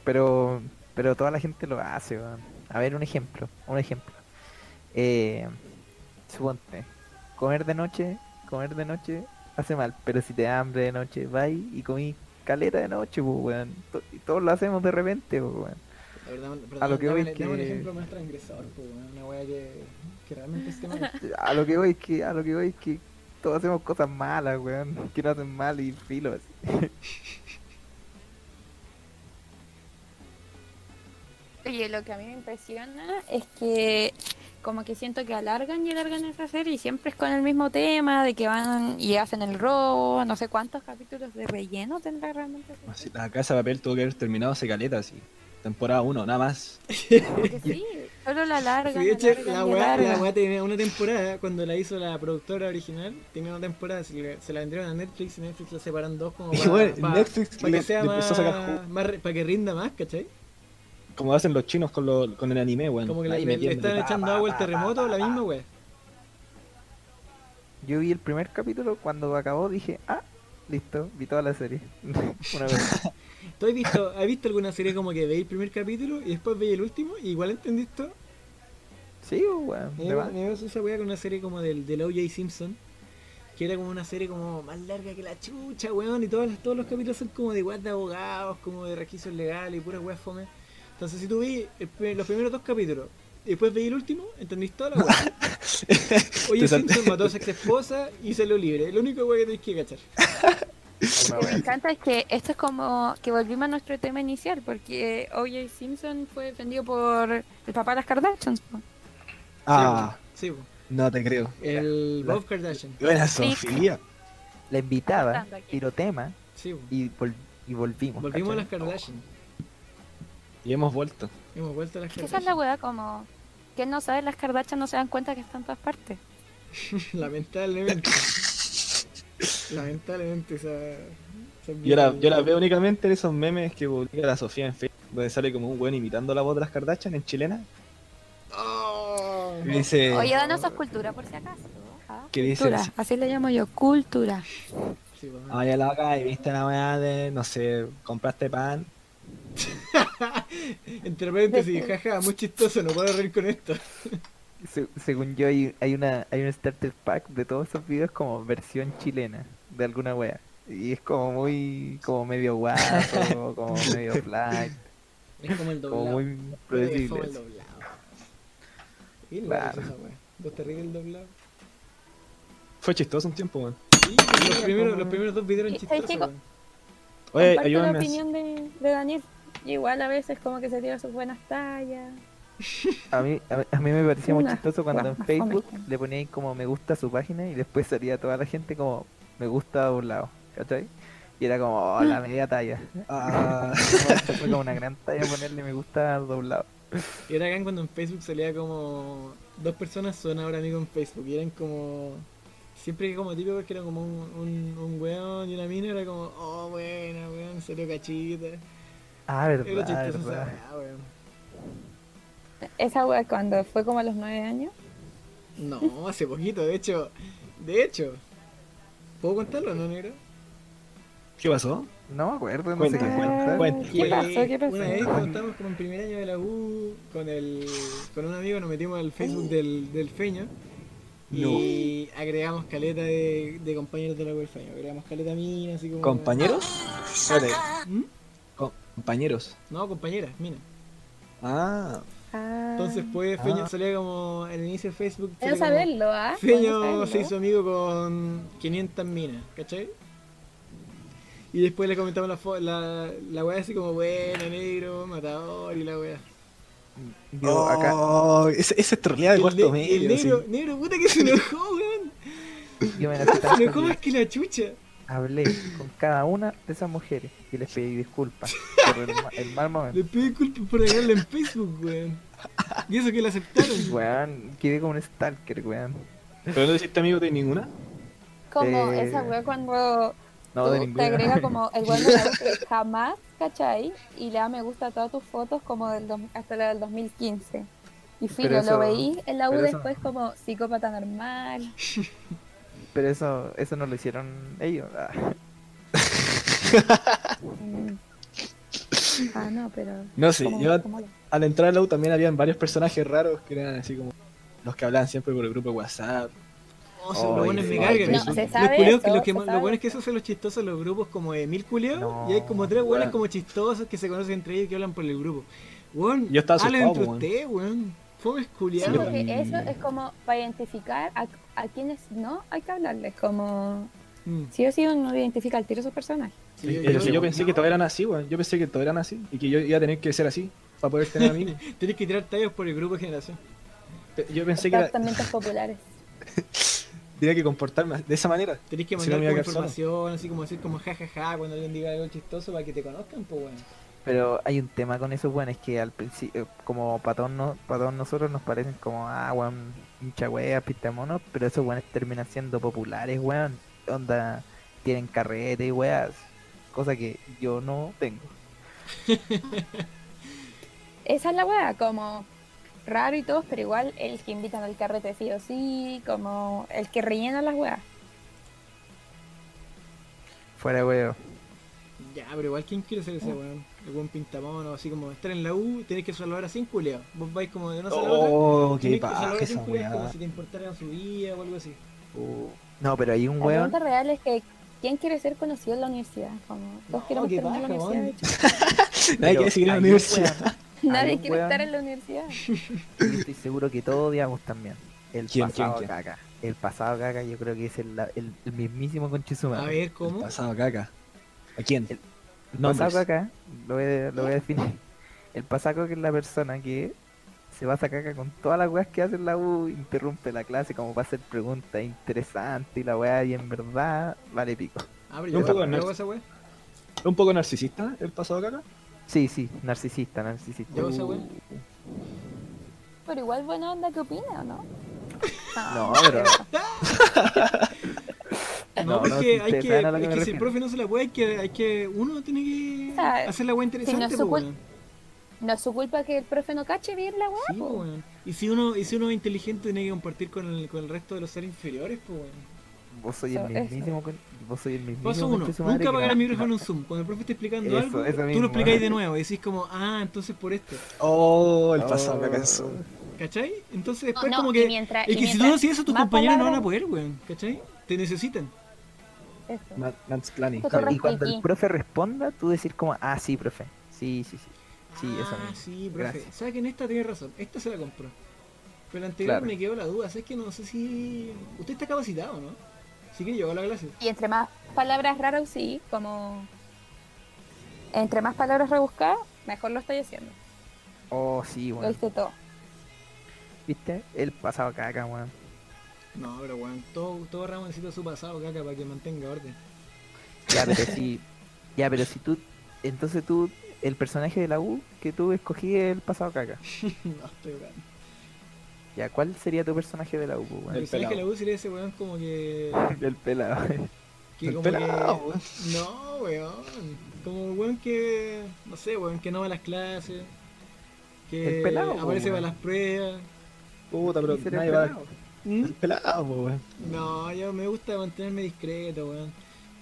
Speaker 1: Pero, pero toda la gente lo hace, weón. A ver, un ejemplo, un ejemplo. Eh, suponte, comer de noche, comer de noche hace mal, pero si te da hambre de noche, vas y comí caleta de noche, pues, weón. To- y todos lo hacemos de repente, pues, weón.
Speaker 3: La verdad, perdón,
Speaker 1: A lo que
Speaker 3: dame,
Speaker 1: voy
Speaker 3: dame un
Speaker 1: que-
Speaker 3: ejemplo más transgresor, po, weón, una weá que, que realmente esté
Speaker 4: <laughs>
Speaker 3: mal.
Speaker 1: A lo que voy es que, a lo que voy es que todos hacemos cosas malas, weón. <laughs> Que no hacen mal y filo así.
Speaker 4: Oye, lo que a mí me impresiona es que como que siento que alargan y alargan esa serie y siempre es con el mismo tema de que van y hacen el robo, no sé cuántos capítulos de relleno tendrá realmente. esa
Speaker 2: Así,
Speaker 4: serie.
Speaker 2: La casa de papel tuvo que haber terminado hace caleta, así. Temporada 1, nada <laughs> más.
Speaker 3: <laughs>
Speaker 4: Porque sí, solo la alargan.
Speaker 3: Sí, de hecho,
Speaker 4: alargan
Speaker 3: la
Speaker 4: y
Speaker 3: weá, la
Speaker 4: alargan.
Speaker 3: weá tenía una temporada, cuando la hizo la productora original, tenía una temporada, se, le- se la vendieron a Netflix y Netflix la separan dos como
Speaker 2: Y
Speaker 3: para,
Speaker 2: bueno,
Speaker 3: para-
Speaker 2: Netflix
Speaker 3: para que
Speaker 2: le-
Speaker 3: sea
Speaker 2: le
Speaker 3: más,
Speaker 2: empezó a sacar jugo.
Speaker 3: más re- para que rinda más, ¿cachai?
Speaker 2: Como hacen los chinos con, lo- con el anime, weón.
Speaker 3: Como que le,
Speaker 2: Ahí
Speaker 3: le- le
Speaker 2: metiéndole.
Speaker 3: están echando agua al terremoto, la misma weá.
Speaker 1: Yo vi el primer capítulo, cuando acabó dije, ah, listo, vi toda la serie. <laughs> Una vez.
Speaker 3: ¿Tú has visto, has visto alguna serie como que veis el primer capítulo y después veis el último y igual entendís todo?
Speaker 1: Sí, pues, weón.
Speaker 3: Me
Speaker 1: de más.
Speaker 3: me pasó esa weá con una serie como del, del OJ Simpson, que era como una serie como más larga que la chucha, weón, y todas las- todos los capítulos son como de weas de abogados, como de requisitos legales y puras weas fome. Entonces si tú veis el pri- los primeros dos capítulos, y después veis el último, entendís toda la
Speaker 2: <laughs>
Speaker 3: weá. OJ
Speaker 2: Te sal-
Speaker 3: Simpson mató a su ex esposa y salió libre, es la única weá que tenés que cachar.
Speaker 1: Una
Speaker 4: Lo que me
Speaker 1: weá.
Speaker 4: encanta es que esto es como que volvimos a nuestro tema inicial, porque O.J. Simpson fue defendido por el papá de las Kardashians. po.
Speaker 2: <laughs> Ah, Eh,
Speaker 3: Sí, po.
Speaker 2: no te creo.
Speaker 3: el
Speaker 1: La-
Speaker 3: Bob Kardashian.
Speaker 2: Buena Sofía.
Speaker 1: La invitaba,
Speaker 4: Cortando aquí.
Speaker 1: tiró tema
Speaker 3: Sí, po.
Speaker 1: y, vol- y volvimos.
Speaker 3: Volvimos a las
Speaker 1: ¿cachai?
Speaker 3: Kardashian.
Speaker 2: Y hemos vuelto.
Speaker 3: Hemos vuelto a las
Speaker 4: Esa es la
Speaker 3: Kardashian.
Speaker 4: hueá como que no saben las Kardashians, no se dan cuenta que están en todas partes.
Speaker 3: <laughs> Lamentablemente. Lamentablemente esa. esa
Speaker 2: Yo la, yo la veo únicamente en esos memes que publica la Sofía en Facebook, donde sale como un weón imitando la voz de las Kardashian en chilena.
Speaker 3: Oh.
Speaker 2: Que dice,
Speaker 4: Oye, danos esa cultura por si acaso. ¿ah?
Speaker 2: que dice
Speaker 4: Cultura,
Speaker 2: así,
Speaker 4: así le llamo yo, cultura.
Speaker 3: Sí, bueno.
Speaker 2: Oye, loca, y viste la weá de, no sé, compraste pan.
Speaker 3: Entre <laughs> paréntesis, jaja, muy chistoso, no puedo reír con esto.
Speaker 1: Se- según yo, hay, hay una hay un starter pack de todos esos videos como versión chilena de alguna wea. Y es como muy, como medio
Speaker 3: <laughs>
Speaker 1: guapo, como medio flat,
Speaker 3: Es como el
Speaker 1: como
Speaker 3: doblado.
Speaker 1: muy
Speaker 3: Es como
Speaker 1: predecible.
Speaker 3: el
Speaker 1: así.
Speaker 3: doblado. Qué raro
Speaker 1: Claro.
Speaker 3: es esa wea. ¿Vos te ríes del doblado?
Speaker 2: Fue chistoso un tiempo, weón.
Speaker 3: Sí, los, primeros, los primeros dos videos eran
Speaker 4: Y- ¿sabes
Speaker 3: chistosos.
Speaker 4: qué?
Speaker 3: weón.
Speaker 2: Oye,
Speaker 4: Comparto la
Speaker 2: ayúdame.
Speaker 4: opinión de, de Daniel. Y Igual a veces como que se tira sus buenas tallas.
Speaker 1: A mí, a, mí- a mí me parecía muy
Speaker 4: Una
Speaker 1: chistoso cuando en
Speaker 4: guapa,
Speaker 1: Facebook
Speaker 4: joven.
Speaker 1: le ponían como me gusta a su página y después salía toda la gente como me gusta a un lado, ¿cachai? Y era como "Oh,
Speaker 4: <laughs>
Speaker 1: la media talla.
Speaker 2: Ah, <laughs>
Speaker 1: Fue como una gran talla ponerle me gusta al doblado.
Speaker 3: Y era acá cuando en Facebook salía como. Dos personas son ahora amigos en Facebook. Y eran como. Siempre que como típico que era como un, un, un weón y una mina, era como, oh, buena, weón, salió cachita.
Speaker 1: Ah,
Speaker 3: Era
Speaker 1: verdad,
Speaker 3: chistoso esa
Speaker 1: verdad.
Speaker 3: weá, weón.
Speaker 4: Esa hueá cuando fue como a los nueve años.
Speaker 3: No, hace poquito, de hecho. De hecho. ¿Puedo contarlo, no, negro?
Speaker 2: ¿Qué pasó?
Speaker 1: No me acuerdo, no
Speaker 2: Cuenta,
Speaker 1: sé qué
Speaker 2: cuenta,
Speaker 1: cuenta.
Speaker 2: cuenta.
Speaker 4: ¿Qué
Speaker 3: Que
Speaker 4: pasó? ¿Qué pasó?
Speaker 3: Una vez cuando estábamos como en primer año de la U, con, el, con un amigo nos metimos al Facebook del, del Feño y agregamos caleta de, de compañeros de la U del Feño. Agregamos caleta mina, así como.
Speaker 2: ¿Compañeros? Espérate,
Speaker 3: ¿Mm?
Speaker 2: co- compañeros.
Speaker 3: No, compañeras, mina.
Speaker 2: Ah,
Speaker 4: Ah.
Speaker 3: Entonces, pues, Feño
Speaker 2: Ah.
Speaker 3: salía como en el inicio de Facebook.
Speaker 4: Quiero
Speaker 3: salía como,
Speaker 4: saberlo, ¿ah? Quiero
Speaker 3: Feño
Speaker 4: saberlo.
Speaker 3: se hizo amigo con 500 minas, ¿cachai? Y después le comentamos la, fo- la, la weá así como, bueno, negro, matador y la weá.
Speaker 1: Yo acá,
Speaker 2: Oh, ese, ese es troleada de
Speaker 3: Y el
Speaker 2: cuarto
Speaker 3: ne- y
Speaker 2: medio.
Speaker 3: el negro,
Speaker 2: sí.
Speaker 3: negro, puta que
Speaker 2: <laughs>
Speaker 3: se enojó, weón.
Speaker 1: yo me la sé
Speaker 3: <laughs>
Speaker 1: tanto
Speaker 3: Se enojó
Speaker 1: que
Speaker 3: más que la chucha.
Speaker 1: hablé con cada una de esas mujeres y les pedí disculpas por el, ma- el mal momento.
Speaker 3: Le <laughs> pedí culpa por agregarla en Facebook, weón. Y eso que la aceptaron.
Speaker 1: Weón, quedé como un stalker, weón.
Speaker 2: ¿Pero no te hiciste amigo de ninguna?
Speaker 4: Como
Speaker 1: Eh,
Speaker 4: esa wea cuando
Speaker 1: No,
Speaker 4: tú
Speaker 1: de
Speaker 4: te
Speaker 1: ninguna.
Speaker 4: agrega como
Speaker 3: <laughs>
Speaker 4: el weón me parece jamás, ¿cachai? Y le da me gusta a todas tus fotos como del dos- hasta la del 2015. Y filo,
Speaker 1: eso-
Speaker 4: lo veí en la U
Speaker 1: pero eso-
Speaker 4: después como psicópata normal.
Speaker 1: Pero eso, eso no lo hicieron ellos. Ah,
Speaker 4: Mm. Ah, no, pero.
Speaker 2: No sé,
Speaker 4: como-
Speaker 2: yo
Speaker 4: como la-
Speaker 2: al entrar al U también habían varios personajes raros que eran así como los que hablaban siempre por el grupo de WhatsApp.
Speaker 3: Oh, son los
Speaker 1: Oye,
Speaker 3: buenos me
Speaker 1: no,
Speaker 3: cargan.
Speaker 4: no, se
Speaker 3: Los
Speaker 4: sabe
Speaker 3: culiaos que
Speaker 4: eso,
Speaker 3: los que
Speaker 4: se
Speaker 3: más- lo
Speaker 4: sabe
Speaker 3: bueno es que eso son los chistosos los grupos como de mil culiados
Speaker 1: No,
Speaker 3: y hay como tres
Speaker 2: bueno.
Speaker 3: buenos como chistosos que se conocen entre ellos y que hablan por el grupo. Weón,
Speaker 2: Yo estaba
Speaker 3: hablen
Speaker 2: asustado,
Speaker 3: entre ustedes, weón. Fomes
Speaker 4: Sí,
Speaker 3: culiados.
Speaker 4: porque eso es como para identificar a, a quienes no hay que hablarles. Como.
Speaker 3: Mm,
Speaker 4: Si o sí uno identifica al tiro a esos personajes.
Speaker 3: sí,
Speaker 2: Yo, yo
Speaker 3: digo,
Speaker 2: pensé
Speaker 3: no,
Speaker 2: que todos eran así, weón. Yo pensé que todos eran así y que yo iba a tener que ser así para poder tener
Speaker 3: <laughs>
Speaker 2: amigos.
Speaker 3: Tienes que tirar tallos por el grupo de generación.
Speaker 2: Pe- Yo pensé que era-
Speaker 3: <laughs>
Speaker 4: Tratamientos populares.
Speaker 2: tenía que comportarme de esa manera.
Speaker 3: Tenés que
Speaker 2: Si no,
Speaker 3: mandar
Speaker 2: me
Speaker 3: como
Speaker 2: iba a quedar
Speaker 3: información, así como decir como jajaja cuando alguien diga algo chistoso para que te conozcan, pues weón.
Speaker 1: Pero hay un tema con esos weones que al principio, como patón, no, patón nosotros nos parecen como, ah, weón, hincha wea, pista de mono, pero esos weones terminan siendo populares, weón. Onda, tienen carrete y weas, cosa que yo no tengo.
Speaker 4: Esa es la wea, como raro y todo, pero igual el que invitan al carrete sí o sí, como el que rellena las weas.
Speaker 1: Fuera, weón.
Speaker 3: Ya, pero igual, ¿quién quiere ser ese
Speaker 2: Oh.
Speaker 3: weón? El weón pintamono, así como estar en la U, tenés que salvar a 100 culiados. Vos vais como de una sala a otra.
Speaker 2: Oh, qué
Speaker 3: tenés que
Speaker 2: paja
Speaker 3: salvar a
Speaker 2: esa
Speaker 3: 100 culiados como
Speaker 2: weá.
Speaker 3: si te importaran su vida o algo así.
Speaker 2: Oh.
Speaker 1: No, pero hay un
Speaker 4: La
Speaker 1: weón.
Speaker 4: pregunta real es que ¿quién quiere ser conocido en la universidad? Como todos
Speaker 3: No,
Speaker 4: queremos
Speaker 3: qué
Speaker 4: terminar la
Speaker 3: paja,
Speaker 4: universidad, de
Speaker 3: weón.
Speaker 4: hecho.
Speaker 2: Nadie
Speaker 1: pero
Speaker 2: quiere seguir en la
Speaker 1: hay un
Speaker 2: universidad.
Speaker 1: weón
Speaker 4: <laughs> Nadie
Speaker 1: Algún
Speaker 4: quiere
Speaker 1: weón.
Speaker 4: estar en la universidad.
Speaker 1: que yo estoy seguro que todos odiamos también. El
Speaker 2: ¿Quién,
Speaker 1: pasado
Speaker 2: quién, quién?
Speaker 1: caca. El pasado caca yo creo que es el, la- el, el mismísimo
Speaker 3: A
Speaker 1: Conchizuma.
Speaker 3: ver, ¿cómo?
Speaker 2: Pasado caca. ¿A quién?
Speaker 1: El- El
Speaker 2: Nombres.
Speaker 1: pasado caca, lo voy, a- lo
Speaker 3: <laughs>
Speaker 1: voy a definir. El pasado caca es la persona que se va a caca con todas las weas que hace en la U, interrumpe la clase como para hacer preguntas interesantes y la wea y en verdad vale pico.
Speaker 3: Ah, pero
Speaker 2: Un
Speaker 3: yo
Speaker 2: poco
Speaker 3: tampoco
Speaker 2: nerd.
Speaker 3: hago esa weá.
Speaker 2: ¿Un poco narcisista el pasado caca?
Speaker 1: Sí, sí, narcisista, narcisista. Uh.
Speaker 3: Yo hago esa weá.
Speaker 4: Pero igual buena onda que opina,
Speaker 3: <laughs>
Speaker 4: ¿o no? Ah.
Speaker 1: No,
Speaker 3: Ah,
Speaker 1: pero
Speaker 3: No,
Speaker 1: No, no,
Speaker 3: porque
Speaker 1: ustedes
Speaker 3: hay que,
Speaker 1: saben a lo que
Speaker 3: es
Speaker 1: me
Speaker 3: que si el
Speaker 1: refiero.
Speaker 3: profe no se la puede, hay que, hay que uno tiene que
Speaker 4: O sea,
Speaker 3: hacer la weá interesante,
Speaker 4: se
Speaker 3: po,
Speaker 4: ocupa-
Speaker 3: weón.
Speaker 4: No es su culpa que el profe no cache bien la wea.
Speaker 3: Sí, po,
Speaker 4: po.
Speaker 3: weón. Y si uno, y si uno es inteligente tiene que compartir con el, con el resto de los seres inferiores, pues weón.
Speaker 1: vos soy el
Speaker 4: Eso, eso.
Speaker 1: mismísimo, con- vos soy el mismísimo.
Speaker 3: Paso uno,
Speaker 1: conchesumadre
Speaker 3: nunca
Speaker 1: que
Speaker 3: apagar
Speaker 1: no-
Speaker 3: el micrófono en Zoom. Cuando el profe está explicando
Speaker 1: Eso,
Speaker 3: algo,
Speaker 1: eso
Speaker 3: tú lo
Speaker 1: mismo. ¿eh?
Speaker 3: explicáis de nuevo y decís como, ah, entonces por esto.
Speaker 2: Oh, el
Speaker 1: Oh.
Speaker 2: pasado caca es
Speaker 3: ¿Cachai? Entonces
Speaker 4: No,
Speaker 3: después
Speaker 4: no,
Speaker 3: como
Speaker 4: y
Speaker 3: que...
Speaker 4: mientras,
Speaker 3: Es
Speaker 4: y
Speaker 3: que si tú
Speaker 4: mientras
Speaker 3: no haces eso, tus
Speaker 4: más
Speaker 3: compañeros no van a
Speaker 4: palabras-
Speaker 3: poder, weón. ¿Cachai? Te necesitan.
Speaker 4: Eso.
Speaker 2: Ma- mansplaining.
Speaker 4: Tú te
Speaker 1: Claro,
Speaker 2: Cabrón.
Speaker 1: Y cuando el
Speaker 4: Rafiki.
Speaker 1: profe responda, tú decir como, ah, sí, profe. Sí, sí, sí. Sí, eso
Speaker 3: Ah,
Speaker 1: mismo.
Speaker 3: sí, profe.
Speaker 1: Gracias.
Speaker 3: ¿Sabes que en esta tenés razón? Esta se la compró. Pero la anterior
Speaker 1: Claro.
Speaker 3: me quedó la duda. ¿Sabes que no sé si. Usted está capacitado, ¿no? Sí que llegó a la clase.
Speaker 4: Y entre más palabras raras, sí, como. Entre más palabras rebuscadas, mejor lo estoy haciendo.
Speaker 1: Oh, sí,
Speaker 4: Lo
Speaker 1: weón.
Speaker 4: viste todo.
Speaker 1: ¿Viste? El pasado caca, weón.
Speaker 3: No, pero weón, todo, todo Ramos necesita su pasado, caca, para que mantenga orden. <laughs>
Speaker 1: Ya,
Speaker 2: <laughs>
Speaker 1: pero si. Ya, pero si tú. Entonces tú, el personaje de la U que tú escogí es el pasado caca.
Speaker 3: no, estoy weón.
Speaker 1: Ya, ¿cuál sería tu personaje de la U, <laughs>
Speaker 3: El
Speaker 1: weón?
Speaker 2: El
Speaker 3: personaje que la
Speaker 2: pelado.
Speaker 3: U sería ese weón como que.
Speaker 1: Del
Speaker 2: <laughs>
Speaker 1: pelado.
Speaker 3: que
Speaker 2: El
Speaker 3: como
Speaker 2: pelado,
Speaker 3: que-
Speaker 2: weón.
Speaker 3: No, weón. Como un weón que. No sé, weón, que no va a las clases. Que
Speaker 1: El pelado,
Speaker 3: aparece
Speaker 1: weón.
Speaker 3: para las pruebas.
Speaker 2: Puta, pero
Speaker 1: ¿Quién será
Speaker 2: nadie
Speaker 1: el
Speaker 2: va.
Speaker 1: pelado?
Speaker 3: ¿Mm?
Speaker 2: El pelado, po, weón.
Speaker 3: No, yo me gusta mantenerme discreto, weón.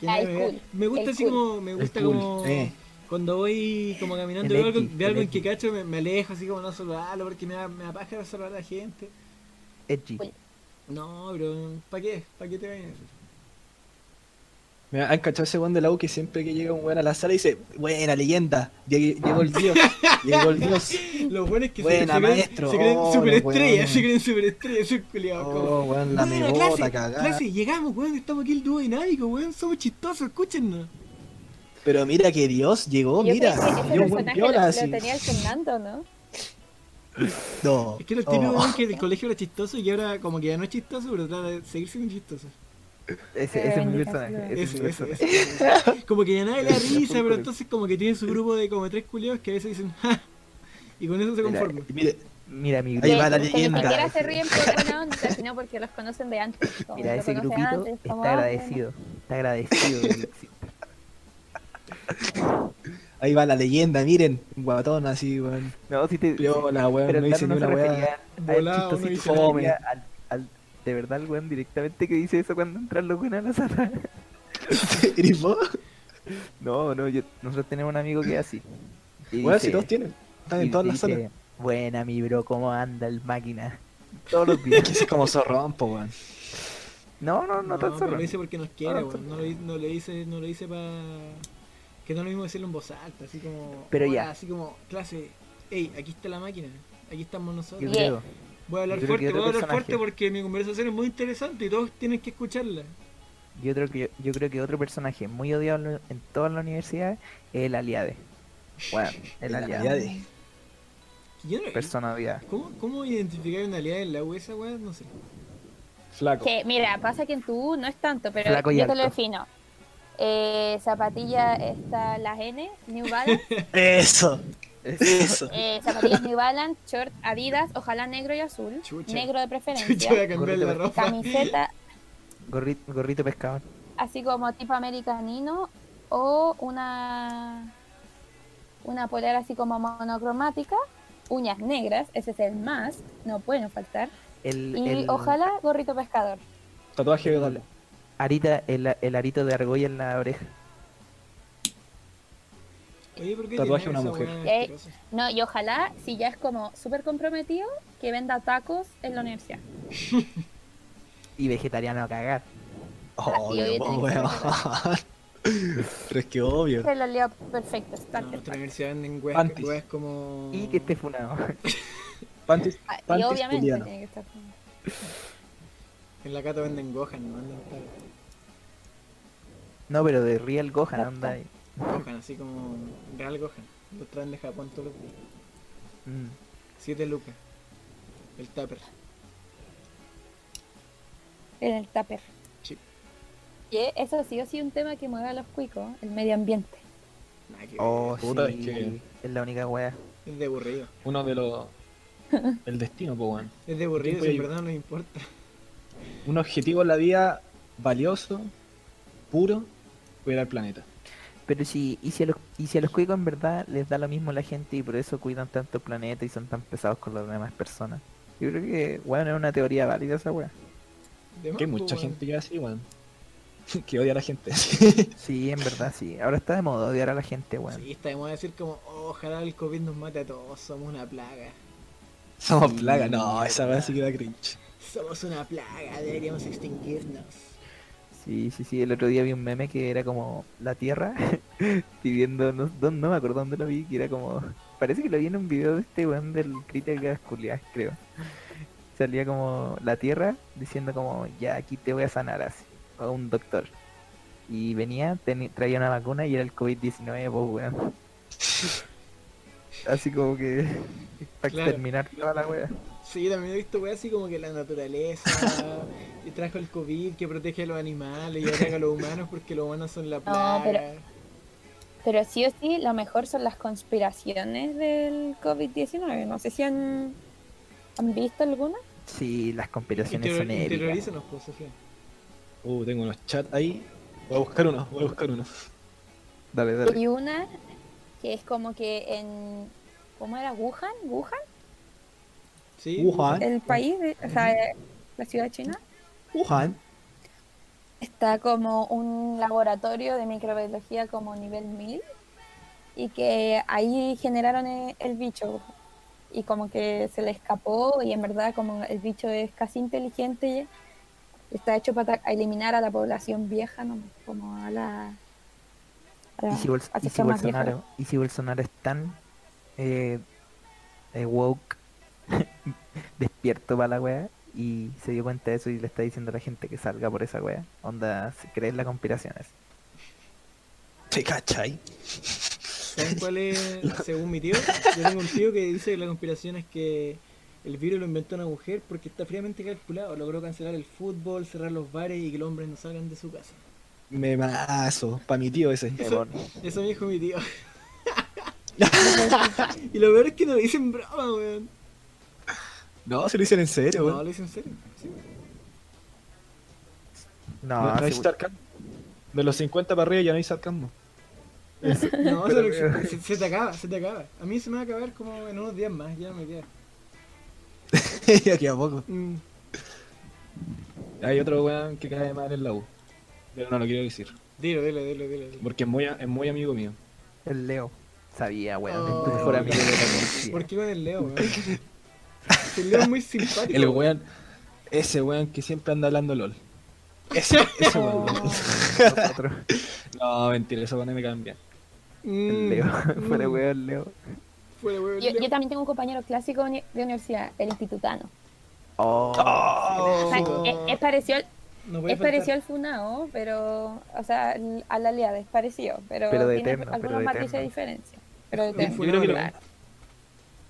Speaker 3: Que
Speaker 4: Ah,
Speaker 3: nadie
Speaker 4: el
Speaker 3: me, vea.
Speaker 4: cool,
Speaker 3: me gusta
Speaker 4: el
Speaker 3: así
Speaker 4: cool.
Speaker 3: como, me gusta
Speaker 2: El cool,
Speaker 3: como
Speaker 2: eh.
Speaker 3: cuando voy como
Speaker 1: El
Speaker 3: caminando veo algo,
Speaker 1: X,
Speaker 3: veo algo
Speaker 1: el
Speaker 3: en que
Speaker 1: X.
Speaker 3: cacho, me, me alejo así como no saludarlo porque me da, me da paja saludar a la gente.
Speaker 1: Edgy.
Speaker 4: Uy.
Speaker 3: No, pero ¿para qué? ¿Para qué te ven?
Speaker 2: Me han cachado ese weón de la U que siempre que llega un weón a la sala dice, buena leyenda, llegué- llegó el
Speaker 3: <laughs>
Speaker 2: dios, llegó el dios.
Speaker 3: Los buenos que se-
Speaker 2: Buena,
Speaker 3: se, creen-
Speaker 2: maestro.
Speaker 3: se creen
Speaker 2: Oh, los
Speaker 3: superestrellas,
Speaker 2: weones.
Speaker 3: se creen superestrellas, esos culiados. como,
Speaker 2: Oh, weón, la
Speaker 3: "Buena,
Speaker 2: me bota,
Speaker 3: clase,
Speaker 2: cagada.
Speaker 3: clase, llegamos, weón, estamos aquí el dúo dinámico, weón, somos chistosos, escúchennos.
Speaker 2: Pero mira que dios llegó,
Speaker 4: Yo
Speaker 2: Oh, mira.
Speaker 4: creo
Speaker 2: Yo
Speaker 4: que ese
Speaker 2: un weón
Speaker 4: personaje lo,
Speaker 2: piola,
Speaker 4: lo
Speaker 2: así.
Speaker 4: tenía el Fernando, ¿no?
Speaker 2: No. oh.
Speaker 3: Es que era el
Speaker 1: Oh.
Speaker 2: no.
Speaker 3: típico weón que del colegio era chistoso y que ahora como que ya no es chistoso, pero trata de seguir siendo chistoso.
Speaker 1: Ese,
Speaker 4: Pero
Speaker 1: ese es mi
Speaker 4: bendita sea.
Speaker 1: personaje. Ese Este es mi
Speaker 3: Ese, ese,
Speaker 1: personaje. <laughs>
Speaker 3: ese. Como que ya nadie le da
Speaker 1: Ese es el
Speaker 3: risa, pero
Speaker 1: punto.
Speaker 3: entonces como que tiene su grupo de como tres culiados que a veces dicen ja. Y con eso se
Speaker 1: Mira,
Speaker 3: conforma.
Speaker 2: Y <laughs> mire,
Speaker 1: Mira, mi
Speaker 4: Que-
Speaker 1: grupo.
Speaker 5: Ahí va la
Speaker 4: que
Speaker 5: leyenda.
Speaker 4: Ni siquiera se ríen por buena onda, sino porque los conocen de antes. como
Speaker 1: Mira,
Speaker 4: lo
Speaker 1: ese
Speaker 4: conocen
Speaker 1: grupito
Speaker 4: antes,
Speaker 1: está
Speaker 4: como, ah,
Speaker 1: agradecido. Está agradecido. de
Speaker 4: <laughs>
Speaker 1: que exista.
Speaker 2: Ahí va la leyenda, miren, un guatón así, weón.
Speaker 1: No, si te.
Speaker 2: Yo, la
Speaker 1: pero
Speaker 2: weón, no
Speaker 1: el
Speaker 2: hice
Speaker 1: Tano
Speaker 2: ni una
Speaker 1: no se
Speaker 2: weá.
Speaker 1: refería al
Speaker 3: Volado, no
Speaker 1: chistosito,
Speaker 3: hice
Speaker 1: se
Speaker 3: nada.
Speaker 1: refería al- al- De verdad, el weón directamente que dice eso cuando entran los weones a la sala.
Speaker 2: <laughs> ¿Eres vos?
Speaker 1: No, no, yo- nosotros tenemos un amigo que es así. Y
Speaker 2: Weón,
Speaker 1: dice-
Speaker 2: si todos tienen. Están
Speaker 1: y
Speaker 2: en todas las
Speaker 1: dice,
Speaker 2: salas.
Speaker 1: Buena, mi bro, ¿cómo anda el máquina? <laughs> Todos los días.
Speaker 2: Que ese <laughs> es como zorrón, po, weón.
Speaker 1: No, no, no, tan
Speaker 3: pero
Speaker 1: solo.
Speaker 3: lo hice porque nos quiere,
Speaker 1: No,
Speaker 3: weón. No lo, hi- no lo hice, no lo hice para. Que no es lo mismo decirlo en voz alta, así como.
Speaker 1: Pero
Speaker 3: "Hola",
Speaker 1: ya.
Speaker 3: Así como, clase, hey, aquí está la máquina, aquí estamos
Speaker 1: Yo
Speaker 3: nosotros.
Speaker 4: Yeah.
Speaker 1: creo.
Speaker 3: Voy a hablar
Speaker 1: Yo creo que
Speaker 3: fuerte,
Speaker 1: otro
Speaker 3: voy a hablar
Speaker 1: personaje.
Speaker 3: fuerte porque mi conversación es muy interesante y todos tienen que escucharla.
Speaker 1: Yo creo que yo creo que otro personaje muy odiado en lo- en todas las universidades es el aliade.
Speaker 2: <laughs>
Speaker 1: Bueno, el
Speaker 2: La
Speaker 1: aliade.
Speaker 2: realidad es-
Speaker 3: Yo no-
Speaker 1: Persona odiada.
Speaker 3: ¿Cómo, ¿Cómo identificar una aliada en la U esa weá? No sé.
Speaker 2: Flaco.
Speaker 4: Que, mira, pasa que en tu U no es tanto, pero
Speaker 1: Flaco y
Speaker 4: yo te lo
Speaker 1: alto.
Speaker 4: defino. Eh, zapatilla está las N, New Balance,
Speaker 2: Eso, eso.
Speaker 4: eh, zapatillas New Balance, short Adidas, ojalá negro y azul,
Speaker 3: Chucha.
Speaker 4: negro
Speaker 3: <laughs>
Speaker 4: de
Speaker 3: Chucha, voy a
Speaker 4: preferencia,
Speaker 3: cambiar la
Speaker 1: Correcto.
Speaker 3: ropa.
Speaker 4: camiseta
Speaker 1: Gorri- gorrito pescado.
Speaker 4: así como tipo americanino o una una polera así como monocromática, uñas negras, ese es el más, no pueden faltar,
Speaker 1: El,
Speaker 4: y
Speaker 1: el-
Speaker 4: ojalá gorrito pescador.
Speaker 2: <laughs> Tatuaje de
Speaker 1: el arita, el, el arito de argolla en la oreja.
Speaker 3: Oye, ¿por qué
Speaker 2: Tatuaje
Speaker 3: tiene
Speaker 2: a una
Speaker 3: esa
Speaker 2: mujer.
Speaker 3: weá
Speaker 4: Ey.
Speaker 3: asquerosa?
Speaker 4: No, y ojalá, si ya es como súper comprometido, que venda tacos en la universidad.
Speaker 1: Y vegetariano a cagar.
Speaker 2: Oh,
Speaker 4: y hoy
Speaker 2: weón,
Speaker 4: tiene que
Speaker 2: weón. <laughs> Pero es que obvio.
Speaker 4: Se lo leo perfecto, está
Speaker 3: No, nuestra
Speaker 4: perfecto.
Speaker 3: universidad venden weas,
Speaker 2: Panties.
Speaker 3: weas como.
Speaker 1: Y que esté funado. <laughs>
Speaker 2: Panties,
Speaker 4: Ah, Y
Speaker 2: Panties
Speaker 4: obviamente
Speaker 2: Juliano.
Speaker 4: tiene que estar.
Speaker 3: En la cata venden gohan, no venden tal.
Speaker 1: No, pero de Real Gohan anda. ahí.
Speaker 3: Gohan, así como Real Gohan. Lo traen de Japón todos los días.
Speaker 1: Mm.
Speaker 3: 7 lucas. El tupper.
Speaker 4: En el tupper.
Speaker 3: Sí.
Speaker 4: Y eso sí o sí un tema que mueve a los cuicos, el medio ambiente.
Speaker 3: Nada que
Speaker 1: Oh,
Speaker 2: Puta,
Speaker 1: sí.
Speaker 2: es que-
Speaker 1: Es la única wea.
Speaker 3: ver. Es de aburrido.
Speaker 2: Uno de
Speaker 3: <laughs>
Speaker 2: los. El destino, po, weón.
Speaker 3: Es de aburrido,
Speaker 2: Tiempo
Speaker 3: si en
Speaker 2: y-
Speaker 3: verdad no nos importa.
Speaker 2: Un objetivo en la vida valioso, puro, cuidar al planeta.
Speaker 1: Pero si, y si a los, y si a los cuicos en verdad les da lo mismo a la gente y por eso cuidan tanto el planeta y son tan pesados con las demás personas. Yo creo que, bueno, es una teoría válida esa wea.
Speaker 3: De más,
Speaker 2: Que hay
Speaker 3: po,
Speaker 2: mucha
Speaker 3: weón.
Speaker 2: gente que es así, weón. <laughs> Que odia a la gente. <laughs>
Speaker 1: Sí, en verdad sí. Ahora está de moda odiar a la gente, weón.
Speaker 3: Sí, está de moda decir como, "Oh, ojalá el COVID nos mate a todos, somos una plaga.
Speaker 2: Somos plaga. No, esa weá sí que da cringe.
Speaker 3: Somos una plaga, deberíamos extinguirnos.
Speaker 1: Sí, sí, sí, el otro día vi un meme que era como la Tierra <laughs> pidiendo, no, no, no me acuerdo dónde lo vi, que era como, parece que lo vi en un video de este weón del Critical Culiás, creo. Salía como la Tierra diciendo como, ya aquí te voy a sanar así, a un doctor. Y venía, teni- traía una vacuna y era el COVID-19, pues weón. Así como que para
Speaker 3: Claro.
Speaker 1: exterminar toda la wea.
Speaker 3: Sí, también he visto weas así como que la naturaleza y trajo el COVID que protege a los animales y ataca a los humanos porque los humanos son la plaga.
Speaker 4: pero- Pero sí o sí, lo mejor son las conspiraciones del COVID-19. No sé si han, han visto alguna.
Speaker 1: Sí, las conspiraciones son
Speaker 3: Interior-
Speaker 1: épicas.
Speaker 3: Interiorízanos, pues, Sofía.
Speaker 2: Uh, tengo unos chats ahí. Voy a buscar uno, voy a buscar uno.
Speaker 1: Dale, dale.
Speaker 4: Y una que es como que en. ¿Cómo era? ¿Wuhan? ¿Wuhan?
Speaker 3: Sí,
Speaker 2: Wuhan.
Speaker 4: El país, de- o sea, la ciudad china.
Speaker 2: Wuhan.
Speaker 4: está como un laboratorio de microbiología como nivel 1000 y que ahí generaron e- el, bicho y como que se le escapó y en verdad como el bicho es casi inteligente está hecho para ata- a eliminar a la población vieja no como a la, a la-
Speaker 1: ¿Y si, Bols-
Speaker 4: a
Speaker 1: y si
Speaker 4: sección más vieja.
Speaker 1: <laughs> Bolsonaro, y si Bolsonaro es tan eh, eh, woke, <laughs> despierto para la wea, y se dio cuenta de eso y le está diciendo a la gente que salga por esa wea? Onda, si crees las conspiraciones.
Speaker 2: ¿Te cachai?
Speaker 3: ¿Saben cuál es, según mi tío? Yo tengo un tío que dice que la conspiración es que el virus lo inventó una mujer porque está fríamente calculado. Logró cancelar el fútbol, cerrar los bares y que los hombres no salgan de su casa.
Speaker 2: Me mazo. Pa' mi tío ese.
Speaker 3: Eso, eso me dijo mi tío.
Speaker 2: <laughs>
Speaker 3: y lo peor es que no dicen broma, weón.
Speaker 2: No, se lo dicen en serio,
Speaker 3: No,
Speaker 2: weón.
Speaker 3: lo hice en serio.
Speaker 2: <laughs>
Speaker 3: Sí.
Speaker 1: No,
Speaker 2: No, no hay
Speaker 1: sí,
Speaker 2: sarcasmo. De los 50 para arriba ya no hay <laughs> sarcasmo.
Speaker 3: No,
Speaker 1: Pero
Speaker 3: solo que
Speaker 1: mira.
Speaker 3: se, se- se te acaba, se te acaba. A mí se me va a acabar como en unos días más, ya no me queda.
Speaker 2: Aquí a poco.
Speaker 3: Mm,
Speaker 2: Hay otro weón que cae mal en la U. Pero no lo quiero decir.
Speaker 3: Dilo, dilo, dilo, dilo. dilo.
Speaker 2: Porque es muy, es muy amigo mío.
Speaker 1: el Leo. Sabía, weón,
Speaker 3: Oh.
Speaker 1: es tu
Speaker 2: <laughs>
Speaker 1: mejor amigo de la policía.
Speaker 3: ¿Por qué con el Leo, weón? Si El Leo es muy
Speaker 2: <laughs>
Speaker 3: simpático.
Speaker 2: El weón. Ese weón que siempre anda hablando LOL. <laughs> Ese, ese weón.
Speaker 1: Nosotros,
Speaker 2: No, mentira, esos weones me cambian.
Speaker 1: el
Speaker 3: Mm,
Speaker 1: Leo. <laughs> Fuera,
Speaker 3: mm,
Speaker 1: weón, el Leo.
Speaker 3: Fuera, weón.
Speaker 4: Yo,
Speaker 3: el
Speaker 4: yo
Speaker 3: Leo.
Speaker 4: también tengo un compañero clásico uni- de universidad, el institutano.
Speaker 1: Oh,
Speaker 4: O sea, es, es parecido al,
Speaker 3: No puede
Speaker 4: es parecido
Speaker 3: faltar.
Speaker 4: al Funao, pero. O sea, al- a la aliada, es parecido, pero,
Speaker 1: Pero de
Speaker 4: tiene
Speaker 1: eterno, pero
Speaker 4: algunos
Speaker 1: de
Speaker 4: matices de
Speaker 1: eterno.
Speaker 4: diferencia. Pero de
Speaker 3: Yo-
Speaker 4: eterno.
Speaker 3: yo creo que lo-
Speaker 4: claro.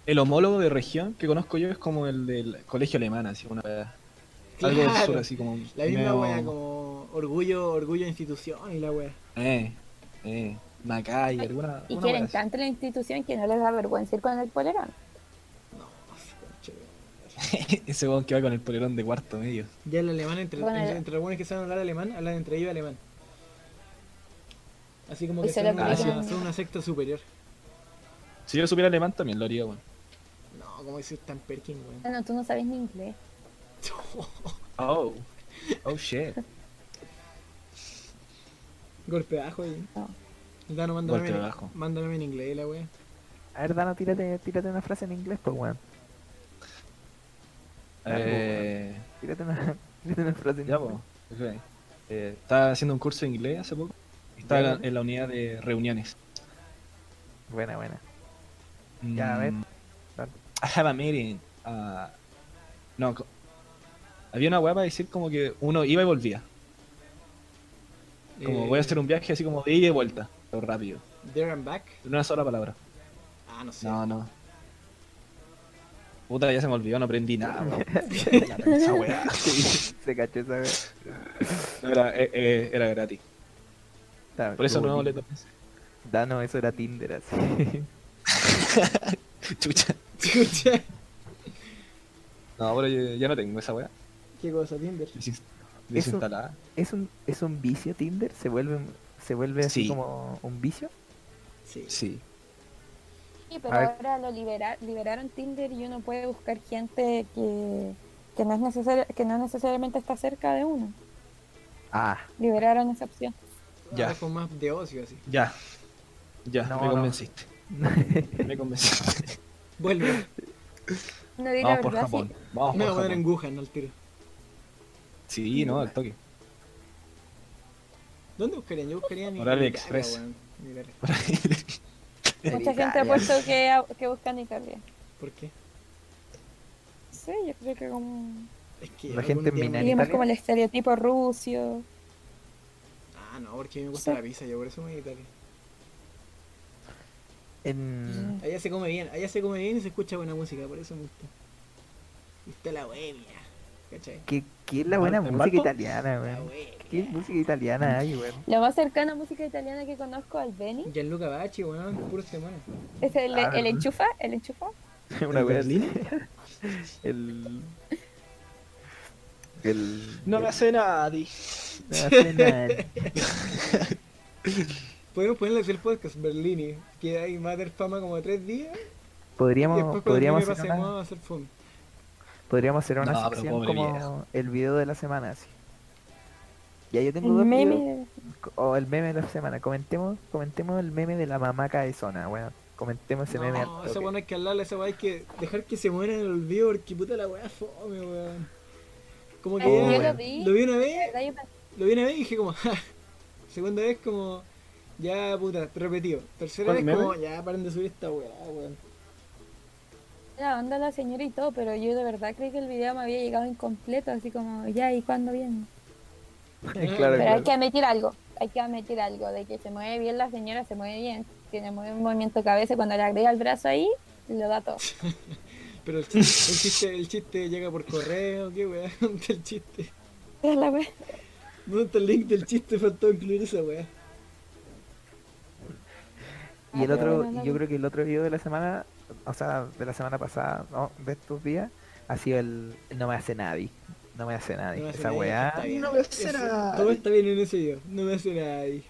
Speaker 2: El homólogo de región que conozco yo es como el del colegio alemán, así una algo del
Speaker 3: Claro,
Speaker 2: sur, así como.
Speaker 3: La misma
Speaker 2: medio-
Speaker 3: wea, como orgullo, orgullo de institución y la wea.
Speaker 2: Eh, eh, Macay, alguna.
Speaker 4: Y
Speaker 2: una
Speaker 4: quieren
Speaker 2: wea así.
Speaker 4: tanto la institución que no les da vergüenza ir con el polerón.
Speaker 3: No, conche, weón.
Speaker 2: Ese weón que va con el polerón de cuarto medio.
Speaker 3: Ya el alemán, entre,
Speaker 4: Bueno,
Speaker 3: entre,
Speaker 4: el-
Speaker 3: entre los buenos que saben hablar alemán, hablan entre ellos alemán. Así como
Speaker 4: Uy,
Speaker 3: que
Speaker 4: se
Speaker 3: son
Speaker 4: lo
Speaker 3: una,
Speaker 4: cambiaron.
Speaker 3: son una secta superior.
Speaker 2: Si yo supiera alemán también lo haría, weón.
Speaker 3: No, como dices tan perkin, weón.
Speaker 4: <laughs>
Speaker 3: <laughs>
Speaker 4: Ah, no, tú no sabes ni inglés.
Speaker 2: Oh. Oh <laughs> shit.
Speaker 3: Golpe bajo ahí.
Speaker 4: No.
Speaker 3: Dano, mándame,
Speaker 2: Golpe
Speaker 3: en-
Speaker 2: bajo.
Speaker 3: mándame en inglés la wea.
Speaker 1: a ver, Dano, tírate, tírate una frase en inglés, pues, weón.
Speaker 2: Eh,
Speaker 1: Tírate una, <laughs> tírate una frase en
Speaker 2: ya,
Speaker 1: inglés.
Speaker 2: po. Ok. Eh, estaba haciendo un curso de inglés hace poco. Estaba en la,
Speaker 1: Ya.
Speaker 2: en la unidad de reuniones.
Speaker 1: Buena, buena. <laughs> Ya, a ver.
Speaker 2: Mm,
Speaker 1: Dale.
Speaker 2: I have a meeting. Ah, no, co- había una weá para decir como que uno iba y volvía. Como
Speaker 3: Eh,
Speaker 2: voy a hacer un viaje así como de ida y vuelta, pero rápido.
Speaker 3: There and back.
Speaker 2: En una sola palabra.
Speaker 3: Ah, no sé.
Speaker 2: No, no. Puta, ya se me olvidó, no aprendí nada. <laughs> weón. Esa weá.
Speaker 1: Se cachó esa vez.
Speaker 2: No, era, eh, eh, era gratis.
Speaker 1: Está-
Speaker 2: Por eso
Speaker 1: qué
Speaker 2: no le
Speaker 1: bonito.
Speaker 2: tomé.
Speaker 1: Dano, eso era Tinder, así.
Speaker 2: <laughs>
Speaker 1: <laughs>
Speaker 2: Chucha.
Speaker 3: <laughs> Escucha.
Speaker 2: No, pero yo- ya no tengo esa weá.
Speaker 3: ¿Qué cosa, Tinder?
Speaker 2: Desinst- Desinstalada.
Speaker 1: ¿Es un, ¿Es un vicio Tinder? ¿Se vuelve, un- se vuelve así
Speaker 2: Sí.
Speaker 1: como un vicio?
Speaker 3: Sí.
Speaker 2: Sí.
Speaker 4: Sí,
Speaker 1: A
Speaker 4: pero
Speaker 1: ver.
Speaker 4: ahora lo libera- liberaron Tinder y uno puede buscar gente que, que no es necesaria- que no necesariamente está cerca de uno.
Speaker 1: Ah,
Speaker 4: Liberaron esa opción.
Speaker 2: Ya.
Speaker 3: Ahora con más de ocio, así.
Speaker 2: Ya. Ya,
Speaker 1: No,
Speaker 2: me
Speaker 1: no.
Speaker 2: convenciste. Me convenciste. <laughs>
Speaker 3: Vuelve.
Speaker 4: No di la
Speaker 2: Vamos por
Speaker 4: verdad, sí.
Speaker 2: Japón. Vamos
Speaker 3: Me voy a
Speaker 2: por
Speaker 3: poner en
Speaker 2: Japón.
Speaker 3: Wuhan al tiro.
Speaker 2: Sí, no, al <laughs> toque.
Speaker 3: ¿Dónde buscarían? Yo buscaría en
Speaker 2: Horario
Speaker 3: Italia,
Speaker 2: Express.
Speaker 3: weón. En Italia.
Speaker 1: en
Speaker 4: Mucha gente
Speaker 1: Italia.
Speaker 4: ha puesto que, que buscan Italia.
Speaker 3: ¿Por qué?
Speaker 4: Sí, yo creo que como...
Speaker 3: Es que.
Speaker 1: La
Speaker 3: algún
Speaker 1: gente en
Speaker 3: día
Speaker 1: Mina
Speaker 3: me-
Speaker 1: en
Speaker 4: Digamos
Speaker 1: Italia?
Speaker 4: como el estereotipo ruso.
Speaker 3: Ah, no, porque a mí me gusta la pizza, yo por eso me voy a Italia.
Speaker 1: En...
Speaker 3: Allá se come bien, allá se come bien y se escucha buena música, por eso me gusta. Y Está la bohemia, ¿cachai?
Speaker 1: ¿Qué, qué es la buena
Speaker 2: ¿En
Speaker 1: música
Speaker 2: Valpo?
Speaker 1: italiana,
Speaker 3: La
Speaker 1: weón? ¿Qué
Speaker 3: bohemia.
Speaker 1: música italiana hay, weón?
Speaker 4: Lo más cercano a música italiana que conozco al Beni
Speaker 3: Gianluca Bacci, weón, puros temones.
Speaker 4: es el,
Speaker 1: Ah,
Speaker 4: el
Speaker 1: ¿verdad?
Speaker 4: enchufa, el enchufa.
Speaker 1: Una
Speaker 2: ¿En
Speaker 1: weá así.
Speaker 2: Berlín?
Speaker 1: Este, <laughs> El... El...
Speaker 2: hace <laughs> nadie.
Speaker 1: No hace nada.
Speaker 3: Podemos ponerle así el podcast Berlini, que ahí va a tener fama como de tres días. y
Speaker 1: Podríamos,
Speaker 3: después cuando
Speaker 1: podríamos,
Speaker 3: me
Speaker 1: hacer
Speaker 3: pasemos
Speaker 1: una,
Speaker 3: a hacer fun.
Speaker 1: podríamos hacer una
Speaker 2: No, pero
Speaker 1: sección
Speaker 2: pobre
Speaker 1: como
Speaker 2: viejo.
Speaker 1: el video de la semana, así. Ya yo tengo
Speaker 4: El
Speaker 1: dos
Speaker 4: meme.
Speaker 1: videos. O el meme de la semana. Comentemos, comentemos el meme de la mamá caezona, weón. Comentemos ese meme. al
Speaker 3: No, esa
Speaker 1: toque.
Speaker 3: weá no hay que hablarle, esa weá hay que dejar que se muera en el olvido porque puta la weá es fome, weón. Como que
Speaker 4: Eh,
Speaker 1: Oh,
Speaker 4: yo
Speaker 3: ya,
Speaker 4: lo
Speaker 1: bueno.
Speaker 4: vi.
Speaker 3: lo vi una
Speaker 4: la
Speaker 3: vez
Speaker 4: verdad, yo pensé-
Speaker 3: Lo vi una vez y dije como, <laughs> ja. Segunda vez como, ya puta, repetido. Tercera
Speaker 2: ¿Cuál
Speaker 3: vez
Speaker 2: meme?
Speaker 3: como, ya paren de subir esta weá, weón.
Speaker 4: la onda la señora y todo, pero yo de verdad creí que el video me había llegado incompleto, así como, ya, ¿y cuándo viene?
Speaker 1: <laughs> claro,
Speaker 4: Pero hay
Speaker 1: claro.
Speaker 4: que admitir algo, hay que admitir algo, de que se mueve bien la señora, se mueve bien, tiene muy buen movimiento de cabeza, y cuando le agrega el brazo ahí, lo
Speaker 1: <laughs>
Speaker 4: da todo. <laughs>
Speaker 3: Pero el chiste, el chiste, el chiste llega por correo, qué weá, <laughs> ¿dónde está el chiste?
Speaker 4: Es la wea.
Speaker 3: ¿Dónde está el link del chiste? Faltó incluir esa weá.
Speaker 1: Y el
Speaker 4: Ah, pero
Speaker 1: otro,
Speaker 4: bueno,
Speaker 1: y yo
Speaker 4: dale.
Speaker 1: creo que el otro video de la semana, o sea, de la semana pasada, no, de estos días, ha sido el no me hace nadie. No me hace nadie.
Speaker 3: No me hace
Speaker 1: Esa
Speaker 3: nadie,
Speaker 1: weá.
Speaker 3: está bien.
Speaker 5: No me hace
Speaker 3: Eso-
Speaker 5: nadie.
Speaker 3: Todo está bien en ese video, no me hace nadie.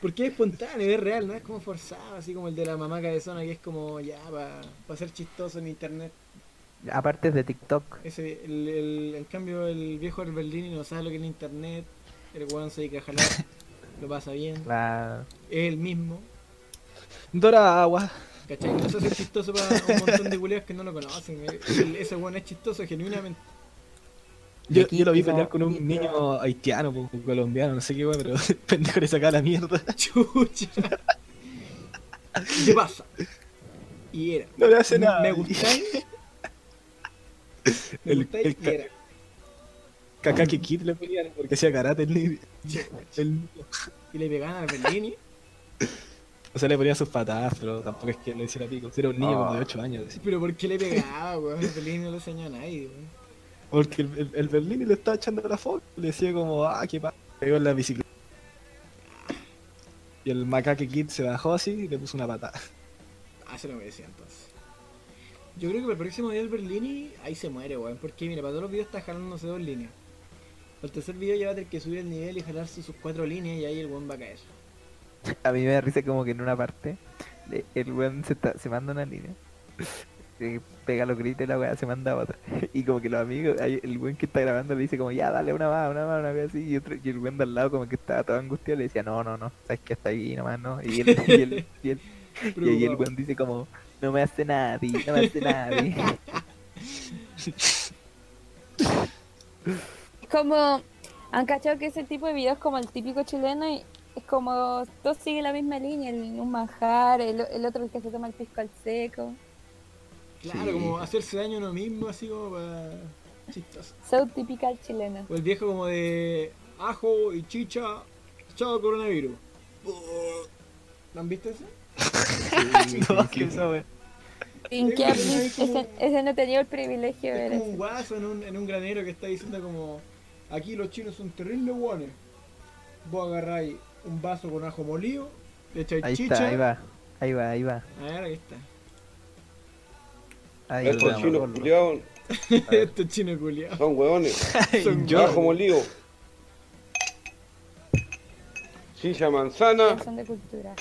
Speaker 3: Porque es espontáneo, es real, no es como forzado, así como el de la mamá cabezona que es como ya para ser chistoso en internet.
Speaker 1: Aparte es de TikTok.
Speaker 3: Ese, el, el- en cambio, el viejo del Berlini no sabe lo que es el internet, el weón se dedica a jalar, lo pasa bien,
Speaker 1: La...
Speaker 3: es el mismo,
Speaker 2: Dora agua.
Speaker 3: ¿cachai? No se hace chistoso para un montón de culeos que no lo conocen. eh. El- ese weón es chistoso genuinamente. <laughs>
Speaker 2: Yo,
Speaker 1: Aquí
Speaker 2: yo lo vi
Speaker 1: como-
Speaker 2: pelear con un niño haitiano, po, o colombiano, no sé qué, weón, pero <laughs> el pendejo le sacaba la mierda.
Speaker 3: Chucha. ¿Qué pasa? Y era.
Speaker 2: No le hace <laughs>
Speaker 3: Me-
Speaker 2: nada. <laughs>
Speaker 3: Me gustáis. Me
Speaker 2: El-
Speaker 3: gustáis
Speaker 2: el
Speaker 3: y era.
Speaker 2: Kakaki Kid le ponían porque hacía karate el niño. El-
Speaker 3: Y le pegaban al Berlini.
Speaker 2: O sea, le ponía sus patadas, pero tampoco es que le hiciera pico. Era un niño
Speaker 1: Ah.
Speaker 2: como de 8 años. así.
Speaker 3: Pero ¿por qué le pegaba, weón? El Berlini no le enseñó a nadie, weón.
Speaker 2: Porque el, el, el Berlini le estaba echando la foto. Le decía como, ah, qué pa... Pegó en la bicicleta. Y el Macaque Kid se bajó así y le puso una <laughs> patada.
Speaker 3: Ah, se lo merecía entonces. Yo creo que para el próximo video del Berlini, ahí se muere, weón. Porque mira, para todos los videos está jalándose dos líneas. El tercer video ya va a tener que subir el nivel y jalarse sus cuatro líneas y ahí el weón va a caer.
Speaker 1: A mí me da risa como que en una parte le- el weón se, está- se manda una línea. eh, Pega los gritos y la weá se manda otra. <laughs> Y como que los amigos, ahí el weón que está grabando le dice como ya dale una más, una más, una vez así. Y, otro, y el weón de al lado como que estaba todo angustiado le decía no, no, no, sabes que hasta ahí nomás no. Y el, y el, y el- <laughs> y ahí el weón dice como no me hace nadie, no me hace nadie.
Speaker 4: Es como, han cachado que ese tipo de videos como el típico chileno y es como, todo sigue la misma línea, el, un manjar, el, el otro el que se toma el pisco al seco.
Speaker 3: Claro,
Speaker 1: Sí.
Speaker 3: como hacerse daño a uno mismo, así como para... Chistoso.
Speaker 4: So typical chileno.
Speaker 3: O el viejo como de ajo y chicha, chao coronavirus. ¿Lo han visto ese?
Speaker 2: No, que esa wea.
Speaker 4: Sin que
Speaker 3: Es como-
Speaker 4: ese, ese no tenía el privilegio de ver
Speaker 3: Es como un
Speaker 4: eso.
Speaker 3: guaso en un, en un granero que está diciendo como aquí los chinos son terribles guanes. Vos agarráis un vaso con ajo molido, le echáis
Speaker 1: Ahí
Speaker 3: chicha.
Speaker 1: está, ahí va, ahí va, ahí va.
Speaker 3: A ver, ahí está.
Speaker 1: Ahí
Speaker 5: Estos
Speaker 1: va,
Speaker 5: chinos
Speaker 1: ponlo.
Speaker 5: culiados
Speaker 3: <laughs> Estos chinos
Speaker 5: <laughs>
Speaker 3: culiados.
Speaker 5: son hueones.
Speaker 3: Son
Speaker 2: Yo-
Speaker 3: guasos.
Speaker 5: Ajo molido. Silla manzana
Speaker 4: Son de cultura.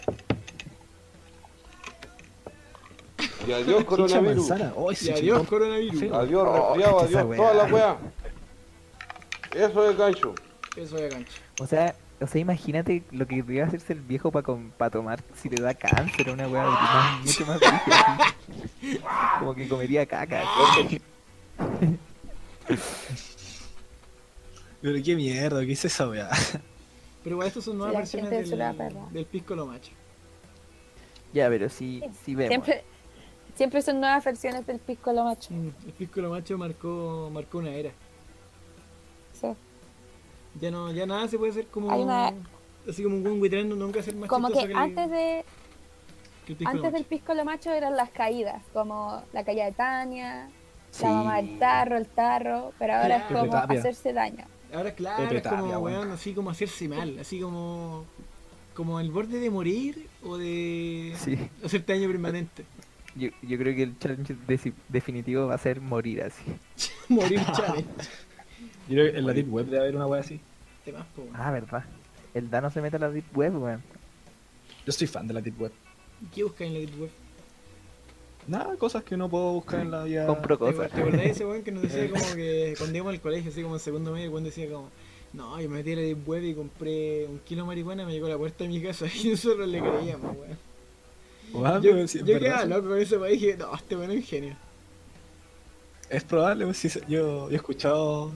Speaker 5: y adiós
Speaker 2: Chicha
Speaker 5: coronavirus.
Speaker 2: manzana. Oh,
Speaker 3: Y
Speaker 2: ese
Speaker 3: adiós
Speaker 2: chingón.
Speaker 3: coronavirus.
Speaker 2: Sí.
Speaker 5: Adiós
Speaker 1: Oh,
Speaker 5: resfriado,
Speaker 1: esa
Speaker 5: adiós
Speaker 1: weá.
Speaker 5: toda la weá. Eso es gancho.
Speaker 3: Eso de cancha.
Speaker 1: O sea, o sea, imagínate lo que iba a hacerse el viejo para tomar si le da cáncer a una weá
Speaker 3: Ah.
Speaker 1: más- mucho más brígida, así. Como que comería caca. así.
Speaker 2: Pero qué mierda, ¿qué es esa weá?
Speaker 3: Pero igual estas son nuevas
Speaker 4: La
Speaker 3: versiones
Speaker 4: gente es una
Speaker 3: del,
Speaker 4: perra.
Speaker 3: del pisco lo macho.
Speaker 1: Ya, pero sí, sí vemos.
Speaker 4: Siempre, siempre son nuevas versiones del pisco lo macho.
Speaker 3: Mm, El pisco lo macho marcó, marcó una era.
Speaker 4: Sí.
Speaker 3: Ya no, ya nada se puede hacer como
Speaker 4: Hay una-
Speaker 3: así como un buen buitrano nunca ser más
Speaker 4: Como
Speaker 3: chistoso
Speaker 4: que antes de
Speaker 3: que el pisco
Speaker 4: antes del
Speaker 3: Lomacho.
Speaker 4: pisco lo macho eran las caídas, como la caída de Tania,
Speaker 1: Sí.
Speaker 4: la mamá del tarro, el tarro, pero ahora es
Speaker 3: Claro.
Speaker 4: como
Speaker 2: Tapia.
Speaker 4: hacerse daño.
Speaker 3: Ahora claro,
Speaker 2: Pepe
Speaker 3: es como
Speaker 2: Tapia, bueno.
Speaker 3: weón, así como hacerse mal, así como como el borde de morir o de
Speaker 1: Sí.
Speaker 3: hacerte daño permanente. <laughs>
Speaker 1: Yo, yo creo que el challenge deci- definitivo va a ser morir así.
Speaker 3: morir challenge.
Speaker 2: <laughs> Yo creo que en la deep web debe haber una wea así.
Speaker 3: Te vas, po, weón.
Speaker 1: Ah, verdad. El Dano se mete a la deep web, weón.
Speaker 2: Yo soy fan de la deep web.
Speaker 3: ¿Qué buscas en la deep web?
Speaker 2: Nada, cosas que no puedo buscar en la
Speaker 3: Ah,
Speaker 2: vida.
Speaker 1: Compro
Speaker 3: ¿Te,
Speaker 1: cosas.
Speaker 3: te acordás de ese weón que nos
Speaker 2: <laughs>
Speaker 3: decía como que cuando íbamos al colegio, así como en segundo medio, cuando decía como no, yo me metí a la deep web y compré un kilo de marihuana, me llegó a la puerta de mi casa <laughs> y nosotros le creíamos, weón.
Speaker 2: Ah, Weón,
Speaker 3: Yo,
Speaker 2: pero si es
Speaker 3: yo
Speaker 2: verdad,
Speaker 3: quedaba loco con ese weón y dije, no, este weón es un genio.
Speaker 2: Es probable, pues, sí, yo, yo he escuchado,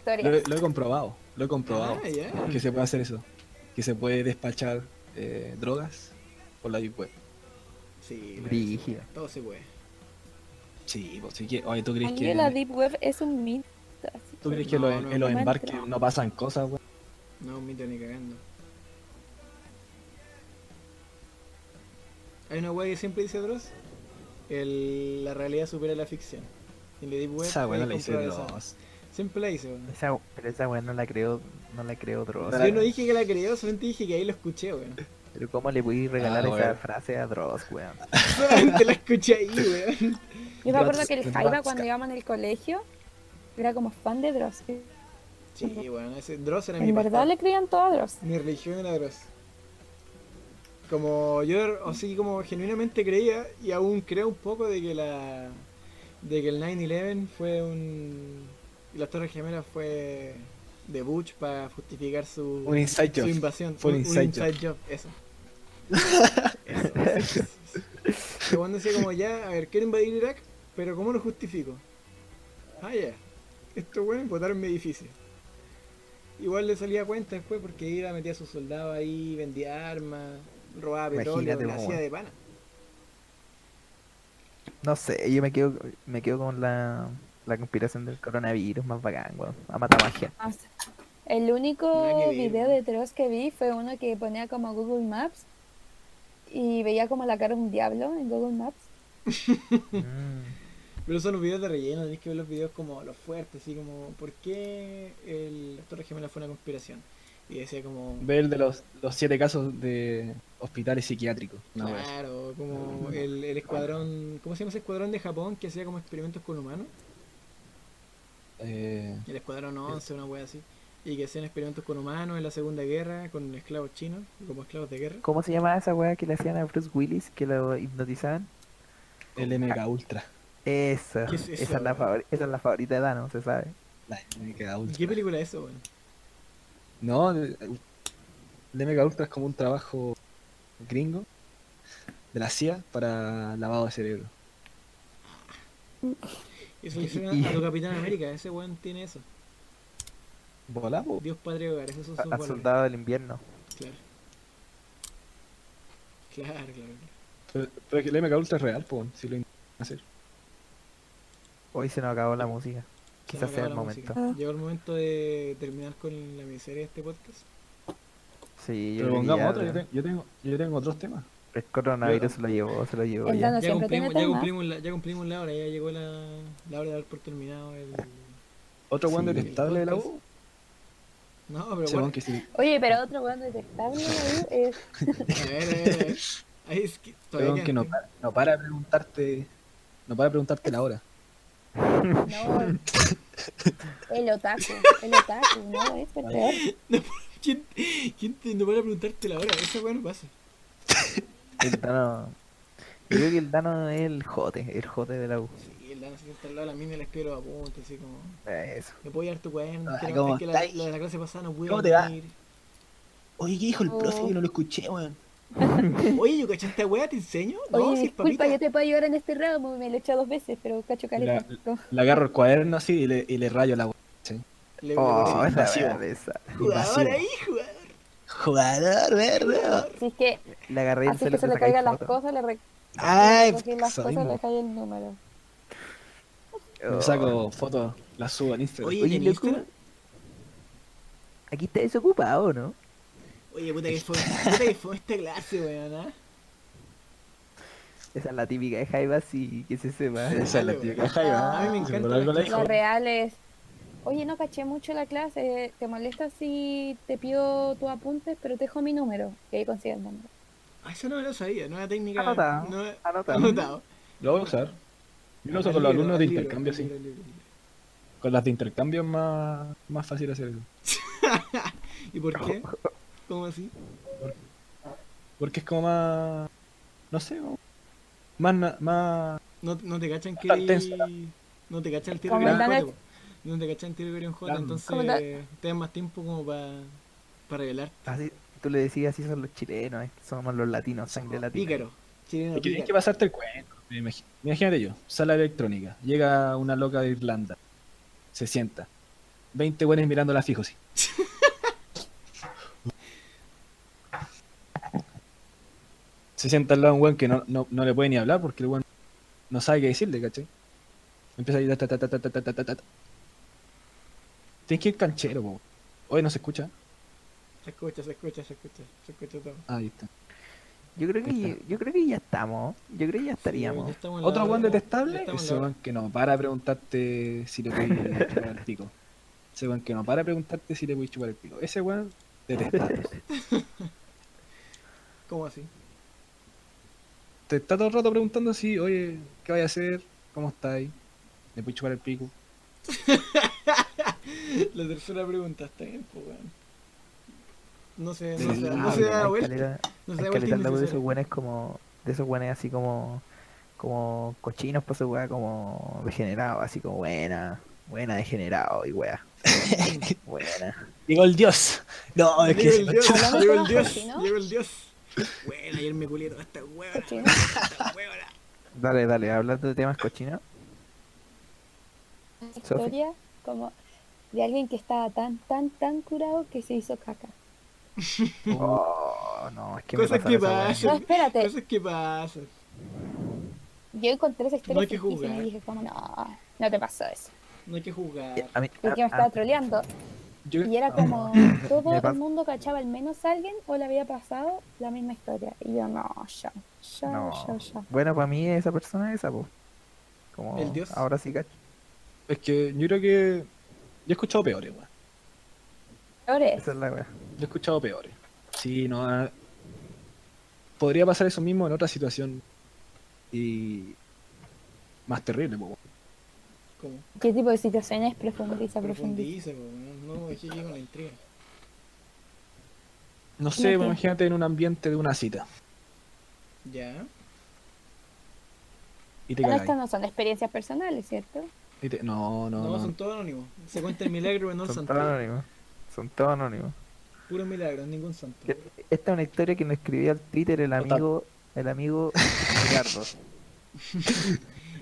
Speaker 4: Historia.
Speaker 2: lo, he- lo he comprobado, lo he comprobado,
Speaker 3: Ah, ya.
Speaker 2: que se puede hacer eso, que se puede despachar eh, drogas por la deep web.
Speaker 3: Sí,
Speaker 1: <laughs>
Speaker 3: la-
Speaker 1: Brígido.
Speaker 3: todo se puede.
Speaker 2: Sí, pues sí que, oye, ¿tú crees
Speaker 4: Para mí
Speaker 2: que,
Speaker 4: la deep web es un mito. así
Speaker 2: ¿tú crees
Speaker 4: como-
Speaker 2: que
Speaker 3: No,
Speaker 2: lo-
Speaker 3: no,
Speaker 2: en los
Speaker 4: no.
Speaker 2: embarques no pasan cosas, weón?
Speaker 3: No, un mito ni cagando. Hay una weá que siempre dice Dross. El, la realidad supera la ficción. Y le di web.
Speaker 2: Esa weón
Speaker 3: ahí
Speaker 2: le dice
Speaker 3: comprueba esa weá.
Speaker 2: Dross.
Speaker 3: Siempre la dice, weón.
Speaker 1: Esa, pero esa weón no la creo, no la creo Dross.
Speaker 2: Pero-
Speaker 3: Yo no dije que la creyó, solamente dije que ahí lo escuché, weón. <laughs>
Speaker 1: Pero ¿cómo le voy a regalar
Speaker 2: Ah,
Speaker 1: esa
Speaker 2: weón.
Speaker 1: frase a Dross, weón?
Speaker 3: Solamente la escuché ahí, weón.
Speaker 4: Yo me acuerdo que el
Speaker 2: Dross-
Speaker 4: Jaiba
Speaker 2: Drotzka.
Speaker 4: cuando íbamos en el colegio era como fan de Dross.
Speaker 3: Sí, bueno, ese Dross era mi
Speaker 4: En verdad
Speaker 3: pastor.
Speaker 4: le creían todo a Dross.
Speaker 3: Mi religión era Dross. Como yo así como genuinamente creía y aún creo un poco de que la de que el 9/11 fue un y las Torres Gemelas fue de Bush para justificar su
Speaker 2: Un inside
Speaker 3: su
Speaker 2: job.
Speaker 3: invasión.
Speaker 2: Fue un inside
Speaker 3: job.
Speaker 2: <laughs>
Speaker 3: Eso. eso. Que Juan decía como ya, a ver, quiero invadir Irak, pero ¿cómo lo justifico? Ah, ya. Esto bueno, botaron mi edificio. Igual le salía a cuenta después porque iba, metía a sus soldados ahí, vendía armas, robaba petróleo,
Speaker 1: Imagínate,
Speaker 3: la hacía
Speaker 1: weón.
Speaker 3: de pana.
Speaker 1: No sé, yo me quedo, me quedo con la, la conspiración del coronavirus más bacán, weón. A matar magia.
Speaker 4: O sea, El único
Speaker 3: Nada que ver,
Speaker 4: video
Speaker 3: ¿no?
Speaker 4: de Dross que vi fue uno que ponía como Google Maps y veía como la cara de un diablo en Google Maps.
Speaker 1: Mm.
Speaker 3: Pero son los videos de relleno, tenéis que ver los videos como los fuertes, así como, ¿por qué el la Torre Gemela fue una conspiración? Y decía como,
Speaker 2: Ve el de los, los siete casos de hospitales psiquiátricos. No, weón.
Speaker 3: claro, como el, el escuadrón, ¿cómo se llama ese escuadrón de Japón que hacía como experimentos con humanos?
Speaker 2: Eh,
Speaker 3: El escuadrón 11, una wea así. Y que hacían experimentos con humanos en la Segunda Guerra, con esclavos chinos, como esclavos de guerra.
Speaker 1: ¿Cómo se llamaba esa weá que le hacían a Bruce Willis, que lo hipnotizaban?
Speaker 2: el MK Ultra.
Speaker 1: Esa,
Speaker 3: ¿Qué es eso,
Speaker 1: esa, es la
Speaker 3: weón?
Speaker 1: favori- esa es la favorita de Dano, se sabe.
Speaker 2: La MK
Speaker 3: ¿Y
Speaker 2: Ultra.
Speaker 3: ¿Qué película es eso, weón?
Speaker 2: No, el el MK Ultra es como un trabajo gringo de la CIA para lavado de cerebro.
Speaker 3: Eso le hicieron a a tu Capitán América, ese weón tiene eso.
Speaker 2: ¿Volá, po?
Speaker 3: Dios Padre Hogar, esos son
Speaker 1: A-
Speaker 3: sus
Speaker 1: Al
Speaker 3: valores.
Speaker 1: soldado del invierno.
Speaker 3: Claro. Claro, claro. claro.
Speaker 2: Pero, pero es que el MK Ultra es real, po, si lo intentan hacer.
Speaker 1: Hoy se nos acabó la música.
Speaker 3: Se me
Speaker 1: Quizás sea el
Speaker 3: acaba la
Speaker 1: momento.
Speaker 4: música.
Speaker 3: Llegó el momento de terminar con la miseria de este podcast.
Speaker 1: Sí, yo
Speaker 2: Pero
Speaker 1: creo que
Speaker 2: pongamos
Speaker 1: ya
Speaker 2: otro, yo, tengo, yo, tengo, yo tengo otros temas.
Speaker 1: el coronavirus se lo llevó, se lo llevó.
Speaker 4: El
Speaker 1: ya.
Speaker 4: Dano
Speaker 3: Ya
Speaker 4: siempre tiene
Speaker 3: cumplimos, ya,
Speaker 4: temas.
Speaker 3: cumplimos la, ya cumplimos la hora, ya llegó la, la hora de dar por terminado el...
Speaker 2: Otro weón
Speaker 1: Sí.
Speaker 2: detestable de la U.
Speaker 3: No, pero
Speaker 2: Ese
Speaker 3: bueno,
Speaker 2: weón que sí.
Speaker 4: Oye, pero otro weón detestable ahí es
Speaker 3: a ver, a ver, a ver. Ahí
Speaker 2: <laughs>
Speaker 3: es que
Speaker 2: ese
Speaker 3: todavía
Speaker 2: weón que
Speaker 3: quedan
Speaker 2: no para, no para de preguntarte. No para de preguntarte la hora.
Speaker 4: <laughs> No. El otaku, el otaku, no, es el peor.
Speaker 3: ¿Quién, quién te no para preguntarte la hora? Esa weá no pasa.
Speaker 1: El Dano. Yo creo que el Dano es el jote, el jote de la U.
Speaker 3: Sí, el Dan se sienta al lado de la mina y le espero apuntes, así como.
Speaker 1: Eso.
Speaker 3: Me puedo llevar tu cuaderno,
Speaker 2: Ay,
Speaker 3: quiero
Speaker 2: Ah, ¿cómo
Speaker 3: es que la,
Speaker 2: estáis?
Speaker 3: la, la clase pasada no pude
Speaker 2: ¿Cómo te va?
Speaker 3: venir.
Speaker 2: Oye, ¿qué dijo
Speaker 4: el profe? Yo no
Speaker 2: lo escuché, weón.
Speaker 3: Oye, yo caché esta weá, ¿te enseño? No,
Speaker 4: Oye,
Speaker 3: si es
Speaker 4: disculpa,
Speaker 3: papita.
Speaker 4: yo te puedo ayudar en este ramo, me lo he echado dos veces, pero cacho caleta. No.
Speaker 2: Le agarro el cuaderno así y le, y le rayo la
Speaker 3: Le
Speaker 1: Oh,
Speaker 3: le-
Speaker 1: esa
Speaker 2: vacío.
Speaker 1: weá de esa.
Speaker 2: Oh, <laughs>
Speaker 3: Jugador
Speaker 2: invasivo.
Speaker 3: ahí, jugador.
Speaker 2: Jugador verde.
Speaker 4: Si es que
Speaker 1: Le agarré el
Speaker 4: así que
Speaker 1: celular.
Speaker 4: se le caigan las cosas, le re-
Speaker 2: Ay,
Speaker 4: recogí las
Speaker 2: eso
Speaker 4: cosas,
Speaker 2: mismo.
Speaker 4: le cae el número.
Speaker 2: Le saco fotos, las subo en Instagram.
Speaker 3: Oh. Oye,
Speaker 1: Oye,
Speaker 3: ¿en
Speaker 1: loco.
Speaker 3: Instagram?
Speaker 1: Aquí está desocupado, ¿no?
Speaker 3: Oye, puta que fue, puta que fue esta clase, weón, ¿ah?
Speaker 1: Esa es la típica de Jaiba, sí, que se sepa.
Speaker 2: Esa es la tía que Jaiba.
Speaker 3: A mí me encanta
Speaker 2: Seguro ¿eh? algo
Speaker 3: la
Speaker 2: le dijo.
Speaker 4: Lo real es, oye, no caché mucho la clase, ¿te molesta si te pido tus apuntes, pero te dejo mi número? Y ahí consigues el número.
Speaker 3: Ah, eso no me lo sabía, nueva técnica.
Speaker 1: Anotado.
Speaker 3: nueva-
Speaker 1: Anotado.
Speaker 3: Anotado.
Speaker 2: Lo voy a usar. Yo lo uso con
Speaker 3: Al
Speaker 2: los
Speaker 3: libro,
Speaker 2: alumnos
Speaker 3: al
Speaker 2: de
Speaker 3: libro,
Speaker 2: intercambio,
Speaker 3: al
Speaker 2: sí.
Speaker 3: libro, al libro, al libro.
Speaker 2: Con las de intercambio es más, más fácil hacer eso.
Speaker 3: ¿Y por
Speaker 1: <laughs>
Speaker 3: qué? ¿Cómo así?
Speaker 2: Porque es como más. No sé, como- más. na- más
Speaker 3: No, no te cachan que
Speaker 2: Está tensa la-
Speaker 3: eres- No te cachan el tiro que
Speaker 4: Como
Speaker 3: eres un
Speaker 4: el
Speaker 3: jote,
Speaker 4: Dana-
Speaker 3: po. No te cachan el tiro que eres un jote,
Speaker 2: Claro.
Speaker 3: entonces
Speaker 4: Como el Dana-
Speaker 3: te dan más tiempo como para para revelar.
Speaker 1: Así, Ah, tú le decías, así son los chilenos, estos somos los latinos, sangre
Speaker 3: Como
Speaker 1: latina.
Speaker 3: Pícaro. Chileno
Speaker 2: hay, que, hay que
Speaker 3: pícaro.
Speaker 2: pasarte el cuento. me imagino. Imagínate yo, sala electrónica. Llega una loca de Irlanda. Se sienta. 20 buenos mirándola fijo, sí. se sienta al lado de un weón que no, no, no le puede ni hablar porque el weón no sabe qué decirle, ¿cachai? Empieza a ir ta ta ta ta ta ta ta ta ta. Tienes que ir canchero, po. Hoy no se escucha.
Speaker 3: Se escucha, se escucha, se escucha, se escucha todo.
Speaker 2: Ah, Ahí está.
Speaker 1: Yo creo que yo creo que ya estamos. Yo creo que ya
Speaker 3: Sí, ya
Speaker 1: estaríamos.
Speaker 3: estamos en la
Speaker 2: Otro
Speaker 3: hora,
Speaker 2: weón
Speaker 3: ya
Speaker 2: detestable.
Speaker 3: estamos en
Speaker 2: Ese
Speaker 3: la hora.
Speaker 2: weón que no para de preguntarte si le puedes chupar el
Speaker 3: <laughs>
Speaker 2: pico. Ese weón que no para de preguntarte si le puedes chupar el pico. Ese weón detestable.
Speaker 3: ¿Cómo así?
Speaker 2: Te está todo el rato preguntando si, oye, ¿qué vaya a hacer? ¿Cómo está ahí? ¿Me puedes chupar el pico?
Speaker 3: <laughs> La tercera pregunta, está bien, pues, weón. No se, no
Speaker 2: Del
Speaker 3: se, no
Speaker 2: labio,
Speaker 3: se da
Speaker 1: hay
Speaker 3: vuelta.
Speaker 1: caleta-
Speaker 3: No se
Speaker 1: hay caleta
Speaker 3: da vuelta
Speaker 1: al lado de esos
Speaker 3: innecesaria.
Speaker 1: buenes como. De esos buenes así como. Como cochinos, pues, weá, como degenerado, así como buena, buena degenerado y
Speaker 3: <laughs>
Speaker 1: weá. buena.
Speaker 2: Llegó el dios. No, Oh, es
Speaker 3: Llegó el
Speaker 2: que. <laughs>
Speaker 3: dios,
Speaker 4: Hablamos
Speaker 3: llegó el
Speaker 4: con los
Speaker 3: dios,
Speaker 4: cochinos.
Speaker 3: llegó el dios. Bueno, ayer me culé toda esta huevona,
Speaker 4: Cochino.
Speaker 3: esta <laughs> huevona.
Speaker 1: Dale, dale, hablando de temas cochinos.
Speaker 4: Una historia como de alguien que estaba tan, tan, tan curado que se hizo caca.
Speaker 1: Oh, no, es que me
Speaker 3: Cosas
Speaker 1: pasan
Speaker 3: que
Speaker 1: esas weas.
Speaker 3: pasan.
Speaker 4: No, espérate,
Speaker 3: Cosas que pasan.
Speaker 4: yo encontré esa
Speaker 3: No hay
Speaker 4: historia
Speaker 3: que
Speaker 4: ficticia y
Speaker 3: juzgar.
Speaker 4: dije como, no, no te pasó eso.
Speaker 3: No hay que jugar.
Speaker 1: A mí-
Speaker 4: Y
Speaker 1: a-
Speaker 4: Ah, que me
Speaker 1: a-
Speaker 4: estaba troleando.
Speaker 2: Yo-
Speaker 4: Y era como todo
Speaker 1: Me pasa-
Speaker 4: el mundo cachaba al menos a alguien o le había pasado la misma historia. Y yo, no, ya, ya,
Speaker 1: No.
Speaker 4: ya, ya.
Speaker 1: Bueno, para mí esa persona es esa, po. Como
Speaker 3: El dios.
Speaker 1: ahora sí cacho.
Speaker 2: Es que yo creo que. Yo he escuchado peores, weón.
Speaker 4: Peor es,
Speaker 1: Esa es la wea.
Speaker 2: Yo he escuchado peores. Sí, no. ah, Podría pasar eso mismo en otra situación. Y. Más terrible, po, weón.
Speaker 3: Como
Speaker 4: ¿Qué tipo de situaciones profundiza,
Speaker 3: profundiza,
Speaker 4: profundiza?
Speaker 3: weón. No, dejé que con la intriga.
Speaker 2: No sé,
Speaker 4: Ok.
Speaker 2: imagínate en un ambiente de una cita.
Speaker 3: Ya.
Speaker 2: Y te
Speaker 4: Bueno,
Speaker 2: cagáis.
Speaker 4: estas no son experiencias personales, ¿cierto?
Speaker 2: Y te- No,
Speaker 3: No,
Speaker 2: no,
Speaker 3: son
Speaker 2: no.
Speaker 3: todos anónimos. Se cuenta el milagro, pero no el
Speaker 1: Son
Speaker 3: santo.
Speaker 1: todos anónimos. Son todos anónimos.
Speaker 3: Puro milagro, ningún santo.
Speaker 1: ¿Qué? Esta es una historia que me escribió al Twitter el
Speaker 2: Total.
Speaker 1: amigo, el amigo Ricardo.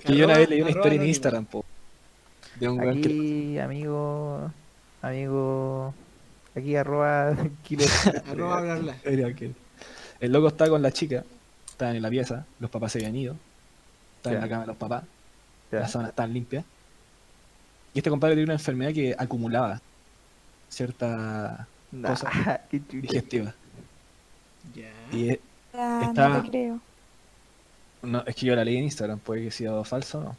Speaker 2: Que yo una
Speaker 3: Arroba-
Speaker 2: vez leí una historia
Speaker 3: arroba
Speaker 2: en
Speaker 3: anónimo.
Speaker 2: Instagram, po. De <laughs> un weón que.
Speaker 1: Aquí, amigo, amigo, aquí arroba <laughs> kilo.
Speaker 3: Arroba hablarla.
Speaker 2: Era que el loco está con la chica, están en la pieza, los papás se habían ido, están en
Speaker 1: Ya.
Speaker 2: la cama de los papás,
Speaker 1: Ya.
Speaker 2: las sábanas están limpias. Y este compadre tiene una enfermedad que acumulaba cierta
Speaker 1: Nah,
Speaker 2: cosa.
Speaker 1: <laughs> qué chucha.
Speaker 2: digestiva.
Speaker 3: Ya.
Speaker 2: Y es,
Speaker 4: Ah,
Speaker 2: Está-
Speaker 4: No te creo.
Speaker 2: no, es que yo la leí en Instagram, puede que sea falso o no.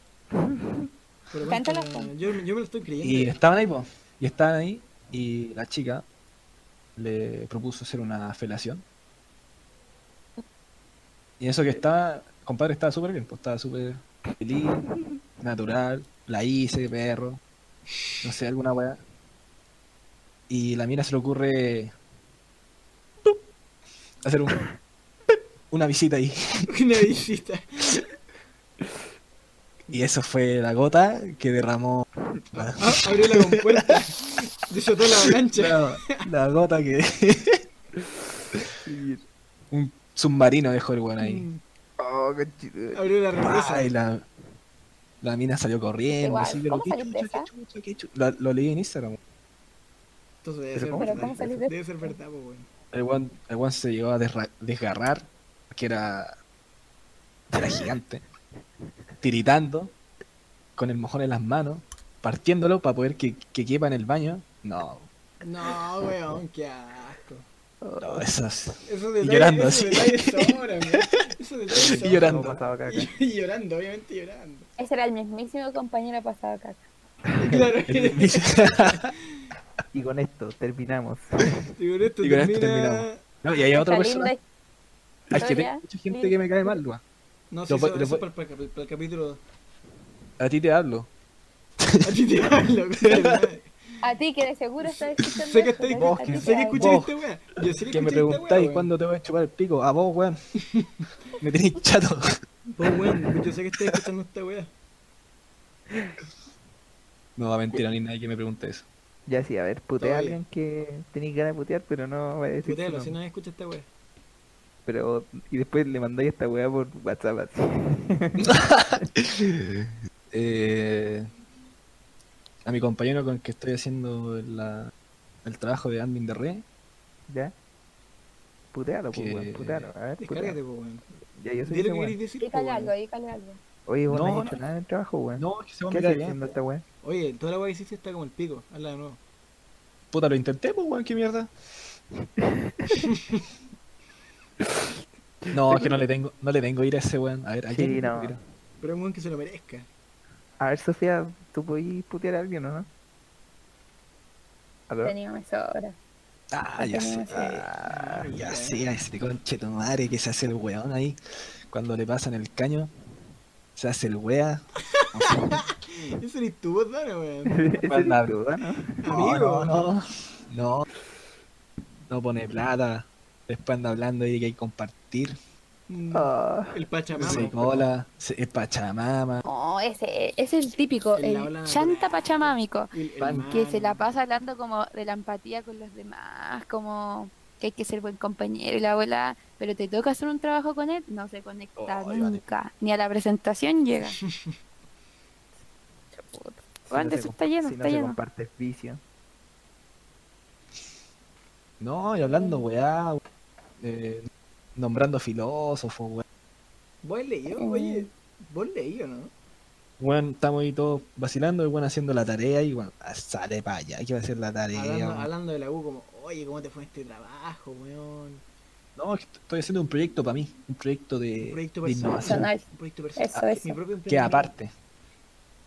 Speaker 3: Pero
Speaker 4: Cántala.
Speaker 3: cuéntala, yo, yo me lo estoy creyendo.
Speaker 2: Y estaban ahí, po, y estaban ahí, y la chica le propuso hacer una felación. Y eso que estaba, compadre, estaba súper bien, pues estaba súper feliz, natural, la hice, perro, no sé, alguna weá. Y la mina se le ocurre ¡pup! hacer un ¡pip! una visita ahí.
Speaker 3: <laughs> Una visita.
Speaker 2: Y eso fue la gota que derramó
Speaker 3: Ah, abrió la
Speaker 2: <laughs>
Speaker 3: compuerta. Desató la avalancha.
Speaker 2: la, la gota que un submarino dejó el weón ahí.
Speaker 3: Mm,
Speaker 1: Oh, qué chido.
Speaker 3: Abrió la represa.
Speaker 2: Ay, la, la mina salió corriendo.
Speaker 4: Igual,
Speaker 2: así, pero
Speaker 4: ¿cómo
Speaker 2: qué
Speaker 4: saliste
Speaker 2: chucha, qué
Speaker 4: esa?
Speaker 2: chucha, qué chucha. La- Lo leí en Instagram.
Speaker 3: Entonces debe
Speaker 1: Pero
Speaker 3: ser
Speaker 1: ¿cómo
Speaker 3: verdad.
Speaker 4: saliste de eso?
Speaker 3: Debe ser verdad, pues, weón.
Speaker 2: El weón, el weón se llegó a desra- desgarrar, que era, era gigante, tiritando, con el mojón en las manos, partiéndolo para poder que, que quepa en el baño. No,
Speaker 3: Ah, No, weón, qué asco.
Speaker 4: Oh.
Speaker 2: no,
Speaker 4: <laughs>
Speaker 2: esas.
Speaker 3: Eso de
Speaker 2: Y llorando,
Speaker 3: esos
Speaker 2: sí.
Speaker 3: detalles sobran, weón. Esos
Speaker 2: <laughs>
Speaker 3: detalles
Speaker 2: Y
Speaker 3: sobran.
Speaker 2: llorando.
Speaker 1: Hemos pasado caca.
Speaker 2: <laughs>
Speaker 3: Y, y llorando, obviamente llorando.
Speaker 4: Ese era el mismísimo compañero pasado caca.
Speaker 3: Claro.
Speaker 1: Y con esto terminamos.
Speaker 3: <laughs> Y con esto
Speaker 2: Y con esto
Speaker 3: termina...
Speaker 2: terminamos. <laughs> No, y hay otra
Speaker 4: Esta linda
Speaker 2: persona. Hay que
Speaker 4: historia.
Speaker 2: tengo mucha gente que me cae mal, weón.
Speaker 3: No,
Speaker 2: Lo
Speaker 3: sí,
Speaker 2: voy-
Speaker 3: eso,
Speaker 2: lo
Speaker 3: eso
Speaker 2: voy-
Speaker 3: para, el- para
Speaker 2: <laughs>
Speaker 3: el- para el capítulo 2.
Speaker 2: A ti te hablo.
Speaker 3: A ti te
Speaker 2: <laughs>
Speaker 3: hablo, weón.
Speaker 4: A ti que de seguro estás escuchando.
Speaker 3: Sé que
Speaker 4: esto,
Speaker 3: estoy-
Speaker 4: gracias a
Speaker 2: vos,
Speaker 4: ti
Speaker 2: que-
Speaker 4: te
Speaker 3: Sé que
Speaker 4: hablo.
Speaker 3: escuché
Speaker 2: Vos.
Speaker 3: esta weá. Yo sé que
Speaker 2: Que me
Speaker 3: escuché esta weá,
Speaker 2: preguntáis
Speaker 3: weón.
Speaker 2: cuándo te voy a chupar el pico. A vos, weón. <laughs> Me tenéis chato. <laughs>
Speaker 3: Vos, weón, yo sé que estoy escuchando esta weá.
Speaker 2: No, va a mentira, ni nadie que me pregunte eso.
Speaker 1: Ya sí, a ver, putea a
Speaker 3: Todavía.
Speaker 1: alguien que tenéis ganas de putear, pero no va a decir. su
Speaker 3: Putéalo, si
Speaker 1: nombre.
Speaker 3: nadie escucha esta weá.
Speaker 1: Pero, y después le mandáis esta weá por WhatsApp así. <laughs>
Speaker 2: Eh, a mi compañero con el que estoy haciendo la- el trabajo de admin de red,
Speaker 1: ¿Ya? Putealo, pues,
Speaker 2: Que-
Speaker 1: weón, putealo. A ver,
Speaker 3: Descárgate,
Speaker 1: putealo.
Speaker 3: po, weón.
Speaker 1: Ya, yo soy ese
Speaker 3: Dile lo que
Speaker 1: weón.
Speaker 3: querés decir, po,
Speaker 4: Dígale algo,
Speaker 3: weón.
Speaker 4: dígale algo.
Speaker 1: Oye, vos no,
Speaker 2: No,
Speaker 1: has hecho
Speaker 2: no.
Speaker 1: nada en el trabajo, weón.
Speaker 2: No, es que se va a
Speaker 1: ¿Qué
Speaker 2: mirar
Speaker 1: haces
Speaker 2: bien.
Speaker 1: haciendo esta weá?
Speaker 3: Oye, toda la weá que hiciste está como el pico. Hazla de nuevo.
Speaker 2: Puta, lo intenté, pues, weón, qué
Speaker 1: <laughs>
Speaker 2: mierda. No, es que no le tengo, no le tengo ir a ese weón. A ver, ¿a
Speaker 1: Sí,
Speaker 2: quién le tengo
Speaker 1: no.
Speaker 2: ira?
Speaker 3: Pero es un weón que se lo merezca.
Speaker 1: A ver, Sofía, ¿tú podías putear a alguien o no? ¿Aló?
Speaker 4: Tenía me sobra.
Speaker 2: Ah, ya sé.
Speaker 4: <laughs>
Speaker 3: Ah,
Speaker 2: Ya
Speaker 3: mira,
Speaker 2: sé, a ese conche tu madre que se hace el weón ahí. Cuando le pasan el caño, se hace el wea.
Speaker 3: Ese eres tú, vos, Dana,
Speaker 1: <laughs>
Speaker 3: weón.
Speaker 1: Ese eres
Speaker 2: Mandable.
Speaker 1: tú,
Speaker 4: <laughs>
Speaker 1: ¿no?
Speaker 2: No, no, no, no. No pone plata. Después anda hablando y que hay que compartir.
Speaker 3: Mm,
Speaker 4: Oh,
Speaker 1: Ah,
Speaker 3: El Pachamama.
Speaker 2: Se cola, se- es Pachamama.
Speaker 4: No, ese es el típico,
Speaker 3: En la
Speaker 4: el
Speaker 3: ola
Speaker 4: chanta
Speaker 3: natural.
Speaker 4: pachamámico,
Speaker 3: El- el
Speaker 4: que
Speaker 3: man.
Speaker 4: se la pasa hablando como de la empatía con los demás, como que hay que ser buen compañero y la abuela, pero te toca hacer un trabajo con él, no se conecta
Speaker 2: Oh, Iván.
Speaker 4: nunca, ni a la presentación llega.
Speaker 3: <laughs>
Speaker 4: Puta.
Speaker 1: si
Speaker 4: Bueno,
Speaker 1: no
Speaker 4: eso
Speaker 1: se
Speaker 4: está
Speaker 1: comp-
Speaker 4: lleno,
Speaker 1: si no
Speaker 4: está
Speaker 1: se
Speaker 4: lleno.
Speaker 1: comparte es vicio.
Speaker 2: No, y hablando weá, eh, nombrando filósofos, weá.
Speaker 3: ¿Vos leído?
Speaker 4: Eh.
Speaker 3: Oye, ¿vos leído, no?
Speaker 2: Weón, estamos ahí todos vacilando y weón haciendo la tarea y weón, ah, sale para allá, hay que hacer la tarea.
Speaker 3: Hablando,
Speaker 2: weón.
Speaker 3: hablando de la U, como, oye, ¿cómo te fue en este trabajo, weón?
Speaker 2: No, es que estoy haciendo un proyecto para mí, un proyecto de,
Speaker 3: Un proyecto
Speaker 2: de
Speaker 3: personal.
Speaker 2: innovación.
Speaker 4: Personal.
Speaker 3: Un proyecto personal.
Speaker 4: Eso, eso.
Speaker 3: Mi propio emprendimiento.
Speaker 2: Que aparte,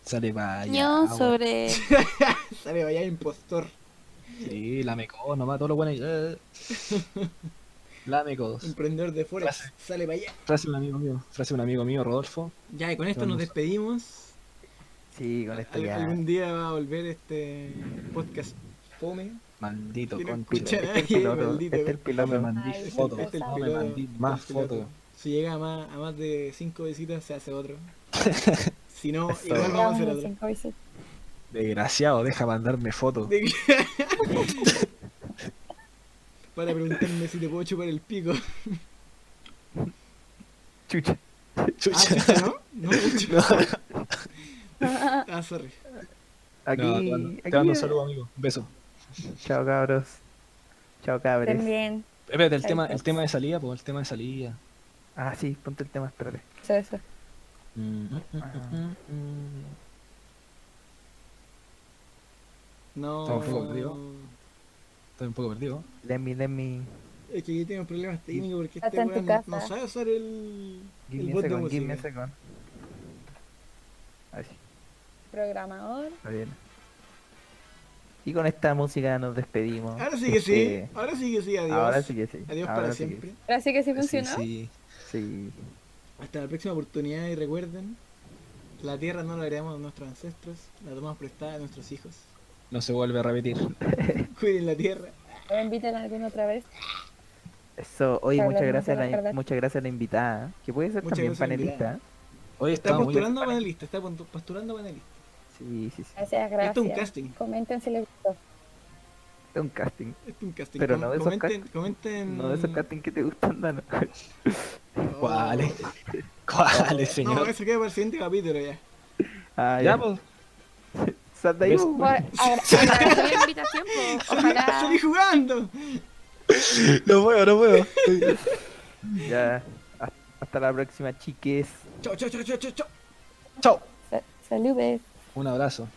Speaker 2: sale para allá.
Speaker 4: Ño
Speaker 2: weón.
Speaker 1: <laughs>
Speaker 4: sobre
Speaker 3: Sabe, vaya impostor.
Speaker 2: Sí, la mecó nomás, todo lo bueno. Eh. <laughs> La mecó.
Speaker 3: Emprendedor de Forex.
Speaker 2: Frase.
Speaker 3: Sale para allá.
Speaker 2: Frase de un amigo mío, frase de un amigo mío, Rodolfo.
Speaker 3: Ya, y con esto nos
Speaker 2: Vamos.
Speaker 3: despedimos.
Speaker 1: Sí, con esto
Speaker 3: Al-
Speaker 1: ya.
Speaker 3: algún día va a volver este podcast Fome.
Speaker 2: Maldito
Speaker 3: Que no
Speaker 2: concha.
Speaker 3: escucha
Speaker 1: Este es
Speaker 3: nadie,
Speaker 1: el piloto.
Speaker 3: maldito.
Speaker 1: Este es
Speaker 2: No
Speaker 1: el
Speaker 2: me
Speaker 1: piloto.
Speaker 2: mandí
Speaker 4: Ay,
Speaker 2: fotos.
Speaker 4: este
Speaker 3: <laughs>
Speaker 4: es el
Speaker 2: No me
Speaker 3: piloto,
Speaker 2: mandí más
Speaker 3: Este piloto.
Speaker 2: fotos.
Speaker 3: Si llega a más, a más de 5 visitas, se
Speaker 1: <laughs>
Speaker 3: hace otro. Si no,
Speaker 1: Eso.
Speaker 3: igual vamos a hacer otro.
Speaker 4: Cinco veces.
Speaker 3: <laughs>
Speaker 4: <laughs>
Speaker 2: Desgraciado, deja mandarme fotos.
Speaker 3: De- <laughs> Para preguntarme si te puedo chupar el pico.
Speaker 1: Chucha.
Speaker 3: Ah,
Speaker 2: Chucha.
Speaker 3: chucha, ¿no?
Speaker 1: <laughs>
Speaker 3: No, chucha. Ah, sorry.
Speaker 1: Aquí,
Speaker 2: No, te mando-
Speaker 1: aquí
Speaker 2: te mando un
Speaker 1: es.
Speaker 2: saludo, amigo. Un beso. Eh,
Speaker 1: Chao cabros. Chao cabres.
Speaker 4: También.
Speaker 2: Espérate, el
Speaker 4: Ahí
Speaker 2: tema, el
Speaker 4: estás.
Speaker 2: tema de salida, pues el tema de salida.
Speaker 1: Ah, sí, ponte el tema,
Speaker 3: <laughs>
Speaker 1: espérate.
Speaker 4: Eso, eso.
Speaker 2: Mm,
Speaker 1: Ah.
Speaker 3: No.
Speaker 2: Estamos full, digo. Estoy un poco perdido.
Speaker 1: Let me, let me.
Speaker 3: Es que yo tengo problemas técnicos porque
Speaker 4: Hasta
Speaker 3: este
Speaker 4: en tu
Speaker 3: weón no, no
Speaker 4: casa.
Speaker 3: sabe usar el.
Speaker 1: Give
Speaker 3: el
Speaker 1: me a
Speaker 3: bot de
Speaker 1: second, give me a
Speaker 3: música.
Speaker 1: second. Así,
Speaker 4: Programador.
Speaker 1: está bien. Y con esta música nos despedimos.
Speaker 3: Ahora sí que sí.
Speaker 1: Este,
Speaker 3: Ahora sí que sí, adiós.
Speaker 1: Ahora sí que sí.
Speaker 3: Adiós
Speaker 1: ahora
Speaker 3: para
Speaker 1: sí que
Speaker 3: siempre.
Speaker 4: Ahora sí que sí
Speaker 2: Sí,
Speaker 4: funcionó.
Speaker 2: sí.
Speaker 1: sí.
Speaker 3: Hasta la próxima oportunidad y recuerden, la tierra no la heredamos de nuestros ancestros, la tomamos prestada de nuestros hijos. <laughs>
Speaker 2: No se vuelve a repetir.
Speaker 3: Cuiden la tierra.
Speaker 4: ¿Lo invitan alguna otra vez?
Speaker 1: Eso, oye,
Speaker 4: Hablar
Speaker 1: muchas
Speaker 4: no
Speaker 1: gracias, a
Speaker 4: te va a
Speaker 1: la,
Speaker 4: acordar.
Speaker 1: muchas gracias a la invitada, que puede ser
Speaker 3: Muchas
Speaker 1: también
Speaker 3: gracias a la
Speaker 1: panelista.
Speaker 3: invitada.
Speaker 2: Hoy
Speaker 3: Está
Speaker 2: está muy.
Speaker 3: postulando panelista, está pontu- postulando panelista.
Speaker 1: Sí, sí, sí.
Speaker 4: Gracias, gracias.
Speaker 3: Esto es un casting.
Speaker 4: Comenten si les gustó.
Speaker 1: Es un casting.
Speaker 3: Esto es un casting.
Speaker 1: Pero
Speaker 3: Com-
Speaker 1: no de esos
Speaker 3: comenten, comenten.
Speaker 1: No de esos castings que te gustan, Dano.
Speaker 3: Oh.
Speaker 2: ¿Cuáles? <laughs> ¿Cuáles,
Speaker 3: No,
Speaker 2: señor?
Speaker 3: eso queda para el siguiente capítulo ya.
Speaker 1: Ah,
Speaker 2: Ya,
Speaker 1: ya.
Speaker 2: pues.
Speaker 1: Sal de ahí,
Speaker 2: Ves-
Speaker 1: pues,
Speaker 4: Por agradecer la invitación, pues, ojalá.
Speaker 3: <laughs> ¡Salí jugando!
Speaker 2: No puedo, no puedo.
Speaker 1: Ya. Hasta- Hasta la próxima, chiques.
Speaker 3: Chau, chau, chau, chau, chau, chau.
Speaker 2: Chao.
Speaker 4: Sa- Saludes.
Speaker 2: Un abrazo.